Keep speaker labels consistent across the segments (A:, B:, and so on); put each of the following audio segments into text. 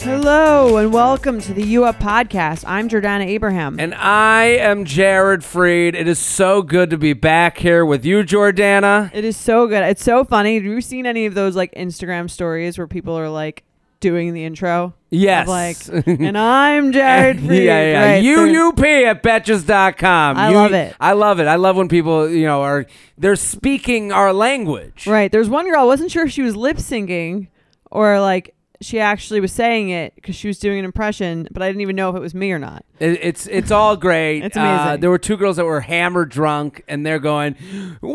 A: Hello and welcome to the U Up podcast. I'm Jordana Abraham.
B: And I am Jared Freed. It is so good to be back here with you, Jordana.
A: it is so good. It's so funny. Have you seen any of those like Instagram stories where people are like doing the intro?
B: Yes.
A: Of, like, and I'm Jared
B: yeah,
A: Freed.
B: yeah.
A: Right, they're-
B: UUP at betches.com.
A: I
B: You-
A: love it.
B: I love it. I love when people, you know, are they're speaking our language.
A: Right. There's one girl. I wasn't sure if she was lip syncing or like she actually was saying it because she was doing an impression, but I didn't even know if it was me or not.
B: It, it's it's all great.
A: It's amazing.
B: Uh, there were two girls that were hammered drunk, and they're going,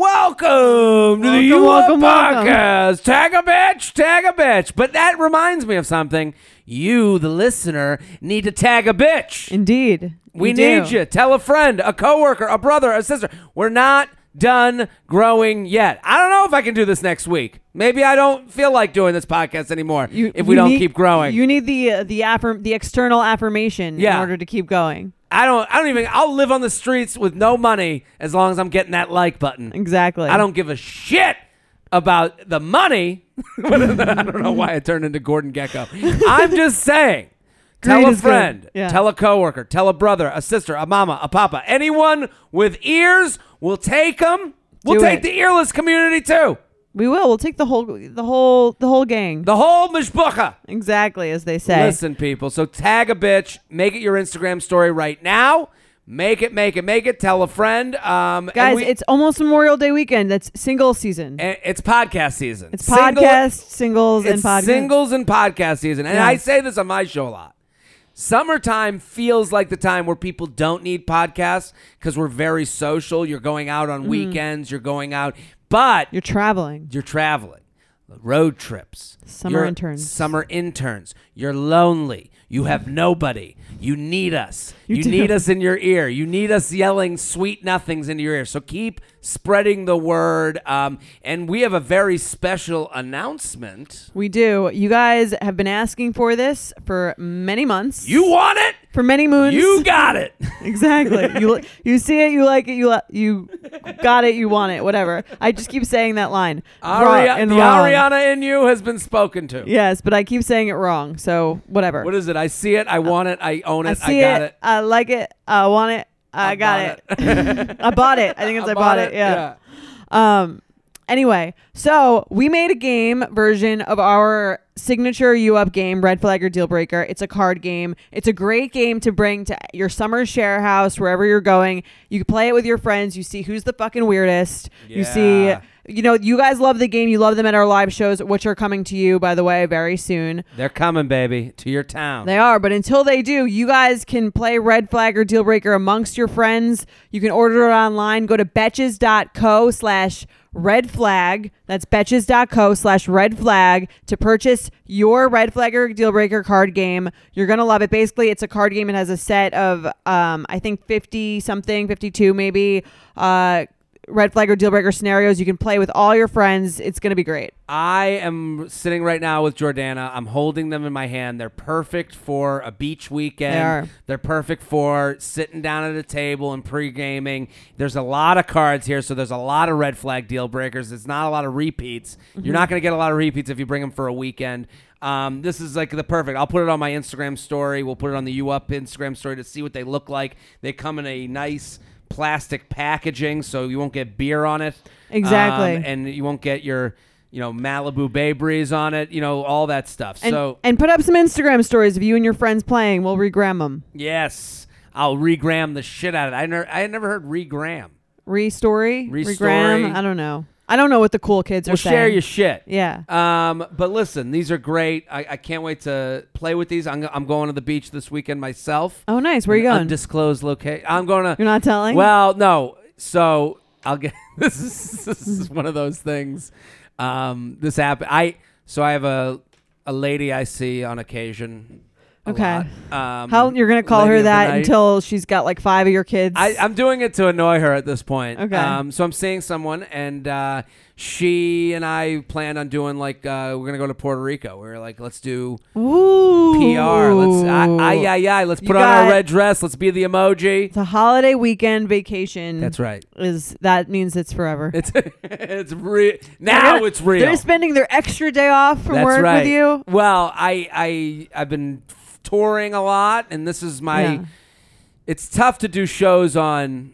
B: "Welcome to the
A: Welcome,
B: You Up
A: welcome, welcome."
B: Podcast." Tag a bitch, tag a bitch. But that reminds me of something. You, the listener, need to tag a bitch.
A: Indeed.
B: We
A: you
B: need
A: do.
B: you. Tell a friend, a coworker, a brother, a sister. We're not done growing yet. I don't know if I can do this next week. Maybe I don't feel like doing this podcast anymore
A: You-
B: if we
A: you
B: don't
A: need-
B: keep growing.
A: you need the uh, the affirm the external affirmation in
B: Yeah.
A: order to keep going.
B: I don't I don't even I'll live on the streets with no money as long as I'm getting that like button.
A: Exactly.
B: I don't give a shit about the money. What is that? I don't know why it turned into Gordon Gecko. I'm just saying. Tell
A: Greed
B: a
A: is good.
B: friend,
A: Yeah.
B: tell a coworker, tell a brother, a sister, a mama, a papa. Anyone with ears, we'll take them. We'll
A: Do
B: take
A: it.
B: the earless community too.
A: We will. We'll take the whole the whole the whole gang.
B: The whole mishbucha.
A: exactly as they say.
B: Listen, people. So tag a bitch. Make it your Instagram story right now. Make it, make it, make it. Tell a friend. Um, and
A: Guys,
B: we-
A: it's almost Memorial Day weekend. That's single season.
B: and it's podcast season.
A: it's
B: Single-
A: podcast singles and
B: It's
A: podcast.
B: singles and podcast season, and
A: Yeah.
B: I say this on my show a lot. Summertime feels like the time where people don't need podcasts because we're very social. You're going out on
A: Mm-hmm.
B: weekends. You're going out, but
A: You're traveling.
B: you're traveling, road trips,
A: Summer
B: You're-
A: interns.
B: summer interns. You're lonely. You have nobody. You need us.
A: You
B: You,
A: do.
B: need us in your ear. You need us yelling sweet nothings into your ear. So keep spreading the word. Um, and we have a very special announcement.
A: We do. You guys have been asking for this for many months.
B: You want it?
A: for many moons.
B: You got it.
A: exactly. you you see it. You like it. You li- you got it. You want it. Whatever. I just keep saying that line. Right
B: Ari-
A: and
B: the
A: wrong.
B: Ariana in you has been spoken to.
A: Yes, but I keep saying it wrong. So whatever.
B: What is it? I see it. I want it. I own it.
A: I
B: I,
A: see
B: got
A: it,
B: it.
A: I like it. I want it. I,
B: I
A: got it.
B: bought
A: I bought it. I think it's I, bought, it. Yeah. Um. Anyway, so we made a game version of our signature U Up game, Red Flag or Deal Breaker. It's a card game. It's a great game to bring to your summer share house, wherever you're going. You can play it with your friends. You see who's the fucking weirdest. You see.
B: Yeah.
A: You know, you guys love the game. You love them at our live shows, which are coming to you, by the way, very soon.
B: They're coming, baby, to your town.
A: They are, but until they do, you guys can play Red Flag or Deal Breaker amongst your friends. You can order it online. Go to betches.co slash red flag. That's betches.co slash red flag to purchase your Red Flag or Deal Breaker card game. You're going to love it. Basically, it's a card game. It has a set of, um, I think, 50 something, 52 maybe, uh, Red Flag or Deal Breaker scenarios. You can play with all your friends. It's going to be great.
B: I am sitting right now with Jordana. I'm holding them in my hand. They're perfect for a beach weekend.
A: They are.
B: They're perfect for sitting down at a table and pre gaming. There's a lot of cards here, so there's a lot of red flag deal breakers. It's not a lot of repeats.
A: Mm-hmm.
B: You're not going to get a lot of repeats if you bring them for a weekend. Um, this is like the perfect. I'll put it on my Instagram story. We'll put it on the U Up Instagram story to see what they look like. They come in a nice plastic packaging, so you won't get beer on it.
A: Exactly.
B: Um, and you won't get your you know Malibu Bay Breeze on it, you know all that stuff.
A: And,
B: so
A: and put up some Instagram stories of you and your friends playing. We'll regram them.
B: yes, I'll regram the shit out of it. I never I had never heard regram.
A: Restory,
B: Restory.
A: regram. I don't know. I don't know what the cool kids
B: Well,
A: are saying.
B: share your shit.
A: Yeah.
B: Um, but listen, these are great. I, I can't wait to play with these. I'm, go- I'm going to the beach this weekend myself.
A: oh, nice. Where are you
B: An
A: going?
B: Undisclosed location. I'm going to.
A: You're not telling?
B: Well, no. So I'll get. This is this is one of those things. Um, this happened. I So I have a a lady I see on occasion. a
A: Okay.
B: lot. Um,
A: How you're gonna call
B: lady
A: her
B: of the
A: that
B: night.
A: until she's got like five of your kids?
B: I, I'm doing it to annoy her at this point.
A: Okay.
B: Um, so I'm seeing someone, and uh, she and I planned on doing like uh, we're gonna go to Puerto Rico. We were like, let's do
A: Ooh.
B: PR. Let's I, I, I, let's
A: You
B: put on our
A: got-
B: red dress. Let's be the emoji.
A: It's a holiday weekend vacation.
B: That's right.
A: Is that means it's forever.
B: It's it's real. Now
A: They're-
B: it's real.
A: They're spending their extra day off from
B: That's
A: work
B: right.
A: with you.
B: Well, I I I've been touring a lot, and this is my.
A: Yeah.
B: It's tough to do shows on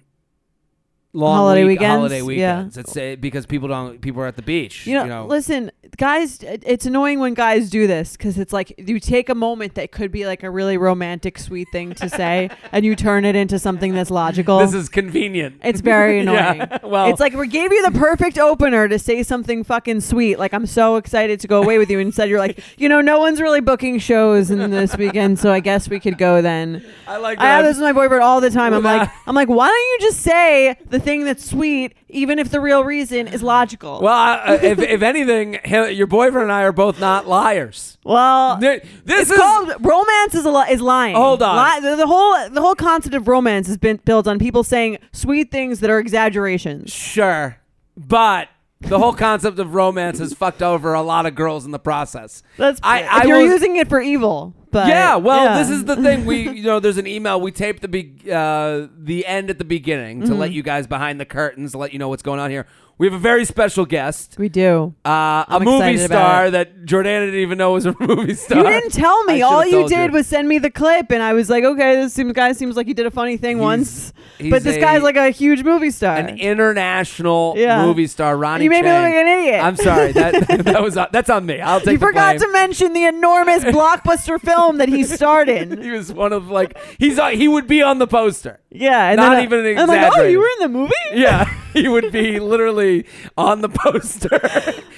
B: long
A: Holiday
B: week-
A: weekends?
B: Holiday
A: Yeah.
B: weekends. It's uh, because people don't. People are at the beach.
A: You know, listen, guys. it- It's annoying when guys do this because it's like you take a moment that could be like a really romantic, sweet thing to say, and you turn it into something that's logical.
B: this is convenient.
A: it's very
B: Yeah,
A: annoying.
B: well-
A: it's like we gave you the perfect opener to say something fucking sweet, like I'm so excited to go away with you. and Instead, you're like, you know, no one's really booking shows in this weekend, so I guess we could go then.
B: I like.
A: I
B: that
A: have
B: I'm-
A: this with my boyfriend all the time. I'm
B: Well,
A: like,
B: I-
A: I'm like, why don't you just say the thing that's sweet, even if the real reason is logical?
B: Well, I- uh, if, if anything, he- your boyfriend and I are both not liars.
A: Well,
B: Th- This
A: it's
B: is
A: called romance is a li- is lying.
B: Hold on.
A: Li- the, the whole the whole concept of romance has been built on people saying sweet things that are exaggerations.
B: sure, but the whole concept of romance has fucked over a lot of girls in the process.
A: That's
B: I-
A: if
B: I
A: you're
B: will-
A: using it for evil. But
B: yeah, well, this is the thing. We, you know, there's an email. We tape the be- uh, the end at the beginning to
A: Mm-hmm.
B: let you guys behind the curtains, to let you know what's going on here. We have a very special guest,
A: we do.
B: uh, a
A: I'm
B: movie
A: excited about
B: star
A: it.
B: that Jordana didn't even know was a movie star.
A: You didn't tell
B: Uh, I
A: me.
B: should've
A: All you
B: told
A: did was send me the clip, and I was like, okay, this seems, guy seems like he did a funny thing
B: He's-
A: once.
B: he's
A: But this
B: a-
A: guy's like a huge movie star.
B: an international
A: Yeah.
B: movie star, Ronnie.
A: You made me look
B: Chang.
A: like an idiot.
B: I'm sorry. That that was on, that's on me. I'll take.
A: you
B: the
A: forgot
B: blame.
A: to mention the enormous blockbuster film that he starred in.
B: He was one of like he's on, he would be on the poster.
A: Yeah, and
B: Not
A: then I-
B: even an
A: I'm like, oh,
B: exaggerated.
A: you were in the movie.
B: Yeah, he would be literally on the poster.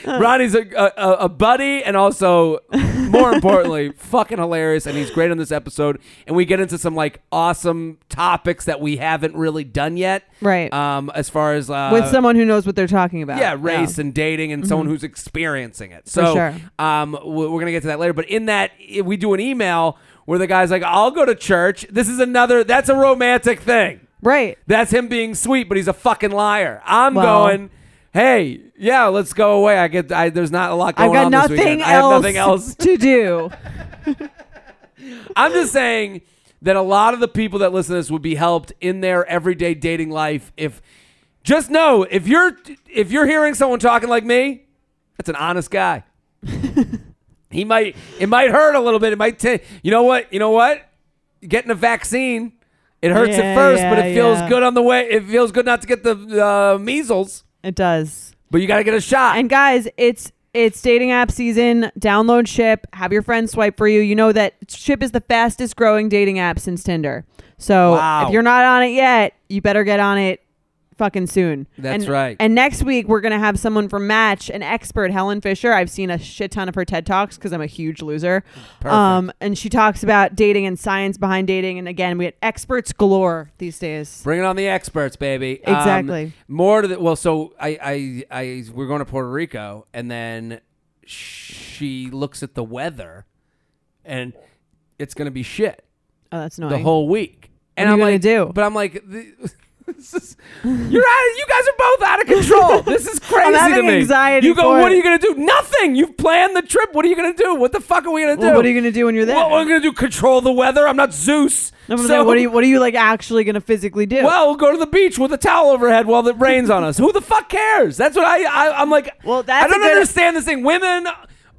B: Ronnie's a, a, a buddy and also, more importantly, fucking hilarious. And he's great on this episode. And we get into some like awesome topics that we haven't really done yet.
A: Right.
B: Um, as far as uh,
A: with someone who knows what they're talking about.
B: yeah, race and dating and someone who's experiencing it. So
A: sure.
B: um, we- we're going to get to that later. But in that, i- we do an email where the guy's like, I'll go to church. This is another, that's a romantic thing.
A: Right.
B: That's him being sweet, but he's a fucking liar. I'm
A: Well-
B: going, hey, yeah, let's go away. I get, I, there's not a lot going
A: I've got
B: on this
A: nothing
B: weekend.
A: else,
B: I have nothing else.
A: to do.
B: I'm just saying that a lot of the people that listen to this would be helped in their everyday dating life if just know if you're if you're hearing someone talking like me, that's an honest guy. he might it might hurt a little bit. It might t- you know what you know what getting a vaccine it hurts
A: Yeah,
B: at first, but
A: yeah,
B: it feels
A: yeah.
B: good on the way. It feels good not to get the uh, measles,
A: It does.
B: but you got to get a shot.
A: And guys, it's it's dating app season. Download Ship. Have your friends swipe for you. You know that Ship is the fastest growing dating app since Tinder. So
B: Wow.
A: if you're not on it yet, you better get on it fucking soon.
B: That's
A: And-
B: right.
A: And next week we're gonna have someone from Match, an expert, Helen Fisher. I've seen a shit ton of her TED talks because I'm a huge loser.
B: Perfect.
A: Um, and she talks about dating and science behind dating. And again, we had experts galore these days.
B: Bringing on the experts, baby. Um,
A: Exactly.
B: more to the well. So I, I, I, we're going to Puerto Rico, and then she looks at the weather, and it's going to be shit
A: Oh, that's
B: the
A: annoying.
B: whole week. And
A: are you
B: I'm
A: gonna
B: like,
A: do?
B: But I'm like, th- this is, you're out. You guys are both out of control. This is crazy
A: having
B: to me.
A: anxiety
B: You go.
A: for
B: What
A: it."
B: are you going to do? Nothing. You've planned the trip. What are you going to do? What the fuck are we going to do?
A: Well, what are you gonna do when you're there?
B: What am I going to do? Control the weather? I'm not Zeus.
A: No, but
B: So-
A: then what are you what are you like actually gonna physically do?
B: well, we'll go to the beach with a towel overhead while it rains on us. Who the fuck cares? That's what I, I I'm like.
A: Well, that's
B: I don't
A: a good-
B: understand this thing. Women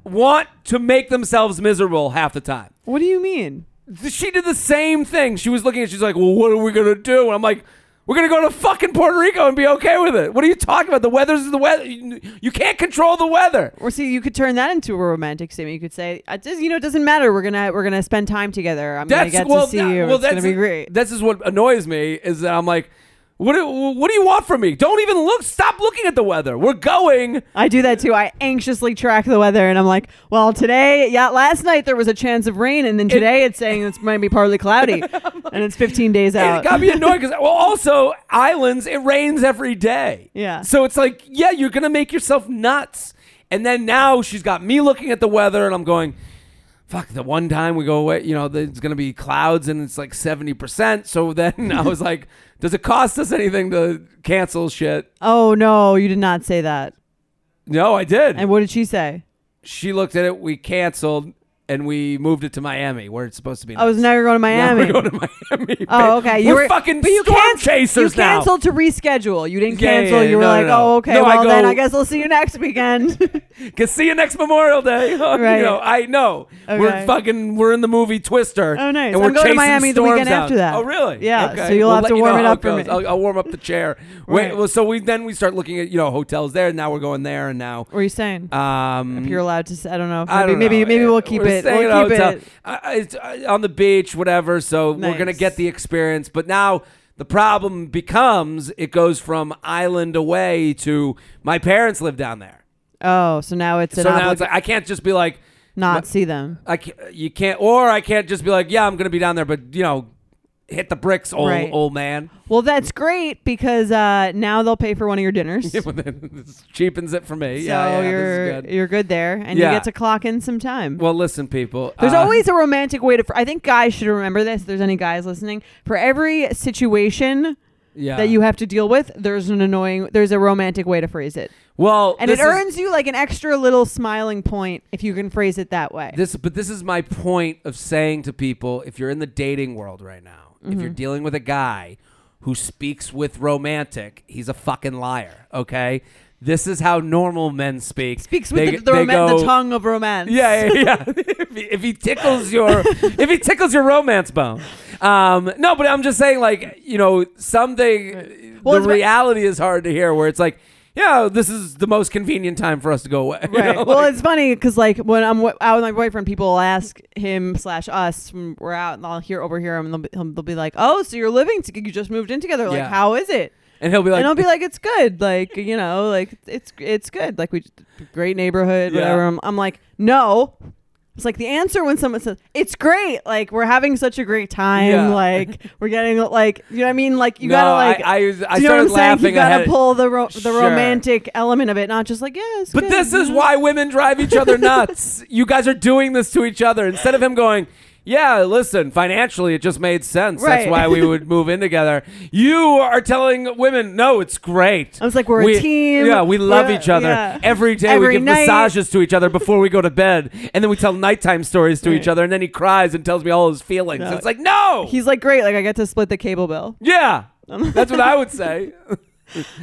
B: want to make themselves miserable half the time.
A: what do you mean?
B: She did the same thing. She was looking at. She's like, "Well, what are we gonna do?" And I'm like. We're gonna go to fucking Puerto Rico and be okay with it. What are you talking about? The weather's the weather. You you can't control the weather.
A: Or see, you could turn that into a romantic statement. You could say, "It does- "You know, it doesn't matter. We're gonna we're gonna spend time together. I'm gonna get to see
B: no,
A: you.
B: well,
A: it's gonna
B: that's-
A: be great."
B: This is what annoys me is that I'm like, what do, what do you want from me? Don't even look. Stop looking at the weather. We're going.
A: I do that too. I anxiously track the weather, and I'm like, "Well, today, yeah, last night there was a chance of rain, and then today it's saying it's might be partly cloudy, and it's 15 days
B: It
A: out."
B: got me annoyed because well, also islands, it rains every day.
A: Yeah.
B: So it's like, yeah, you're gonna make yourself nuts. And then now she's got me looking at the weather, and I'm going, fuck, the one time we go away, you know, there's going to be clouds and it's like 70%. So then I was like, does it cost us anything to cancel shit?
A: Oh no, you did not say that.
B: No, I did.
A: And what did she say?
B: she looked at it, we canceled, and we moved it to Miami where it's supposed to be.
A: I was
B: next.
A: never going to
B: Now
A: Oh, Miami.
B: we're going to Miami.
A: Oh, okay.
B: You we're fucking
A: but you
B: storm
A: canc-
B: chasers
A: You
B: now.
A: canceled to reschedule. You didn't
B: Yeah, yeah,
A: cancel.
B: yeah.
A: You were
B: No, no,
A: like,
B: no.
A: oh, okay.
B: No, I
A: well, then
B: go-
A: I guess I'll see you next weekend.
B: Cause see you next Memorial Day. Oh, you
A: Right.
B: know, I know.
A: Okay.
B: We're fucking. We're in the movie Twister.
A: Oh, nice.
B: And we're
A: I'm going to
B: chasing
A: Miami the
B: storms
A: weekend
B: out.
A: after that.
B: Oh, really?
A: Yeah,
B: Okay.
A: so you'll
B: We'll
A: have
B: let
A: to
B: you
A: warm
B: know
A: it
B: how
A: up for
B: goes.
A: me.
B: I'll, I'll warm up the chair.
A: Right.
B: Wait. Well, so we then we start looking at you know hotels there. And now we're going there. And now.
A: what are you saying?
B: Um,
A: if you're allowed to, s- I don't know. Maybe
B: I don't
A: maybe,
B: know.
A: maybe
B: Uh,
A: we'll keep
B: we're
A: it.
B: staying
A: We'll
B: at a
A: keep
B: hotel.
A: it.
B: I- I- it's, uh, on the beach, whatever. So we're gonna
A: Nice.
B: get the experience. But now the problem becomes it goes from island away to my parents live down there.
A: Oh, so now it's an
B: So now
A: oblig-
B: it's like I can't just be like
A: not see them.
B: I can't, you can't or I can't just be like yeah I'm gonna be down there, but you know hit the bricks, old
A: Right.
B: old man.
A: Well, that's great because uh, now they'll pay for one of your dinners.
B: But then this cheapens it for me.
A: So
B: yeah, yeah, this
A: you're
B: is good.
A: you're good there, and
B: Yeah.
A: you get to clock in some time.
B: Well, listen, people.
A: There's
B: uh,
A: always a romantic way to. Fr- I think guys should remember this. If there's any guys listening, for every situation
B: yeah.
A: that you have to deal with, there's an annoying, there's a romantic way to phrase it,
B: well
A: and it
B: this is-
A: earns you like an extra little smiling point if you can phrase it that way.
B: This, but this is my point of saying to people: if you're in the dating world right now, if
A: Mm-hmm.
B: you're dealing with a guy who speaks with romantic, he's a fucking liar. Okay, this is how normal men speak.
A: Speaks with
B: They-
A: the, the,
B: they
A: roman-
B: go-
A: the tongue of romance.
B: Yeah, yeah, yeah. if, he, if he tickles your, if he tickles your romance bone. Um, no, but I'm just saying, like, you know, something.
A: Well, it's
B: the
A: my-
B: reality is hard to hear, where it's like, yeah, this is the most convenient time for us to go away. You
A: Right.
B: know,
A: well,
B: like-
A: it's funny because like when I'm w- out with my boyfriend, people will ask him slash us when we're out, and I'll hear overhear him, and they'll be, he'll- they'll be like, "Oh, so you're living? together? you just moved in together? Like,
B: Yeah.
A: how is it?"
B: and he'll be like,
A: and I'll be like, "It's good. Like, you know, like it's it's good. Like we great neighborhood,
B: Yeah.
A: whatever." I'm, I'm like, "No." It's like the answer when someone says, "It's great. Like we're having such a great time.
B: Yeah.
A: Like we're getting like you know what I mean. Like you
B: No,
A: gotta like."
B: I, I, was- I
A: do you know what
B: started
A: I'm
B: laughing.
A: saying? You
B: I
A: gotta
B: had-
A: pull the ro- the
B: Sure.
A: romantic element of it, not just like yes.
B: But this is why women drive each other nuts. you guys are doing this to each other. Instead of him going, yeah, listen, financially it just made sense.
A: Right.
B: That's why we would move in together. You are telling women, no, it's great.
A: I was like, we're a team.
B: Yeah, we love
A: We're-
B: each other.
A: yeah.
B: Every day
A: Every
B: we give
A: night.
B: massages to each other before we go to bed. And then we tell nighttime stories to each other. And then he cries and tells me all his feelings.
A: No.
B: It's like, no.
A: He's like, great. Like I get to split the cable bill.
B: yeah. That's what I would say.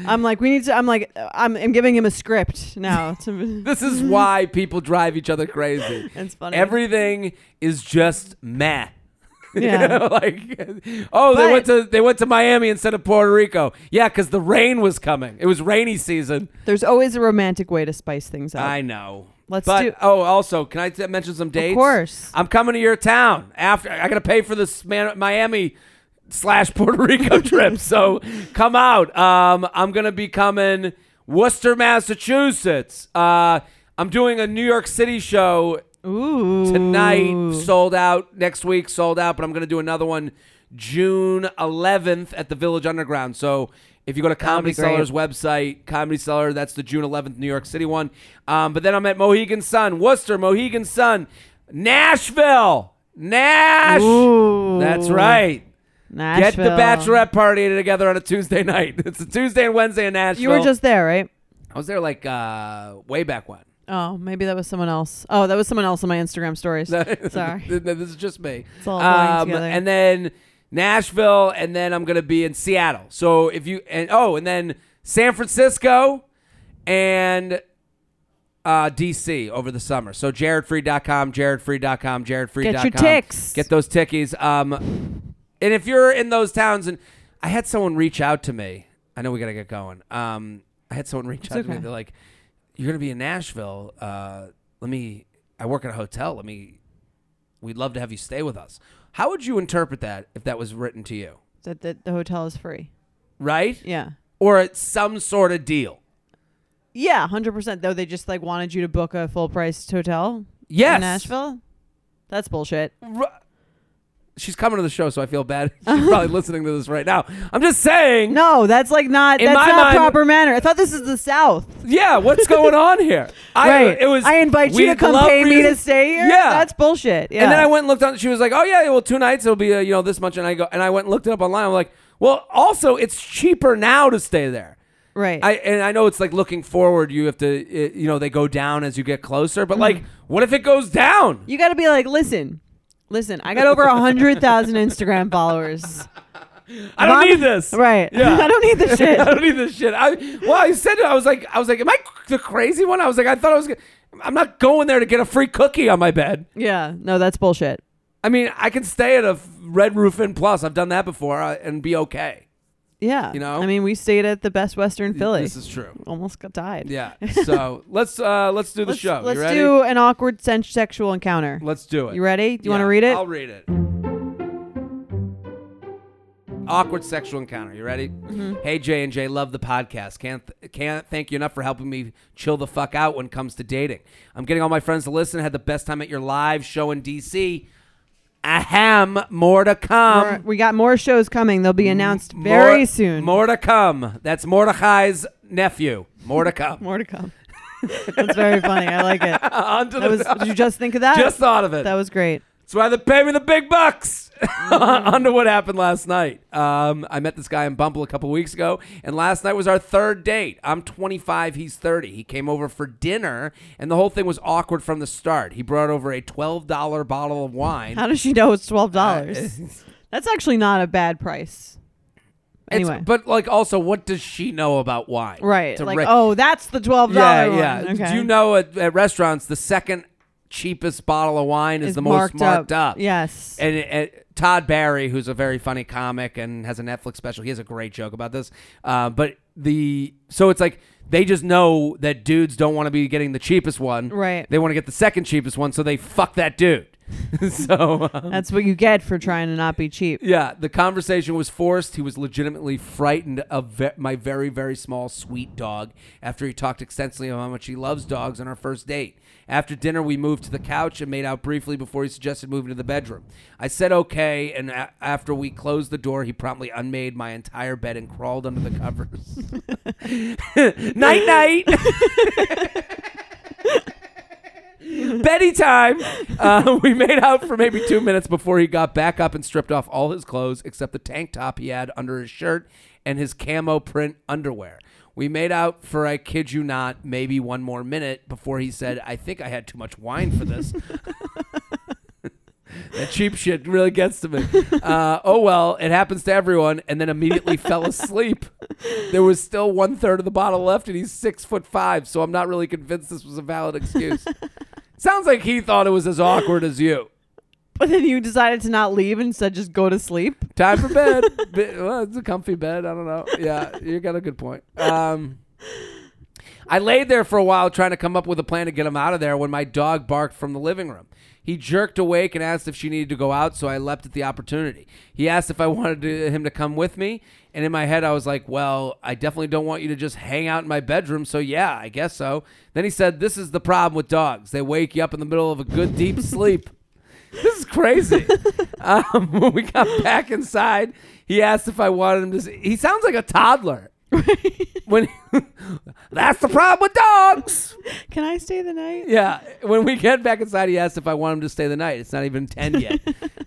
A: I'm like, we need to. I'm like, I'm, I'm giving him a script now. To,
B: This is why people drive each other crazy.
A: it's Mm-hmm. funny.
B: Everything is just meh.
A: yeah.
B: like, oh, they
A: But-
B: went to they went to Miami instead of Puerto Rico. Yeah, because the rain was coming. It was rainy season.
A: There's always a romantic way to spice things up.
B: I know.
A: Let's
B: but,
A: do-
B: Oh, also, can I t- mention some dates?
A: course.
B: I'm coming to your town after. I gotta pay for this man- Miami slash Puerto Rico trip. So come out. Um, I'm gonna be coming Worcester, Massachusetts. Uh, I'm doing a New York City show
A: Ooh.
B: tonight sold out next week sold out but i'm gonna do another one june 11th at the village underground so if you go to comedy
A: be great.
B: sellers website comedy seller that's the june 11th new york city one um, but then i'm at mohegan sun worcester mohegan sun nashville nash
A: Ooh.
B: that's right
A: Nashville.
B: Get the bachelorette party together on a Tuesday night. It's a Tuesday and Wednesday in Nashville.
A: You were just there, right?
B: I was there like uh, way back when.
A: Oh, maybe that was someone else. Oh, that was someone else on my Instagram stories. Sorry.
B: Th- th- this is just me. Um,
A: It's all blending together.
B: And then Nashville, and then I'm gonna be in Seattle. So if you and oh, and then San Francisco, and uh, DC over the summer. So jaredfree.com, jaredfree.com, jaredfree.com.
A: Get your ticks.
B: Get those tickies. Um, and if you're in those towns, and I had someone reach out to me. I know we gotta get going. Um, I had someone reach out to me.
A: okay.
B: They're like, "You're gonna be in Nashville. Uh, let me. I work at a hotel. Let me. We'd love to have you stay with us. How would you interpret that if that was written to you?
A: That the, the hotel is free.
B: Right?
A: Yeah.
B: Or it's some sort of deal?
A: Yeah, hundred percent. Though they just like wanted you to book a full priced hotel
B: Yes.
A: in Nashville. That's bullshit.
B: Ru- she's coming to the show, so I feel bad. She's probably listening to this right now. I'm just saying.
A: No, that's like not
B: In
A: that's
B: my
A: not
B: mind-
A: proper manner. I thought this is the South.
B: Yeah, what's going on here? I,
A: right.
B: It was.
A: I invite you to
B: we'd
A: come
B: love
A: pay
B: for
A: me
B: you
A: to stay here.
B: Yeah.
A: That's bullshit. Yeah.
B: And then I went and looked on. She was like, "Oh yeah, well two nights it'll be uh, you know this much." And I go and I went and looked it up online. I'm like, "Well, also it's cheaper now to stay there."
A: Right.
B: I and I know it's like looking forward. You have to it, you know they go down as you get closer. But like, what if it goes down?
A: Mm. you got to be like, listen, listen. I got over a hundred thousand Instagram followers.
B: I don't
A: Mom-
B: need this.
A: Right.
B: Yeah.
A: I don't need the shit.
B: I don't need this shit. I well, I said it. I was like, I was like, am I the crazy one? I was like, I thought I was. Gonna, I'm not going there to get a free cookie on my bed.
A: yeah. No, that's bullshit.
B: I mean, I can stay at a Red Roof Inn Plus. I've done that before uh, and be okay.
A: Yeah.
B: You know?
A: I mean, we stayed at the Best Western Philly.
B: This is true.
A: Almost got died.
B: Yeah. So let's uh let's do the
A: Let's,
B: show.
A: let's
B: you ready?
A: do an awkward sen- sexual encounter.
B: let's do it.
A: You ready? Do you want to
B: Yeah,
A: read it?
B: I'll read it. Awkward sexual encounter. You ready?
A: Mm-hmm.
B: Hey J and J, love the podcast. Can't th- can't thank you enough for helping me chill the fuck out when it comes to dating. I'm getting all my friends to listen. Had the best time at your live show in DC. Ahem, more to come.
A: More- we got more shows coming. They'll be announced
B: Um, More-
A: very soon.
B: More to come. That's Mordecai's nephew. More to come.
A: More to come. That's very funny. I like it. That
B: On to the-
A: was. Did you just think of that?
B: just thought of it.
A: That was great.
B: That's why they pay me the big bucks.
A: Mm-hmm.
B: On to what happened last night. Um, I met this guy in Bumble a couple weeks ago, and last night was our third date. I'm 25, he's 30. He came over for dinner, and the whole thing was awkward from the start. He brought over a $12 bottle of wine.
A: How does she know it's twelve dollars? That's actually not a bad price.
B: It's-
A: Anyway,
B: but like, also, what does she know about wine?
A: right?
B: To
A: Like,
B: ra-
A: oh, that's the twelve
B: yeah,
A: dollar
B: yeah.
A: one. Okay.
B: Do you know at, at restaurants the second cheapest bottle of wine is
A: It's
B: the most marked up?
A: Yes.
B: And, and Todd Barry, who's a very funny comic and has a Netflix special, he has a great joke about this. Uh, but the so it's like they just know that dudes don't want to be getting the cheapest one.
A: Right.
B: They want to get the second cheapest one, so they fuck that dude. so um,
A: that's what you get for trying to not be cheap.
B: yeah, the conversation was forced. He was legitimately frightened of ve- my very, very small, sweet dog after he talked extensively of how much he loves dogs on our first date. After dinner, we moved to the couch and made out briefly before he suggested moving to the bedroom. I said okay, and a- after we closed the door, he promptly unmade my entire bed and crawled under the covers. night, night. Betty time. Uh, we made out for maybe two minutes before he got back up and stripped off all his clothes except the tank top he had under his shirt and his camo print underwear. We made out for, I kid you not, maybe one more minute before he said, I think I had too much wine for this. that cheap shit really gets to me. Uh, oh, well, it happens to everyone. And then immediately fell asleep. There was still one third of the bottle left, and he's six foot five, so I'm not really convinced this was a valid excuse. Sounds like he thought it was as awkward as you.
A: But then you decided to not leave and said just go to sleep.
B: Time for bed. Bi- well, it's a comfy bed. I don't know. Yeah, you got a good point. Um, I laid there for a while trying to come up with a plan to get him out of there when my dog barked from the living room. He jerked awake and asked if she needed to go out, so I leapt at the opportunity. He asked if I wanted to, him to come with me, and in my head I was like, "Well, I definitely don't want you to just hang out in my bedroom, so yeah, I guess so." Then he said, "This is the problem with dogs. They wake you up in the middle of a good deep sleep." This is crazy. um, when we got back inside, he asked if I wanted him to. See. He sounds like a toddler. when that's the problem with dogs.
A: Can I stay the night?
B: Yeah. When we get back inside, he asked if I want him to stay the night. It's not even ten yet.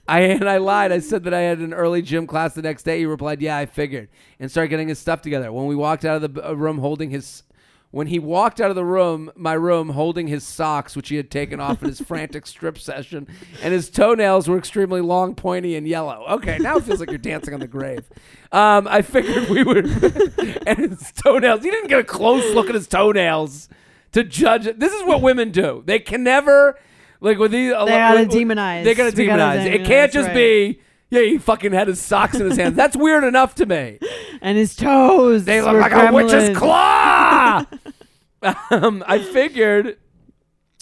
B: I and I lied. I said that I had an early gym class the next day. He replied, "Yeah, I figured," and started getting his stuff together. When we walked out of the uh, room, holding his. When he walked out of the room, my room, holding his socks, which he had taken off in his frantic strip session, and his toenails were extremely long, pointy, and yellow. Okay, now it feels like you're dancing on the grave. Um, I figured we would. and his toenails. He didn't get a close look at his toenails to judge it. This is what women do. They can never like with these. They
A: gotta demonize.
B: They gotta
A: We gotta
B: demonize. it
A: demonize,
B: can't just
A: right.
B: be. Yeah, he fucking had his socks in his hands. That's weird enough to me.
A: And his toes.
B: They look
A: were
B: like a
A: gremlins.
B: witch's claw. um, I figured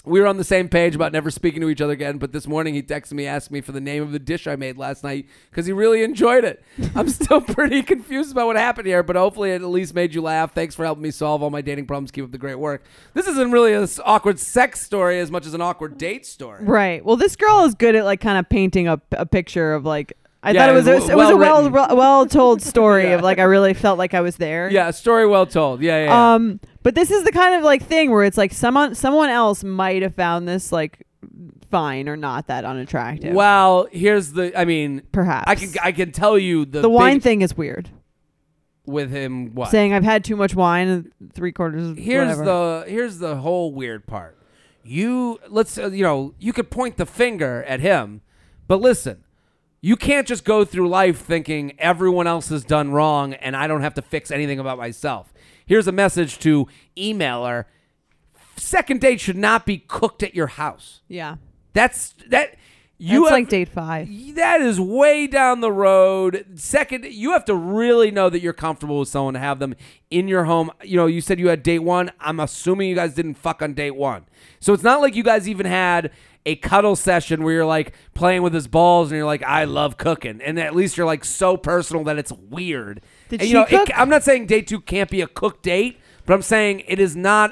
B: we were on the same page about never speaking to each other again. But this morning he texted me, asked me for the name of the dish I made last night because he really enjoyed it. I'm still pretty confused about what happened here, but hopefully it at least made you laugh. Thanks for helping me solve all my dating problems. Keep up the great work. This isn't really an awkward sex story as much as an awkward date story.
A: Right. Well, this girl is good at like kind of painting a, a picture of like. I
B: Yeah,
A: thought it was it
B: w-
A: was, it was a well well,
B: well-written.
A: well told story
B: Yeah.
A: of like I really felt like I was there.
B: Yeah, a story well told. Yeah, yeah. yeah.
A: Um, but this is the kind of like thing where it's like someone someone else might have found this like fine or not that unattractive.
B: well, here's the. I mean,
A: Perhaps.
B: I can I can tell you the,
A: the
B: big-
A: wine thing is weird.
B: with him. What
A: Saying I've had too much wine, and three quarters. Of
B: here's
A: whatever.
B: the here's the whole weird part. You let's uh, you know you could point the finger at him, but listen, you can't just go through life thinking everyone else has done wrong and I don't have to fix anything about myself. Here's a message to emailer: second date should not be cooked at your house.
A: yeah.
B: That's that
A: You
B: you
A: it's
B: have,
A: like date five.
B: that is way down the road. Second, you have to really know that you're comfortable with someone to have them in your home. You know, you said you had date one. I'm assuming you guys didn't fuck on date one. So it's not like you guys even had a cuddle session where you're like playing with his balls and you're like, I love cooking. And at least you're like so personal that it's weird.
A: Did
B: and,
A: she
B: you know, it-
A: cook?
B: I'm not saying date two can't be a cook date, but I'm saying it is not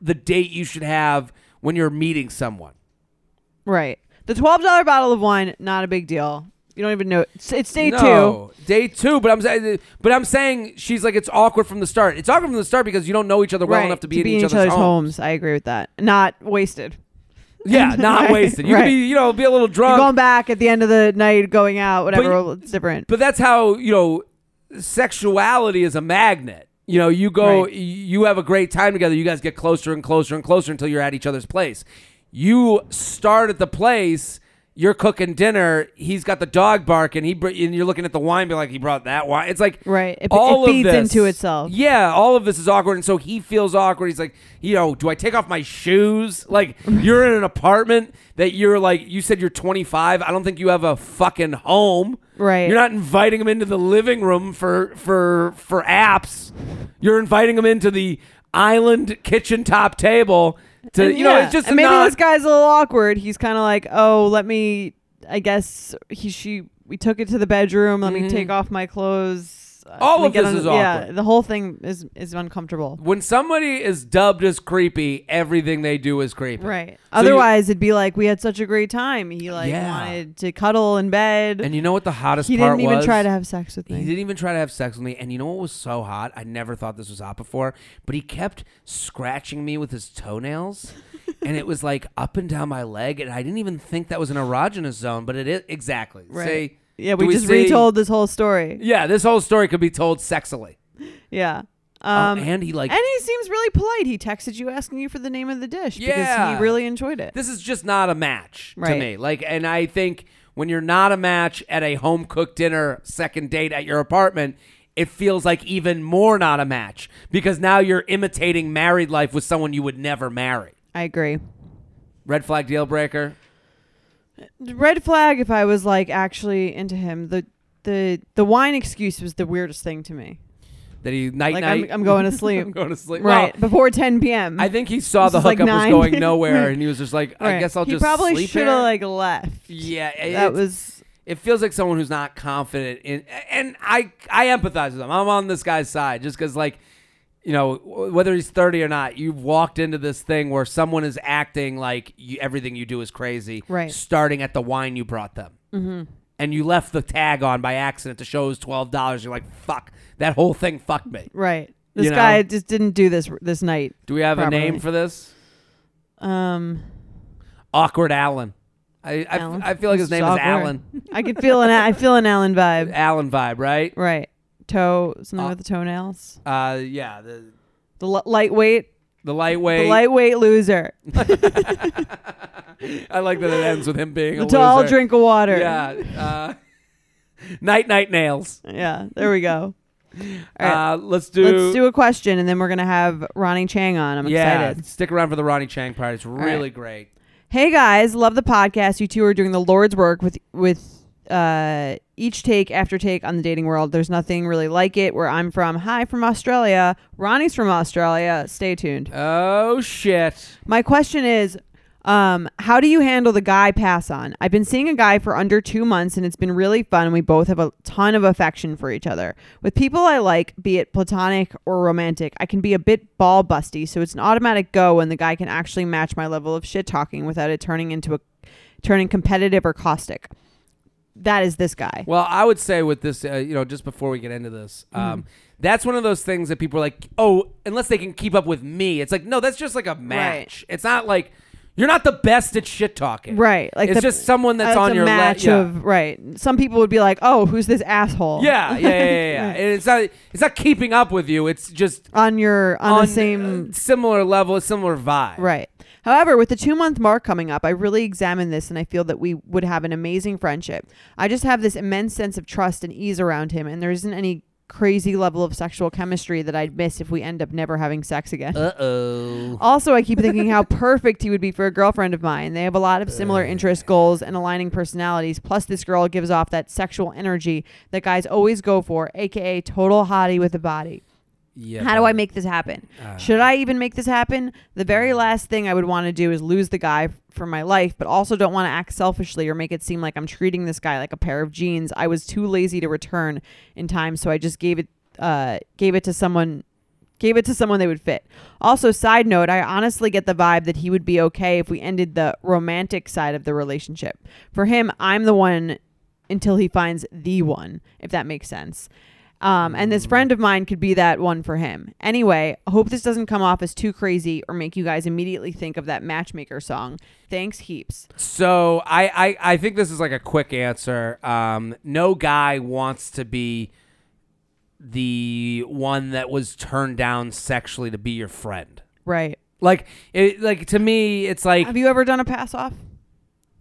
B: the date you should have when you're meeting someone.
A: Right. The twelve dollar bottle of wine, not a big deal. You don't even know it's, it's day two.
B: no, Day two, but I'm saying, but I'm saying she's like it's awkward from the start. It's awkward from the start because you don't know each other well
A: right.
B: enough to be, in, each, other's, home.
A: homes. I agree with that. Not wasted.
B: Yeah, not
A: Right,
B: wasted. You
A: right.
B: could be, you know, be a little
A: You're
B: drunk,
A: going back at the end of the night, going out, whatever.
B: you-
A: it's different.
B: but that's how you know sexuality is a magnet. You know, you go,
A: Right.
B: you have a great time together. You guys get closer and closer and closer until you're at each other's place. You start at the place. You're cooking dinner. He's got the dog bark, and he br- and you're looking at the wine, be like, he brought that wine. It's like
A: Right. It- it
B: all
A: feeds
B: of this,
A: into itself.
B: Yeah, all of this is awkward, and so he feels awkward. He's like, you know, do I take off my shoes? Like, you're in an apartment that you're like, you said you're 25. I don't think you have a fucking home.
A: Right.
B: You're not inviting him into the living room for for for apps. You're inviting him into the island kitchen top table to
A: And
B: uh, you know
A: yeah,
B: it's just
A: and maybe
B: not
A: this guy's a little awkward. He's kind of like, oh, let me. I guess he she we took it to the bedroom. Let me take off my clothes. Uh,
B: Mm-hmm. All
A: let me
B: of
A: get
B: this is
A: Yeah,
B: awkward.
A: the whole thing is is uncomfortable.
B: when somebody is dubbed as creepy, everything they do is creepy.
A: Right.
B: So you-
A: Otherwise, it'd be like we had such a great time. He like
B: Yeah.
A: wanted to cuddle in bed.
B: and you know what the hottest
A: he
B: part
A: didn't even
B: was?
A: try to have sex with
B: He
A: me.
B: didn't even try to have sex with me. And you know what was so hot? I never thought this was hot before, but he kept scratching me with his toenails. and it was like up and down my leg. And I didn't even think that was an erogenous zone, but it is exactly.
A: Right.
B: See?
A: Yeah,
B: Do
A: we, just
B: see?
A: retold this whole story.
B: Yeah, this whole story could be told sexily.
A: Yeah.
B: Oh,
A: Um, and,
B: and he like
A: he seems really polite. He texted you asking you for the name of the dish because
B: Yeah.
A: he really enjoyed it.
B: this is just not a match
A: Right.
B: to me. Like, and I think when you're not a match at a home cooked dinner, second date at your apartment, it feels like even more not a match because now you're imitating married life with someone you would never marry.
A: I agree.
B: Red flag deal breaker.
A: Red flag if I was like actually into him. The the the wine excuse was the weirdest thing to me.
B: That he night
A: Like
B: night.
A: I'm, I'm going to
B: I'm
A: sleep.
B: going to sleep.
A: right.
B: Well,
A: Before 10 p.m.
B: I think he saw
A: This
B: the
A: is like
B: hookup was
A: nine.
B: going nowhere, and he was just like,
A: Right.
B: "I guess I'll
A: he
B: just
A: probably
B: sleep
A: should
B: here."
A: have like left.
B: yeah, it-
A: that
B: it's-
A: was
B: it feels like someone who's not confident in and i i empathize with him i'm on this guy's side just because like you know wh- whether he's 30 or not you've walked into this thing where someone is acting like you, everything you do is crazy
A: Right.
B: starting at the wine you brought them mm-hmm. and you left the tag on by accident to show it was $12 you're like fuck that whole thing fucked me
A: right. This
B: You know?
A: guy just didn't do this this night.
B: do we have
A: Probably.
B: a name for this
A: Um,
B: awkward alan i I,
A: Alan.
B: I feel like his
A: This
B: name is
A: awkward.
B: alan
A: I could feel an I feel an Alan vibe.
B: alan vibe right
A: Right. Toe something
B: Uh,
A: with the toenails.
B: uh yeah the,
A: The li- lightweight,
B: the
A: the
B: lightweight
A: lightweight loser.
B: I like that it ends with him being
A: The
B: a
A: tall
B: loser.
A: drink of water.
B: Yeah. Uh, night night nails.
A: Yeah, there we go. All right.
B: Uh, let's do.
A: Let's do a question, and then we're gonna have Ronnie Chang on. I'm
B: yeah.
A: excited.
B: Stick around for the Ronnie Chang part. It's
A: right.
B: really great.
A: Hey guys, love the podcast. You two are doing the Lord's work with with uh, each take after take on the dating world. There's nothing really like it. Where I'm from, hi from Australia. Ronnie's from Australia. Stay tuned.
B: Oh shit.
A: My question is, Um, how do you handle the guy pass on? I've been seeing a guy for under two months and it's been really fun. And we both have a ton of affection for each other. With people I like, be it platonic or romantic, I can be a bit ball busty. So it's an automatic go when the guy can actually match my level of shit talking without it turning into a turning competitive or caustic. That is this guy.
B: Well, I would say with this, uh, you know, just before we get into this,
A: Mm-hmm.
B: um, that's one of those things that people are like, oh, unless they can keep up with me. It's like, no, that's just like a match. It's not like you're not the best at shit talking.
A: Right, like
B: it's
A: the-
B: just someone that's
A: That's
B: on
A: a
B: your le-
A: match
B: yeah.
A: of right. Some people would be like, "Oh, who's this asshole?"
B: Yeah, yeah, yeah, yeah. yeah. and it's not it's not keeping up with you. It's just
A: on your on,
B: on
A: the same
B: uh, similar level, a similar vibe.
A: Right. However, with the two month mark coming up, I really examine this and I feel that we would have an amazing friendship. I just have this immense sense of trust and ease around him, and there isn't any crazy level of sexual chemistry that I'd miss if we end up never having sex again.
B: Uh oh.
A: Also, I keep thinking how perfect he would be for a girlfriend of mine. They have a lot of similar interests, goals, and aligning personalities. Plus, this girl gives off that sexual energy that guys always go for, aka total hottie with a body.
B: Yeah.
A: How do I make this happen? Should I even make this happen? The very last thing I would want to do is lose the guy f- from my life, but also don't want to act selfishly or make it seem like I'm treating this guy like a pair of jeans. I was too lazy to return in time, so I just gave it uh, gave it to someone gave it to someone they would fit. Also, side note, I honestly get the vibe that he would be okay if we ended the romantic side of the relationship. For him, I'm the one until he finds the one, if that makes sense. Um, and this friend of mine could be that one for him. Anyway, I hope this doesn't come off as too crazy or make you guys immediately think of that matchmaker song. Thanks heaps.
B: So I, I I think this is like a quick answer. Um, no guy wants to be the one that was turned down sexually to be your friend.
A: Right.
B: Like it, like to me, it's like
A: Have you ever done a pass off?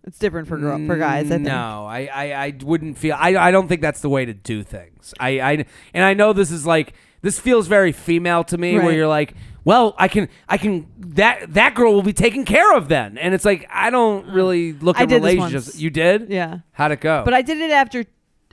A: It's different for girl, for guys. I think.
B: No, I, I, I wouldn't feel. I, I don't think that's the way to do things. I, I and I know this is like this feels very female to me, where
A: Right.
B: you're like, well, I can, I can that that girl will be taken care of then, and it's like I don't really look
A: I
B: at
A: did this
B: relationships.
A: once.
B: You did?
A: Yeah.
B: How'd it go?
A: But I did it after,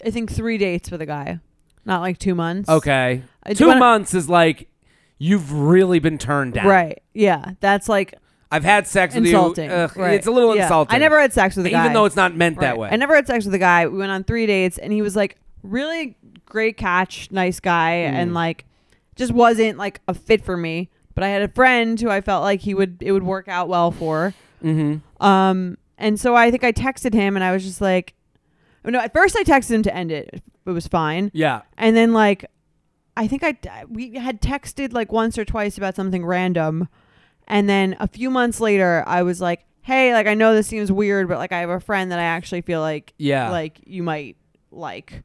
A: I think three dates with a guy, not like two months.
B: okay,
A: I do
B: two
A: wanna-
B: months is like you've really been turned down.
A: Right. Yeah. That's like
B: I've had sex with
A: insulting.
B: you. Ugh,
A: Right.
B: It's a little
A: Yeah.
B: insulting.
A: I never had sex with a guy.
B: even though it's not meant that
A: Right.
B: way.
A: I never had sex with a guy. We went on three dates, and he was like really great catch, nice guy,
B: Mm.
A: and like just wasn't like a fit for me. But I had a friend who I felt like he would it would work out well for. Mm-hmm. Um, and so I think I texted him, and I was just like, oh, no. At first, I texted him to end it. It was fine,
B: yeah.
A: and then like I think I we had texted like once or twice about something random, and then a few months later, I was like, "Hey, like I know this seems weird, but like I have a friend that I actually feel like
B: Yeah.
A: like you might like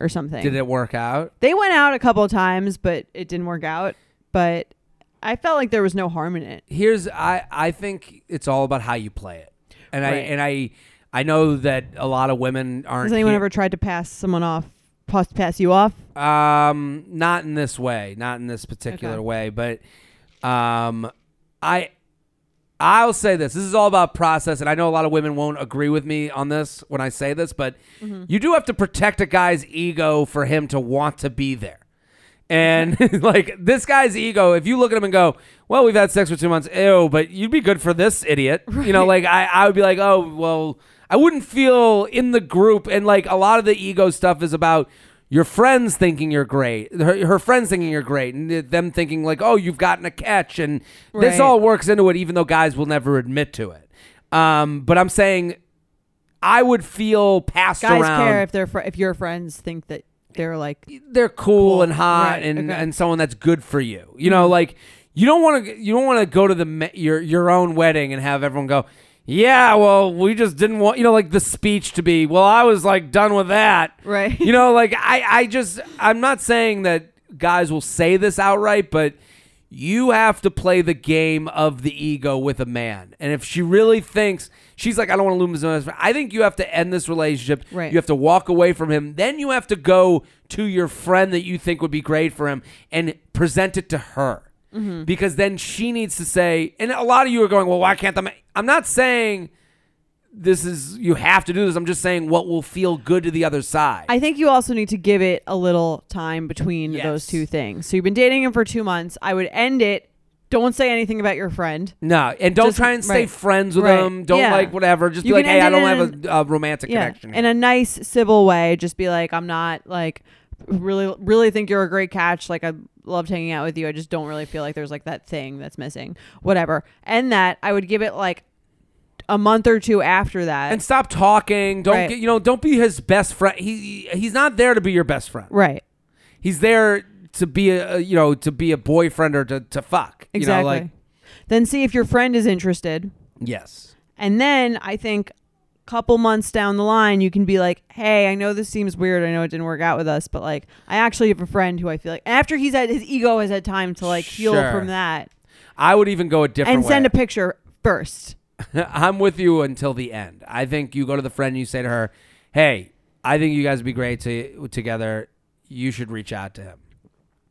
A: or something."
B: Did it work out?
A: they went out a couple of times, but it didn't work out. But I felt like there was no harm in it.
B: here's I I think it's all about how you play it, and I
A: Right.
B: and I I know that a lot of women aren't.
A: Has anyone
B: here-
A: ever tried to pass someone off, pass pass you off?
B: Um, not in this way, not in this particular
A: Okay.
B: way, but um, I I'll say this. This is all about process, and I know a lot of women won't agree with me on this when I say this, but
A: Mm-hmm.
B: you do have to protect a guy's ego for him to want to be there. And like this guy's ego, if you look at him and go, "Well, we've had sex for two months," ew, but you'd be good for this idiot. You know, like I, I would be like, "Oh, well," I wouldn't feel in the group. And like a lot of the ego stuff is about your friends thinking you're great, her, her friends thinking you're great, and th- them thinking like, "Oh, you've gotten a catch," and this
A: Right.
B: all works into it, even though guys will never admit to it. Um, but I'm saying, I would feel passed
A: Guys
B: around
A: care if their fr- if your friends think that they're like
B: they're cool,
A: Cool.
B: and hot
A: Right,
B: and,
A: okay. Mm-hmm.
B: and someone that's good for you. You know, like you don't want to you don't want to go to the me- your your own wedding and have everyone go, "Yeah, well, we just didn't want, you know, like the speech to be, well, I was like done with that."
A: Right.
B: You know, like I I just I'm not saying that guys will say this outright, but you have to play the game of the ego with a man. And if she really thinks she's like, I don't want to lose my husband, I think you have to end this relationship.
A: Right.
B: You have to walk away from him. Then you have to go to your friend that you think would be great for him and present it to her. Because then she needs to say, and a lot of you are going, well, why can't the man? I'm not saying this is, you have to do this. I'm just saying what will feel good to the other side.
A: I think you also need to give it a little time between
B: Yes.
A: those two things. So you've been dating him for two months. I would end it
C: Don't say anything about your friend.
B: No, and don't
C: Just-
B: try and stay
C: right.
B: friends with
C: Right.
B: them. Don't
C: Yeah.
B: like whatever. Just
C: You
B: be like,
C: can
B: hey, I
C: end it
B: don't
C: in
B: have a uh, romantic connection.
C: in
B: here.
C: a nice civil way just be like i'm not like really really think you're a great catch like i loved hanging out with you i just don't really feel like there's like that thing that's missing whatever and that i would give it like a month or two after that
B: and stop talking. Don't
C: Right.
B: get you know. Don't be his best friend. He he's not there to be your best friend.
C: right
B: He's there to be a you know to be a boyfriend or to to fuck.
C: exactly
B: You know, like
C: then see if your friend is interested
B: yes.
C: and then i think couple months down the line you can be like hey i know this seems weird i know it didn't work out with us but like i actually have a friend who i feel like after he's had his ego has had time to like heal
B: Sure.
C: from that
B: I would even go a different
C: and
B: way.
C: send a picture first.
B: I'm with you until the end. I think you go to the friend and you say to her, "Hey, I think you guys would be great to, together. You should reach out to him."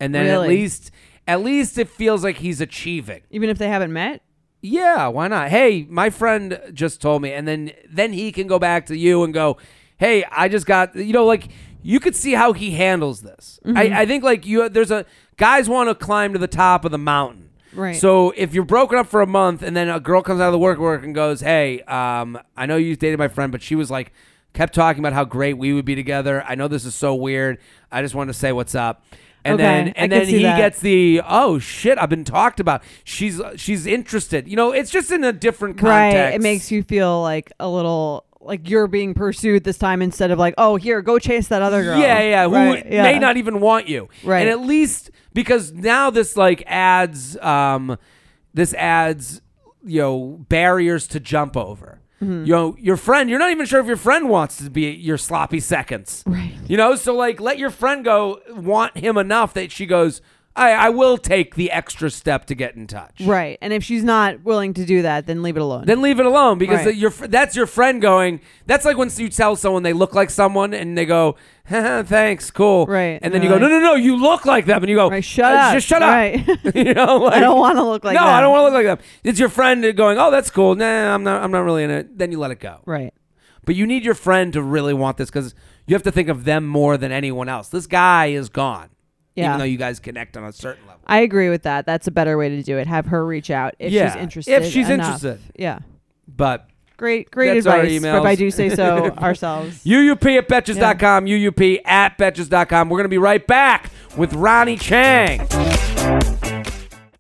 B: And then
C: Really?
B: at least at least it feels like he's achieving.
C: Even if they haven't met?
B: Yeah, why not? Hey, my friend just told me and then then he can go back to you and go, "Hey, I just got you know like you could see how he handles this.
C: Mm-hmm.
B: I, I think like you there's a guys want to climb to the top of the mountain.
C: Right.
B: So if you're broken up for a month and then a girl comes out of the work work and goes, "Hey, um, I know you dated my friend, but she was like kept talking about how great we would be together. I know this is so weird. I just wanted to say what's up." And
C: Okay,
B: then
C: I
B: and
C: can
B: then
C: see
B: he
C: that.
B: gets the oh shit, I've been talked about. She's uh, she's interested. You know, it's just in a different context.
C: Right. It makes you feel like a little like you're being pursued this time instead of like, oh, here, go chase that other girl.
B: Yeah, yeah. Who
C: Right,
B: may not even want you.
C: Right.
B: And at least because now this like adds um this adds, you know, barriers to jump over.
C: Mm-hmm.
B: You know, your friend, you're not even sure if your friend wants to be your sloppy seconds.
C: Right.
B: You know, so like let your friend go want him enough that she goes, I, I will take the extra step to get in touch.
C: Right. And if she's not willing to do that, then leave it alone.
B: Then leave it alone because
C: Right.
B: the- your fr- that's your friend going. That's like when you tell someone they look like someone and they go, "Haha, "Thanks, cool."
C: Right.
B: And then
C: And
B: you
C: they're
B: go, "No, no, no, you look like them." And you go,
C: right. Shut
B: "Uh,
C: up.
B: Just shut up."
C: Right.
B: you know, like,
C: I don't want to look like
B: no,
C: them.
B: I don't want to look like them. It's your friend going, "Oh, that's cool." Nah, I'm not. I'm not really in it. Then you let it go.
C: Right.
B: But you need your friend to really want this because you have to think of them more than anyone else. This guy is gone.
C: Yeah.
B: Even though you guys connect on a certain level.
C: I agree with that. That's a better way to do it. Have her reach out if
B: Yeah,
C: she's
B: if
C: interested.
B: she's
C: enough.
B: interested.
C: Yeah.
B: But
C: Great, great
B: That's our
C: advice.
B: emails.
C: If I do say so ourselves.
B: UUP at Betches.com, UUP at Betches.com. We're going to be right back with Ronnie Chang.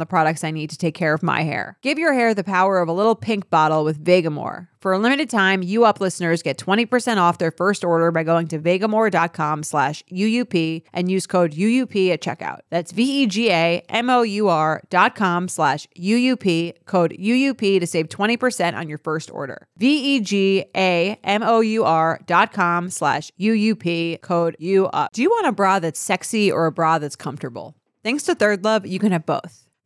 A: the products I need to take care of my hair. Give your hair the power of a little pink bottle with Vegamore. For a limited time, you up listeners get 20% off their first order by going to vegamore.com slash UUP and use code UUP at checkout. That's E V-E-G-A-M-O-U-R dot com slash UUP, code UUP to save 20% on your first order. E V-E-G-A-M-O-U-R dot com slash UUP, code UUP. Do you want a bra that's sexy or a bra that's comfortable? Thanks to Third Love, you can have both.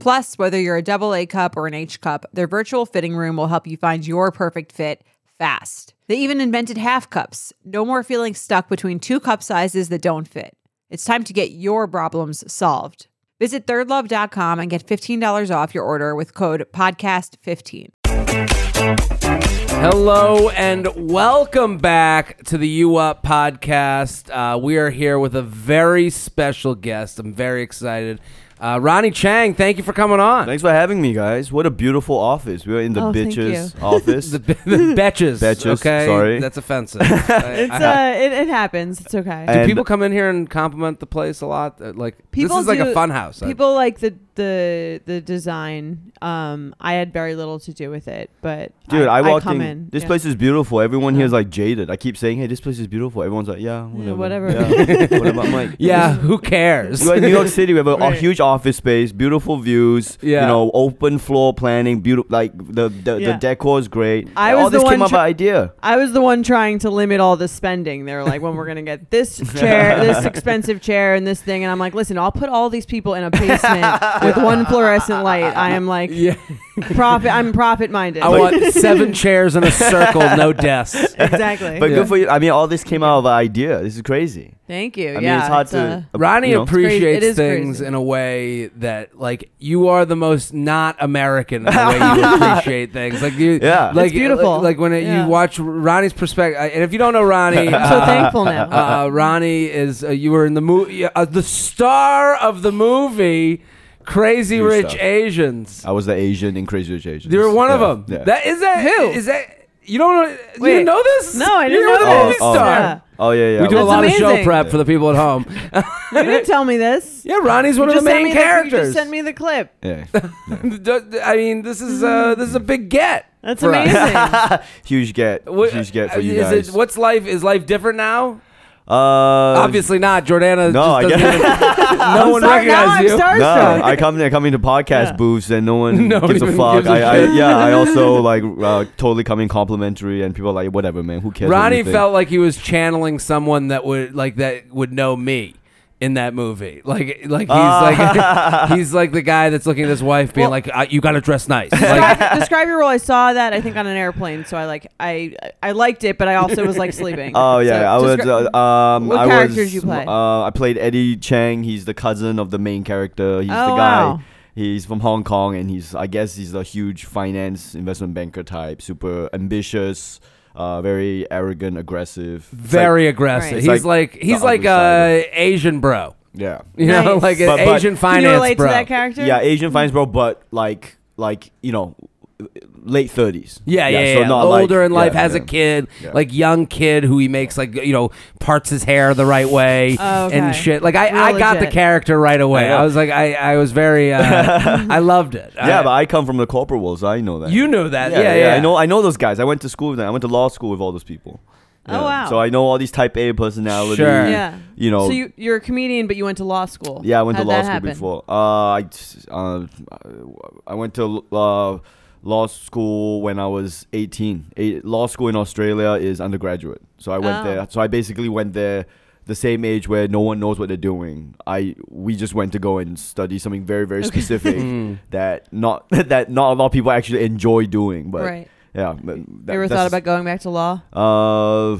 A: Plus, whether you're a double A cup or an H cup, their virtual fitting room will help you find your perfect fit fast. They even invented half cups. No more feeling stuck between two cup sizes that don't fit. It's time to get your problems solved.
D: Visit thirdlove.com and get $15 off your order with code podcast15.
B: Hello and welcome back to the U Up podcast. Uh, we are here with a very special guest. I'm very excited. Uh, Ronnie Chang, thank you for coming on.
E: Thanks for having me, guys. What a beautiful office. We are in the
A: Oh, thank
E: bitches office.
B: The, the betches.
E: Betches,
B: Okay.
E: sorry.
B: That's offensive. I-
A: It's
B: I-
A: uh, it, it happens. It's okay.
E: And-
B: do people come in here and compliment the place a lot? Uh, Like
A: People
B: this is like
A: do-
B: a fun house. I-
A: People like the the the design. Um, I had very little to do with it, but
E: Dude, I, walked
A: come
E: in.
A: in.
E: This
A: yeah.
E: place is beautiful. Everyone
A: Yeah.
E: here is like jaded. I keep saying, hey, this place is beautiful. Everyone's like, yeah,
A: Yeah,
E: whatever.
A: whatever.
E: Yeah. what about Mike?
B: yeah. Who cares?
E: We're in New York City. We have a, a
A: Right.
E: huge office space, beautiful views.
B: Yeah.
E: You know, open floor planning. Beautiful. Like the the,
A: Yeah.
E: the decor is great.
A: I
E: All
A: was the
E: this
A: one
E: came up
A: tr-
E: by idea.
A: I was the one trying to limit all the spending. They were like, when we're going to get this chair, this expensive chair, and this thing. And I'm like, listen, I'll put all these people in a basement with one fluorescent light. I am like,
B: Yeah.
A: profit. I'm profit minded.
B: I want seven chairs in a circle, no desks.
A: exactly.
E: But
B: Yeah.
E: good for you. I mean, all this came out of an idea. This is crazy.
A: Thank you.
E: I mean,
A: yeah,
E: it's hard to.
A: uh,
E: uh,
B: Ronnie
E: you know.
A: crazy. It
B: appreciates
A: is
B: things
A: crazy.
B: in a way that, like, you are the most not American in the way you appreciate things. Like, you,
E: Yeah. It's
B: like
A: beautiful.
B: Like, when it,
A: Yeah.
B: you watch Ronnie's perspective, and if you don't know Ronnie,
A: I'm so thankful now.
B: uh, Ronnie is uh, you were in the movie, uh, the star of the movie, Crazy
E: Huge
B: Rich
E: star.
B: Asians.
E: I was the Asian in Crazy Rich Asians.
B: You were one
E: Oh, Yeah,
B: of them.
E: yeah.
B: That is that
A: Who?
B: is that you don't know?
A: Wait.
B: you didn't know this?
A: No, I didn't
B: You're
A: know
B: the
A: this.
B: movie
E: Oh, oh.
B: star.
A: Yeah.
E: Oh yeah, yeah.
B: We do
E: I
B: a
E: was-
B: lot of show
A: amazing.
B: prep for the people at home.
A: you didn't tell me this.
B: yeah, Ronnie's one
A: You
B: of the
A: just sent
B: main
A: me the- you
B: characters.
A: just sent me the clip.
E: Yeah.
B: I mean, this is uh, this is a big get.
A: Hmm. That's
B: for us.
A: amazing.
E: Huge get.
B: What-
E: huge get for
B: uh,
E: you
B: is
E: guys.
B: It, what's life? Is life different now?
E: Uh,
B: Obviously not. Jordana.
E: No, I
B: just doesn't
E: guess-
B: even- no one
A: Sorry, now
B: recognizes
A: I'm
B: you.
E: No,
A: starstruck.
E: I come I come into podcast
A: Yeah.
E: booths and no one
B: No one
E: gives a
B: even
E: fuck.
B: gives a
E: I,
B: shit.
E: I yeah, I also like uh, totally come in complimentary and people are like whatever, man. Who cares? what
B: Ronnie
E: you think?"
B: felt like he was channeling someone that would like that would know me in that movie. Like like he's
E: Ah.
B: like he's like the guy that's looking at his wife being
A: Well-
B: like uh, you got to dress nice. Like,
A: describe, describe your role. I saw that I think on an airplane, so I like I I liked it, but I also was like sleeping.
E: Oh yeah,
A: So
E: I was.
A: descri-
E: uh, um,
A: What
E: I
A: characters
E: was,
A: you play?
E: Uh, I played Eddie Chang. He's the cousin of the main character. He's
A: Oh,
E: the guy.
A: wow.
E: He's from Hong Kong, and he's I guess he's a huge finance investment banker type. Super ambitious, uh, very arrogant, aggressive. It's like-
B: very aggressive.
A: Right.
E: It's
B: He's
E: like
B: like,
E: the
B: he's like
E: other side
B: uh, Asian bro.
E: yeah.
B: You know,
A: Nice.
B: like an
E: But- but-
B: Asian
A: Can
B: finance
A: you relate
B: bro.
A: to that character?
E: Yeah, Asian finance bro, but like like you know, late thirties.
B: Yeah, yeah, yeah.
E: so
B: yeah.
E: not like-
B: Older in
E: yeah,
B: life, has
E: yeah.
B: a kid,
E: Yeah.
B: like young kid who he makes like you know parts his hair the right way
A: Oh, okay.
B: and shit. Like I, I
A: Real
B: got the
A: legit.
B: character right away.
E: Yeah.
B: I was like, I, I was very, uh, I loved it.
E: Yeah,
B: I,
E: but I come from the corporate world, so I know that.
B: you knew that. Yeah, yeah.
E: I know, I know those guys. I went to school with them. I went to law school with all those people.
A: Oh, wow.
E: So I know all these Type A personalities.
B: Sure.
A: Yeah.
E: You know.
A: So you, you're a comedian, but you went to law school.
E: yeah, I went
A: How'd
E: to law
A: that
E: school
A: happen?
E: before. Uh, I, uh, I went to uh, law school when I was 18. A, law school in Australia is undergraduate, so I went
A: Oh.
E: there. So I basically went there the same age where no one knows what they're doing. I we just went to go and study something very very specific that not that not a lot of people actually enjoy doing. But
A: Right.
E: yeah, but
A: you
E: that,
A: ever
E: that's
A: thought
E: just-
A: about going back to law?
E: uh,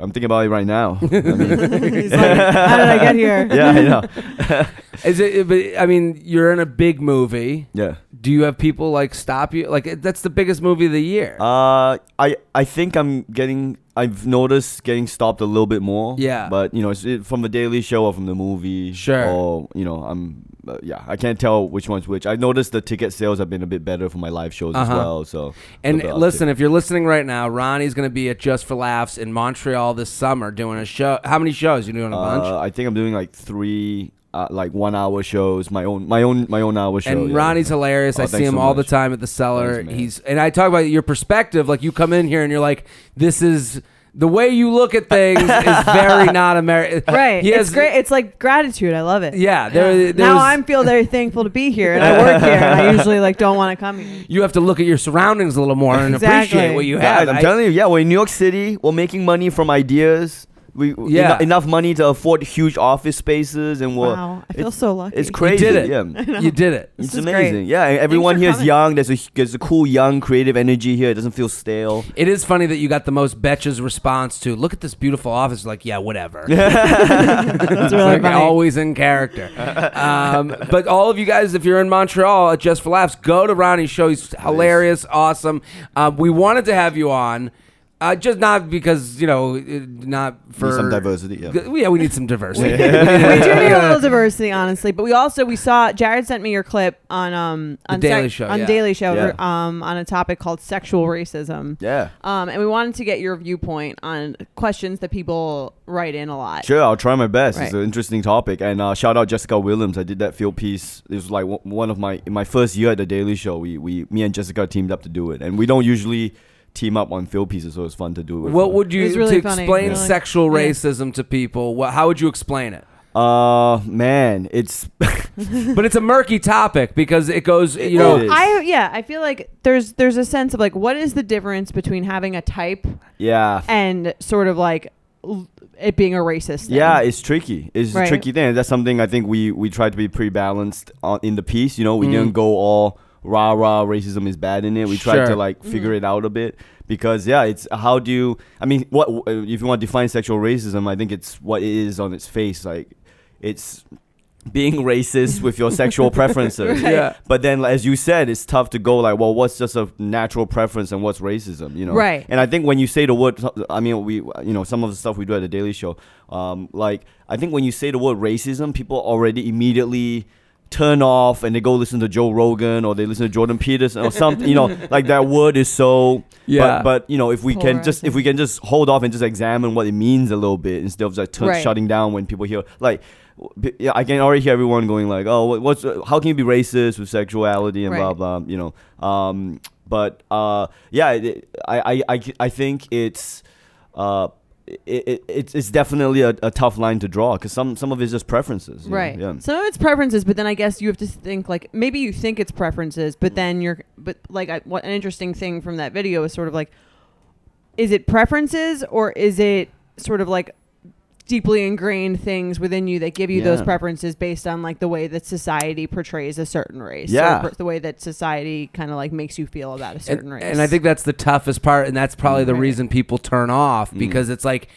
E: I'm thinking about it right now. I mean,
A: He's like, how did I get here?
E: yeah, I know.
B: Is it? But I mean, you're in a big movie.
E: Yeah.
B: Do you have people like stop you? Like it- that's the biggest movie of the year.
E: Uh, I I think I'm getting. I've noticed getting stopped a little bit more.
B: Yeah.
E: But you know, it's it, from the Daily Show or from the movie.
B: Sure.
E: Or you know, I'm. Uh, yeah, I can't tell which one's which. I noticed the ticket sales have been a bit better for my live shows as
B: Uh-huh.
E: well. So.
B: And
E: the uptick.
B: listen, if you're listening right now, Ronnie's going to be at Just for Laughs in Montreal this summer doing a show. How many shows? You doing a bunch?
E: Uh, I think I'm doing like three. Uh, like one hour shows, my own, my own, my own hour show.
B: and
E: yeah.
B: Ronnie's hilarious.
E: Oh,
B: I see
E: thanks
B: him
E: so
B: all
E: much.
B: the time at the cellar.
E: Thanks, man.
B: He's and I talk about your perspective. Like you come in here and you're like, this is the way you look at things is very not American.
A: Right.
B: He
A: it's
B: has-
A: great. It's like gratitude. I love it.
B: Yeah, there- there's-
A: now I'm feel very thankful to be here, and I work here, and I usually like don't want to come here.
B: You have to look at your surroundings a little more and
A: Exactly.
B: appreciate what you have.
E: Guys, I'm
B: I-
E: telling you, yeah, we're in New York City. We're making money from ideas. We
B: Yeah.
E: yeah. enough money to afford huge office spaces and we're
A: Wow, I feel
E: it's-
A: so lucky.
E: It's
A: You
E: crazy.
B: did it.
E: Yeah.
B: you did it.
E: It's
A: is great.
E: amazing. Yeah, and everyone
A: for
E: here is
A: coming.
E: young. There's a there's a cool young creative energy here. It doesn't feel stale.
B: It is funny that you got the most betches response to look at this beautiful office. Like, yeah, whatever.
A: That's
B: It's
A: really
B: like
A: funny.
B: always in character. Um, but all of you guys, if you're in Montreal at Just for Laughs, go to Ronnie's show. He's hilarious, awesome. Uh, we wanted to have you on, uh, just not because you know, it- not for
E: some diversity, yeah.
B: G- yeah, we need some diversity.
A: we do need a little diversity, honestly. But we also we saw Jared sent me your clip on um on
B: Daily Show,
A: on
B: yeah.
A: Daily Show
E: Yeah.
A: um on a topic called sexual racism.
E: Yeah.
A: Um, and we wanted to get your viewpoint on questions that people write in a lot.
E: Sure, I'll try my best. It's
A: Right.
E: an interesting topic, and uh, shout out Jessica Williams. I did that field piece. It was like w- one of my in my first year at the Daily Show. We we me and Jessica teamed up to do it, and we don't usually team up on field pieces, so it's fun to do it.
B: What would
A: It
B: you
A: was really
B: to
A: funny,
B: explain
A: really.
B: sexual
A: Yeah.
B: racism to people? What, how would you explain it?
E: Uh, man, it's
B: But it's a murky topic because it goes, you know,
E: It is.
A: I yeah, I feel like there's there's a sense of like what is the difference between having a type
E: yeah.
A: and sort of like l- it being a racist. Thing.
E: Yeah, it's tricky. It's
A: Right.
E: a tricky thing. That's something I think we we tried to be pretty balanced on, in the piece. You know, we
A: Mm.
E: didn't go all rah rah racism is bad in it. We tried
B: Sure.
E: to like
A: Mm-hmm.
E: figure it out a bit because yeah, it's how do you? I mean, what uh, if you want to define sexual racism? I think it's what it is on its face. Like, it's being racist with your sexual preferences.
B: Yeah.
E: But then, as you said, it's tough to go like, well, what's just a natural preference and what's racism, you know?
A: Right.
E: And I think when you say the word, I mean, we, you know, some of the stuff we do at the Daily Show, um, like I think when you say the word racism, people already immediately turn off and they go listen to Joe Rogan or they listen to Jordan Peterson or something, you know, like that word is so.
B: Yeah.
E: But, but you know, if we can just if we can just hold off and just examine what it means a little bit instead of just turn,
A: Right.
E: shutting down when people hear like w- b- yeah, I can already hear everyone going like, "Oh, what- what's how can you be racist with sexuality and
A: Right.
E: blah blah," you know. Um, but uh, yeah, it, I, I I I think it's uh, it, it, it's it's definitely a, a tough line to draw because some some of it's just preferences, you know?
A: Right.
E: Yeah.
A: Some of it's preferences, but then I guess you have to think like maybe you think it's preferences, but then you're but like I, what an interesting thing from that video is sort of like, is it preferences or is it sort of like deeply ingrained things within you that give you those
E: Yeah.
A: preferences based on like the way that society portrays a certain race, or
E: Yeah.
A: per- the way that society kind of like makes you feel about a certain
B: and,
A: race.
B: and I think that's the toughest part, and that's probably the
A: Right.
B: reason people turn off
E: Mm.
B: because it's like.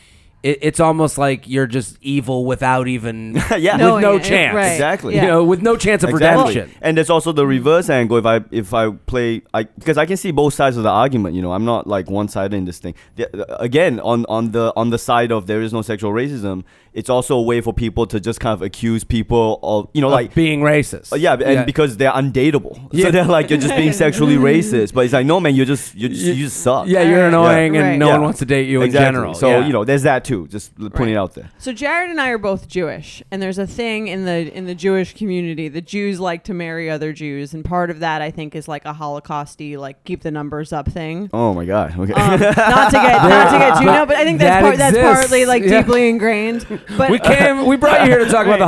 B: It, it's almost like you're just evil without even
E: Yeah.
B: with
A: Knowing
B: no
A: it,
B: chance.
A: right.
E: Exactly.
A: Yeah.
B: You know, with no chance of redemption. Mm.
E: And there's also the reverse angle. If I if I play, I because I can see both sides of the argument. You know, I'm not like one sided in this thing. The, uh, again, on on the on the side of there is no sexual racism, it's also a way for people to just kind of accuse people of you know
B: Of
E: like.
B: being racist.
E: uh, yeah, and because they're undateable,
B: Yeah.
E: so they're like you're just being sexually racist. But it's like, no, man, you're just you just, you just suck.
B: yeah, you're annoying,
A: Right.
B: and no
E: Yeah.
B: one wants to date you
E: Exactly.
B: in general.
E: So
B: Yeah.
E: you know, there's that too. Just l- putting it out there.
A: So Jared and I are both Jewish, and there's a thing in the in the Jewish community. The Jews like to marry other Jews, and part of that I think is like a Holocausty, like keep the numbers up thing.
E: Oh my god. Okay.
B: Uh,
A: Um, not to get not to get too no, but I think that's
B: That
A: part, that's
B: exists.
A: partly like
B: Yeah.
A: deeply ingrained. But
B: we came. We brought you here to talk about the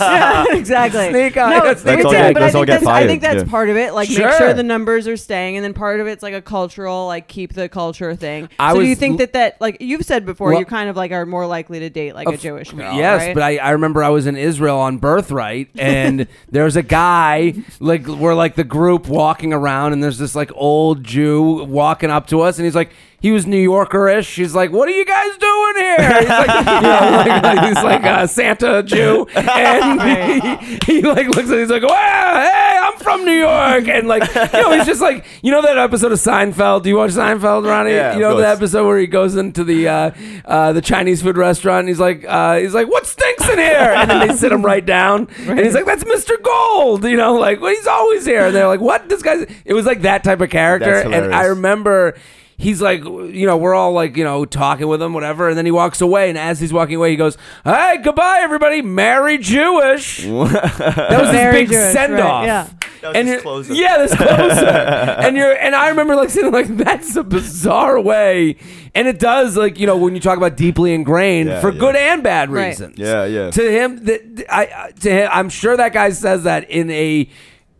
A: yeah, exactly.
B: Sneak on.
A: No,
B: Let's
A: but
E: all
A: it's-
E: get-
A: but I
E: let's all
A: think
E: get
A: that's, I
E: fired.
A: think that's
E: Yeah.
A: part of it. Like,
B: Sure.
A: make sure the numbers are staying, and then part of it's like a cultural, like keep the culture thing.
B: I
A: so do
B: was
A: you think
B: l-
A: that that like you've said before,
B: Well-
A: you kind of like are more likely to date like a Jewish girl.
B: Yes,
A: right?
B: but I, I remember I was in Israel on birthright, and there's a guy like we're like the group walking around, and there's this like old Jew walking up to us, and he's like. He was New Yorker-ish. He's like, "What are you guys doing here?" He's like, you know, like, like- he's like a Santa Jew, and he, he, like looks at. He's like, "Wow, hey, I'm from New York," and like, you know, he's just like, you know, that episode of Seinfeld. Do you watch Seinfeld, Ronnie? you
E: Yeah, of
B: know
E: course.
B: that episode where he goes into the uh, uh, the Chinese food restaurant. And he's like, uh, he's like, what stinks in here? And then they sit him right down, and he's like, that's Mr. Gold. You know, like well, he's always here. And they're like, what? This guy's. It was like that type of character.
E: That's
B: And I
E: hilarious.
B: remember. He's like, you know, we're all like, you know, talking with him, whatever. And then he walks away. And as he's walking away, he goes, Hey, goodbye, everybody. Merry Jewish. That was his
A: Very
B: big
A: Jewish,
B: send off.
A: right, yeah.
E: That
B: and
E: was his
B: you're-
E: closer.
B: Yeah, this closer. and you're and I remember like sitting like that's a bizarre way. And it does like you know when you talk about deeply ingrained
E: Yeah,
B: for
E: yeah.
B: good and bad
A: Right.
B: reasons.
E: Yeah, yeah.
B: To him, that I I- to him, I'm sure that guy says that in a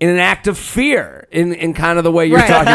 B: in an act of fear, in, in kind of the way you're
A: Right.
B: talking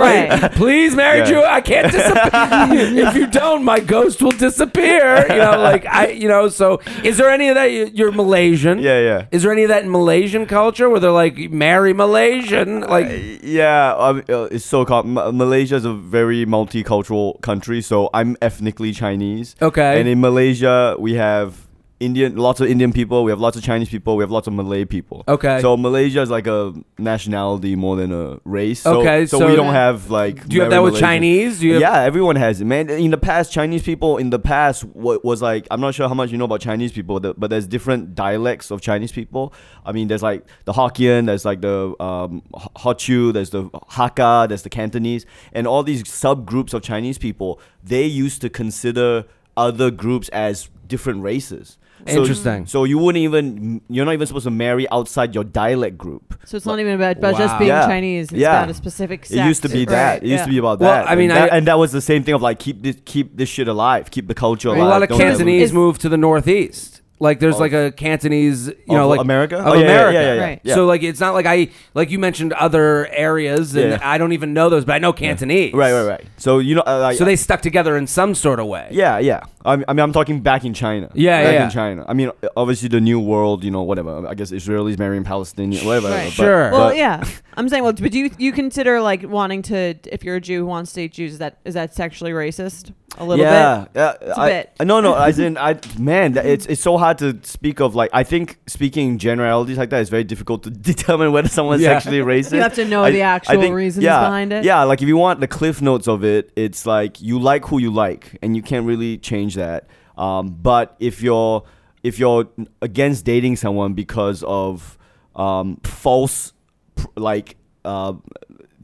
A: Right.
B: Right. Please marry
E: Yeah.
B: Drew. I can't disappear. if you don't, my ghost will disappear. You know, like I, you know. So, is there any of that? you- You're Malaysian.
E: Yeah, yeah.
B: Is there any of that in Malaysian culture where they're like marry Malaysian? Like,
E: Yeah, um, uh, it's so com- Ma- Malaysia is a very multicultural country, so I'm ethnically Chinese.
B: Okay.
E: And in Malaysia, we have Indian, lots of Indian people. We have lots of Chinese people. We have lots of Malay people.
B: Okay.
E: So Malaysia is like a nationality more than a race. So,
B: Okay,
E: So,
B: so-
E: we don't have like.
B: do you have
E: very
B: that with
E: Malaysian-
B: Chinese? Do you have-
E: yeah, everyone has it, man. In the past, Chinese people in the past wa- was like I'm not sure how much you know about Chinese people, the- but there's different dialects of Chinese people. I mean, there's like the Hokkien, there's like the um, Ho- Hochu, there's the Hakka, there's the Cantonese, and all these subgroups of Chinese people. They used to consider other groups as different races. So-
B: Interesting.
E: So, you wouldn't even you're not even supposed to marry outside your dialect group.
A: So it's not even about, about just
B: Wow.
A: being
E: Yeah.
A: Chinese. It's
E: Yeah.
A: about a specific
E: It used to
A: sect.
E: be that.
A: Right,
E: It used to
A: yeah.
E: be about
B: Well,
E: that.
B: I mean,
E: and that,
B: I-
E: and that was the same thing of like keep this keep this shit alive, keep the culture
B: Well,
E: alive.
B: a lot of
E: don't let them-
B: Cantonese
A: is-
B: move to the northeast. Like there's
E: Of-
B: like a Cantonese, you
E: of
B: know, like
E: America?
B: of
E: Oh, yeah, yeah,
B: America.
E: yeah, yeah,
A: yeah. Right.
E: yeah.
B: So like it's not like I like you mentioned other areas, and
E: Yeah.
B: I don't even know those, but I know Cantonese.
E: Right, right, right. So you know, uh, like,
B: So they stuck together in some sort of way.
E: yeah, yeah. I mean, I mean, I'm talking back in China.
B: Yeah,
E: back
B: yeah.
E: in China. I mean, obviously the new world, you know, whatever. I guess Israelis marrying Palestinians, whatever.
A: Right.
E: but-
B: Sure.
A: Well,
E: but-
A: yeah, I'm saying. Well, but do you you consider like wanting to if you're a Jew who wants to date Jews is that is that sexually racist a little
E: yeah,
A: bit?
E: Yeah,
A: It's a
E: I-
A: bit.
E: No, no. As in, I man, that- it's it's so hard to speak of like. I think speaking in generalities like that is very difficult to determine whether someone's
B: Yeah.
E: actually racist.
A: You have to know
E: I-
A: the
E: I
A: actual
E: think-
A: reasons
E: yeah,
A: behind it.
E: Yeah, like if you want the cliff notes of it, it's like you like who you like, and you can't really change that. Um, but if you're if you're against dating someone because of um, false, pr- like. Uh,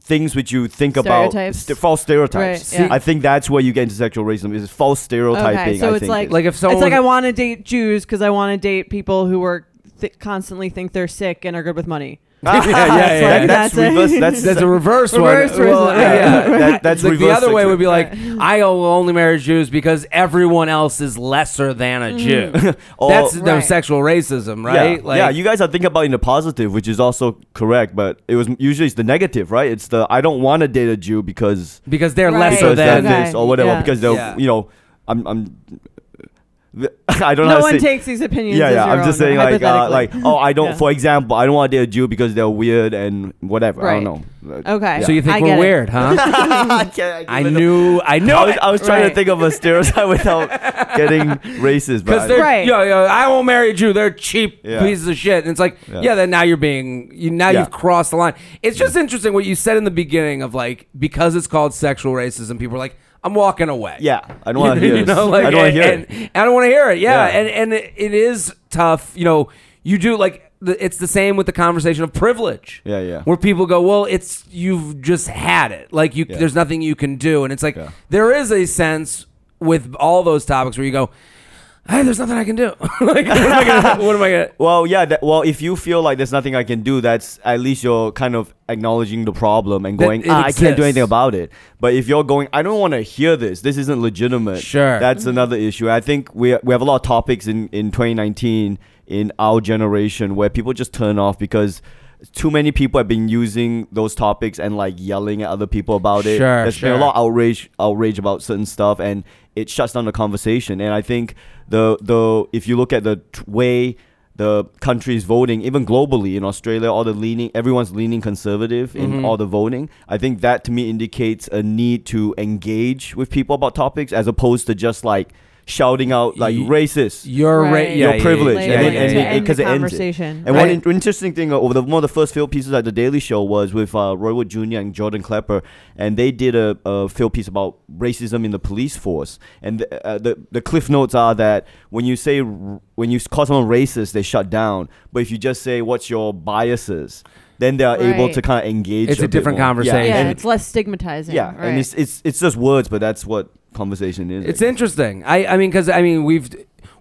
E: Things which you think about
A: Stereotypes.
E: st- false stereotypes.
A: Right, yeah.
E: I think that's where you get into sexual racism is false stereotypes stereotyping.
A: Okay, so
E: I
A: it's
E: think
A: like
E: is-
B: Like if someone
A: it's like
B: was-
A: I want to date Jews because I want to date people who are th- constantly think they're sick and are good with money.
B: yeah, yeah,
A: That's
B: yeah.
A: like- it.
E: That- that's reverse. That's
B: That's a reverse,
A: Reverse
B: one. Well,
A: racism.
B: yeah, yeah.
E: That- that's
B: like the
E: reverse
B: other way
E: sexism.
B: would be like I will only marry Jews because everyone else is lesser than a Jew.
E: Or-
B: That's no
A: Right.
B: sexual racism,
E: Mm. yeah,
B: right? Like,
E: yeah, you guys are thinking about it in the positive, which is also correct, but it was usually it's the negative, right? It's the I don't want to date a Jew because
B: because they're
A: Right.
B: lesser
E: because
A: So
E: they're
B: than.
A: Okay.
E: this or whatever
A: Yeah.
E: because they're
B: Yeah.
E: you know I'm I'm I don't
A: No
E: know. how to
A: one
E: say-
A: takes these opinions.
E: Yeah,
A: as
E: yeah.
A: your
E: I'm just
A: own,
E: saying like uh, like
A: hypothetically.
E: oh I don't.
A: Yeah.
E: For example, I don't want to date a Jew because they're weird and whatever. I
A: Right.
E: don't know. Uh,
A: okay.
B: So you think
A: I
B: we're
A: get it.
B: weird, huh?
E: I, can't-
B: I
E: can't-
B: knew, I knew.
E: I was,
B: it.
E: I was trying
A: Right.
E: to think of a stereotype without getting racist, but
B: Because
E: I-
B: they're
A: Right.
B: yo, yo, I won't marry a Jew. They're cheap
E: Yeah.
B: pieces of shit. And it's like, yeah,
E: Yeah.
B: then now you're being you now
E: Yeah.
B: you've crossed the line. It's just interesting what you said in the beginning of like because it's called sexual racism, people are like, I'm walking away.
E: Yeah, I don't want to
B: You
E: hear.
B: know,
E: this.
B: like,
E: I don't want
B: and-
E: to hear
B: and-
E: it.
B: and I don't want to hear it. Yeah,
E: Yeah.
B: and and it, it is tough. You know, you do like the- it's the same with the conversation of privilege.
E: Yeah, yeah.
B: Where people go, well, it's you've just had it. Like you,
E: Yeah.
B: there's nothing you can do, and it's like
E: Yeah.
B: there is a sense with all those topics where you go. Hey, there's nothing I can do. like, what am I gonna? What am I gonna
E: Well, yeah. That, well, if you feel like there's nothing I can do, that's at least you're kind of acknowledging the problem and
B: That
E: going,
B: it
E: ah, I can't do
B: exists.
E: anything about it. But if you're going, I don't want to hear this. This isn't legitimate.
B: Sure.
E: That's another issue. I think we we have a lot of topics in in 2019 in our generation where people just turn off because. Too many people have been using those topics and like yelling at other people about it.
B: Sure,
E: There's been
B: sure.
E: a lot outrage outrage about certain stuff and it shuts down the conversation and i think the the if you look at the t- way the country is voting even globally in australia all the leaning everyone's leaning conservative in all the voting i think that to me indicates a need to engage with people about topics as opposed to just like shouting out like
B: Ye-
E: racist
B: Your ra-
A: Right.
B: yeah,
E: your
B: yeah,
E: privilege
B: yeah,
E: and
B: yeah,
E: then-
A: Labeling to
B: yeah,
E: and it-
B: yeah.
A: end the
E: because it ends it.
A: conversation.
E: And one
B: Right.
E: in- interesting thing uh, over the, one of the first field pieces at the Daily Show was with uh, Roy Wood Jr. and Jordan Klepper, and they did a, a field piece about racism in the police force. And the, uh, the the cliff notes are that when you say r- when you call someone racist, they shut down. But if you just say what's your biases, then they are able
A: Right.
E: to kind of engage.
B: It's a
E: bit
B: different
E: more.
B: conversation.
A: yeah,
E: Yeah, and,
A: it's less stigmatizing.
E: yeah,
A: right.
E: and it's, it's it's just words, but that's what conversation is.
B: It's
E: I guess.
B: interesting. I I mean, because I mean, we've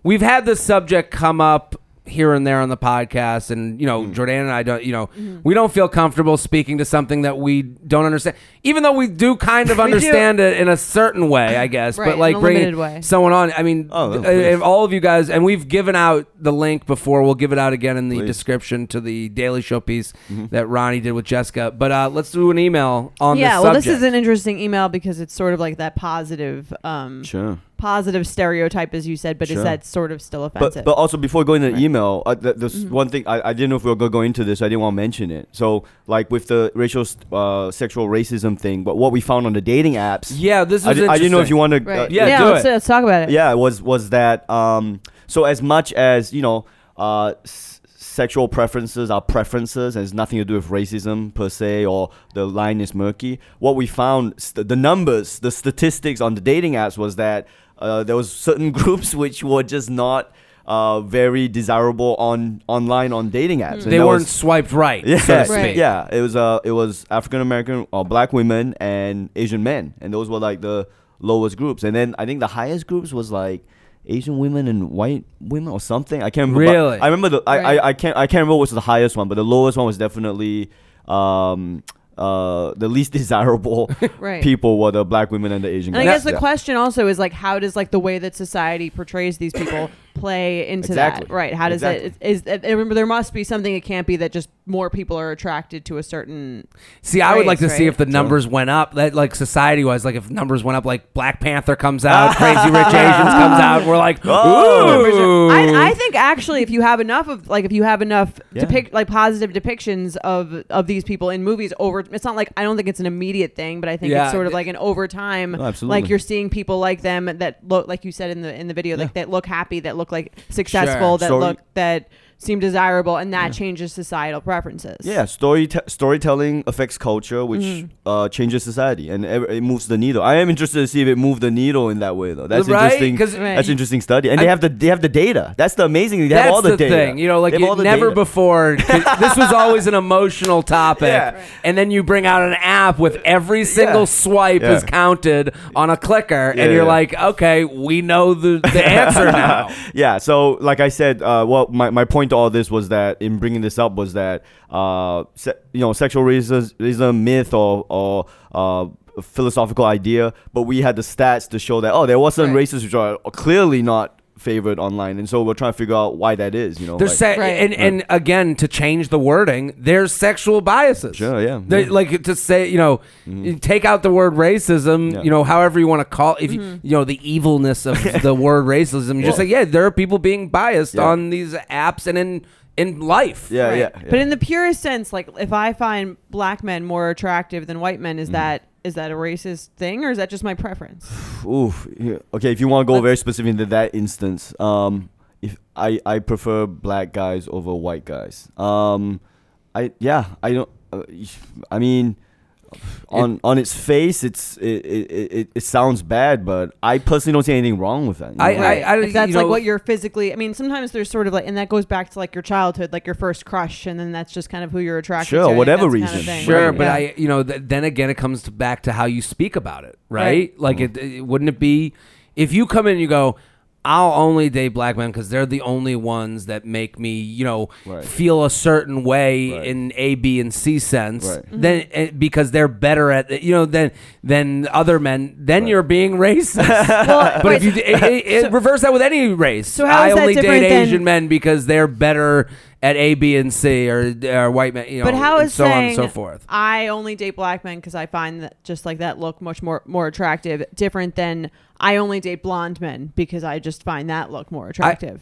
B: we've had this subject come up here and there on the podcast, and you
E: Mm.
B: know, Jordan and I don't, you know,
A: Mm-hmm.
B: we don't feel comfortable speaking to something that we don't understand, even though we do kind of understand it in a certain way, I guess.
A: Right,
B: but
A: in
B: like
A: a
B: bringing
A: limited way.
B: someone on, I mean,
E: Oh,
B: th-
E: no, please.
B: if all of you guys, and we've given out the link before. We'll give it out again in the
E: Please. Mm-hmm.
B: description to the Daily Show piece that Ronnie did with Jessica. But uh, let's do an email on
A: yeah,
B: this
A: well, this is
B: subject.
A: an interesting email because it's sort of like that positive, um,
E: Sure.
A: positive stereotype, as you said, but is
E: Sure.
A: that sort of still offensive?
E: But, but also before going to the email, uh, th- there's one thing I, I didn't know if we were going to go into this. I didn't want to mention it. So like with the racial, st- uh, sexual racism thing, but what we found on the dating apps.
B: yeah, this is.
E: I, di- I didn't know if you uh,
B: interesting.
E: want to.
A: right?
B: yeah, do
A: let's,
B: it.
A: let's talk about it.
E: yeah it was was that um so as much as you know uh s- sexual preferences are preferences and it's nothing to do with racism per se or the line is murky what we found st- the numbers the statistics on the dating apps was that uh, there was certain groups which were just not uh, very desirable on online on dating apps And
B: they
E: that
B: weren't
E: was-
B: swiped right.
E: yeah,
B: so to speak.
A: Right.
E: yeah. It was uh, it was African American or black women and Asian men, and those were like the lowest groups. And then I think the highest groups was like Asian women and white women or something. I can't remember. but
B: Really?
E: I remember the I,
A: Right.
E: I, I can't I can't remember what's the highest one, but the lowest one was definitely um uh the least desirable
A: Right.
E: people were the black women and the Asian.
A: And I
E: guys.
A: guess the
E: Yeah.
A: question also is like, how does like the way that society portrays these people play into
E: Exactly.
A: that? Right? How does that
E: Exactly.
A: is? is I remember, there must be something. It can't be that just more people are attracted to a certain.
B: See, I would like to
A: Race,
B: see
A: right?
B: if the numbers went up. That like society wise, like if numbers went up, like Black Panther comes out, Crazy Rich Asians comes out. We're like,
E: Oh.
B: ooh.
A: I, I think actually, if you have enough of like, if you have enough
E: Yeah.
A: depict like positive depictions of of these people in movies over, it's not like I don't think it's an immediate thing, but I think
B: Yeah.
A: it's sort of like an over time.
E: absolutely.
A: Like you're seeing people like them that look like you said in the in the video, like that look happy, that look like successful, that
E: Story-
A: look that seem desirable, and that changes societal preferences.
E: Yeah, story te- storytelling affects culture, which
B: Mm.
E: uh, changes society, and ev- it moves the needle. I am interested to see if it moved the needle in that way, though. That's
B: Right?
E: interesting.
B: 'Cause
E: That's
A: Right.
E: interesting study, and they
B: I-
E: have the they have the data. That's the amazing thing. They
B: That's
E: have all the,
B: the
E: data.
B: thing, you know, like
E: They have
B: you
E: all the
B: never
E: data.
B: before. 'cause This was always an emotional topic,
E: Yeah. Right.
B: and then you bring out an app with every single
E: Yeah.
B: swipe
E: Yeah.
B: is counted on a clicker,
E: Yeah,
B: and you're
E: yeah.
B: like, okay, we know the, the answer now.
E: yeah. So, like I said, uh, well, my, my point to all this was that in bringing this up was that uh, se- you know sexual racism myth or or uh, philosophical idea, but we had the stats to show that oh, there was some
A: Right.
E: races which are clearly not favored online, and so we're trying to figure out why that is. You know,
B: There's
E: like-
B: se-
A: Right.
B: and and again to change the wording, there's sexual biases.
E: Sure, yeah,
B: They-
E: yeah. Mm-hmm.
B: Like to say, you know, you take out the word racism.
E: Yeah.
B: You know, however you want to call, if you, you know the evilness of the word racism, you just say, yeah, there are people being biased
E: Yeah.
B: on these apps and in in life.
E: yeah,
A: Right.
E: yeah, yeah.
A: But in the purest sense, like if I find black men more attractive than white men, is that is that a racist thing or is that just my preference?
E: Oof. yeah. Okay, if you want to go very specific into that instance, um, if I I prefer black guys over white guys. Um, I yeah, I don't. Uh, I mean, on on its face, it's it, it it it sounds bad, but I personally don't see anything wrong with that. you know?
B: I- I-
A: if that's
B: you
A: like
B: know-
A: what you're physically, I mean, sometimes there's sort of like, and that goes back to like your childhood, like your first crush, and then that's just kind of who you're attracted
E: Sure,
A: to. I think
E: whatever
A: that's the kind of
E: reason.
A: thing.
B: Sure,
E: Right.
B: but
A: Yeah.
B: I, you know, th- then again, it comes to back to how you speak about it, right?
A: Right.
B: Like, it, it- wouldn't it be if you come in and you go, "I'll only date black men because they're the only ones that make me, you know,
E: Right.
B: feel a certain way
E: Right.
B: in A, B, and C sense."
E: Right.
A: Mm-hmm.
B: Then eh, because they're better at, it, you know, than than other men, then you're being racist. but if you d- it, it, it reverse that with any race,
A: So how
B: I
A: is that
B: only date
A: different than-
B: Asian men because they're better at A, B, and C, or, or white men, you know,
A: But how
B: and
A: is
B: so on and so
A: saying
B: forth.
A: I only date black men because I find that just like that look much more more attractive, different than I only date blonde men because I just find that look more attractive.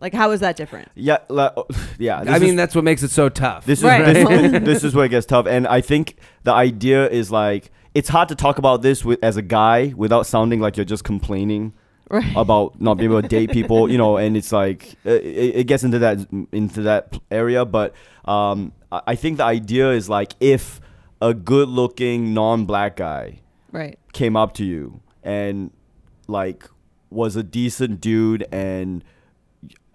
A: like, how is that different?
E: yeah, like, yeah. this
B: I
E: is-
B: mean, that's what makes it so tough.
E: This is
A: Right.
E: this, this is where it gets tough, and I think the idea is like it's hard to talk about this with as a guy without sounding like you're just complaining
A: Right.
E: about not being able to date people, you know. And it's like uh, it, it gets into that into that area, but um, I I think the idea is like if a good-looking non-black guy
A: Right.
E: came up to you and like was a decent dude and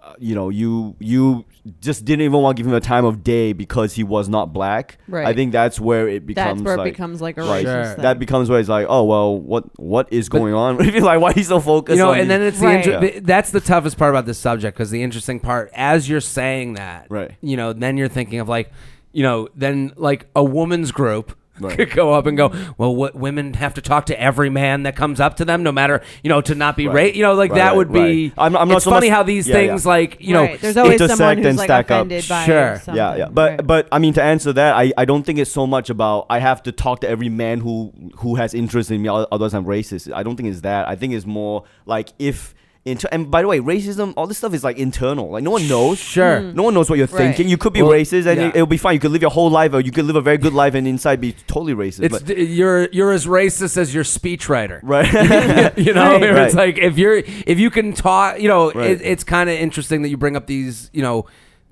E: uh, you know, you you just didn't even want to give him a time of day because he was not black.
A: Right.
E: I think that's where it
A: That's
E: becomes.
A: where it
E: like,
A: becomes like a
E: like,
A: racist
B: Sure.
A: thing.
E: That becomes where it's like, oh well, what what is
B: But-
E: going on? like, why are you so focused?
B: you know,
E: on
B: and
E: the-
B: then it's
A: Right.
B: the inter-
E: Yeah.
B: th- that's the toughest part about this subject because the interesting part, as you're saying that,
E: Right.
B: You know, then you're thinking of like, you know, then like a woman's group.
E: Right.
B: Could go up and go. Well, what women have to talk to every man that comes up to them, no matter you know to not be
E: Right.
B: ra- You know, like
E: Right,
B: that
E: right,
B: would be.
E: right. I'm- I'm not
B: it's
E: so
B: funny
E: much-
B: how these
E: yeah, yeah.
B: things, like you know,
A: Right. There's always someone
E: intersect
A: who's
E: and
A: like
E: stack up.
A: offended by
B: Sure.
A: something.
E: yeah, yeah, but
A: Right.
E: but I mean to answer that, I, I don't think it's so much about I have to talk to every man who who has interest in me, oth- otherwise I'm racist. I don't think it's that. I think it's more like if inter- and by the way, racism, all this stuff is like internal. Like no one knows.
B: Sure. Mm.
E: no one knows what you're
A: Right.
E: thinking. You could be
B: Well,
E: racist, and
B: yeah.
E: it, will be fine. You could live your whole life, or you could live a very good life, and inside be totally racist.
B: it's
E: but-
B: d- you're you're as racist as your speechwriter.
E: right.
B: you know,
A: Right.
B: it's
E: Right.
B: like if you're if you can talk, you know,
E: Right.
B: it, it's kind of interesting that you bring up these, you know,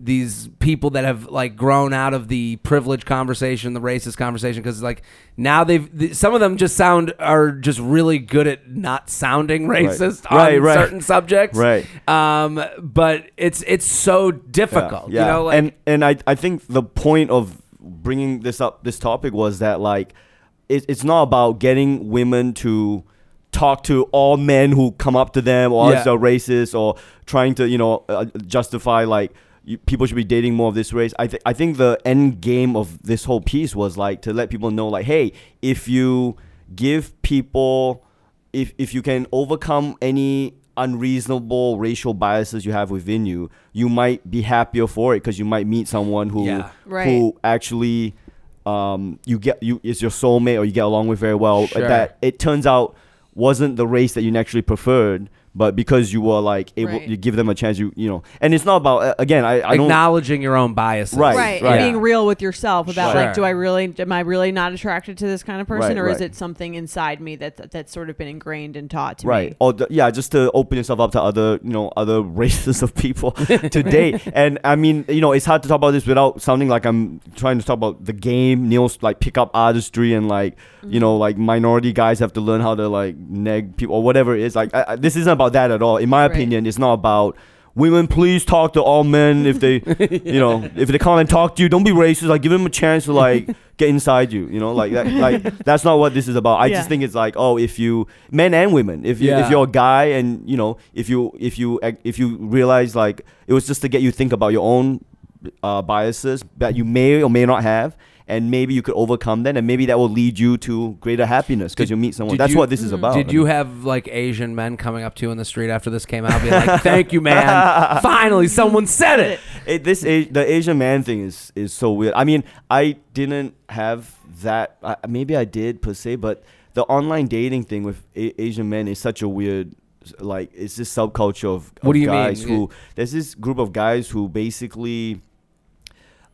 B: these people that have like grown out of the privilege conversation, the racist conversation, because like now they've th- some of them just sound are just really good at not sounding racist on
E: Right, right.
B: certain subjects,
E: Right.
B: Um, but it's it's so difficult, you know, like
E: and and I I think the point of bringing this up this topic was that like it, it's not about getting women to talk to all men who come up to them or
B: Yeah.
E: else they're racist or trying to you know uh, justify like you, people should be dating more of this race. I th- I think the end game of this whole piece was like to let people know like hey if you give people if if you can overcome any unreasonable racial biases you have within you, you might be happier for it because you might meet someone who
B: Yeah.
A: Right.
E: who actually um, you get you is your soulmate or you get along with very well.
B: Sure.
E: That it turns out wasn't the race that you naturally preferred, but because you were like able,
A: Right.
E: you give them a chance. You you know, and it's not about uh, again. I, I don't
B: acknowledging your own biases,
E: Right,
A: right,
E: right.
A: And being real with yourself about
B: Sure.
A: like do i really am i really not attracted to this kind of person
E: Right,
A: or is
E: right.
A: it something inside me that that's sort of been ingrained and taught to
E: right
A: me
E: or the, yeah just to open yourself up to other you know other races of people to date and i mean you know it's hard to talk about this without sounding like i'm trying to talk about the game neil's like pick up artistry and like you
A: Mm-hmm.
E: know like minority guys have to learn how to like neg people or whatever it is like I, I, this isn't about that at all in my
A: Right.
E: opinion it's not about Women, please talk to all men if they, you know, if they come and talk to you. Don't be racist. Like, give them a chance to like get inside you. You know, like that. Like that's not what this is about. I
A: Yeah.
E: just think it's like, oh, if you men and women, if you,
B: Yeah.
E: if you're a guy and you know, if you if you if you realize like it was just to get you think about your own uh, biases that you may or may not have. And maybe you could overcome that, and maybe that will lead you to greater happiness because
B: Did-
E: you meet someone.
B: did
E: That's
B: you- Mm.
E: what this is about.
B: Did
E: I
B: you
E: mean,
B: have like Asian men coming up to you in the street after this came out, being like, "Thank you, man! Finally, someone said it."
E: it, this A- the Asian man thing is is so weird. I mean, I didn't have that. I, maybe I did per se, but the online dating thing with a- Asian men is such a weird. Like it's this subculture of, of
B: What do you mean?
E: guys who there's this group of guys who basically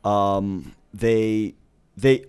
E: um, they they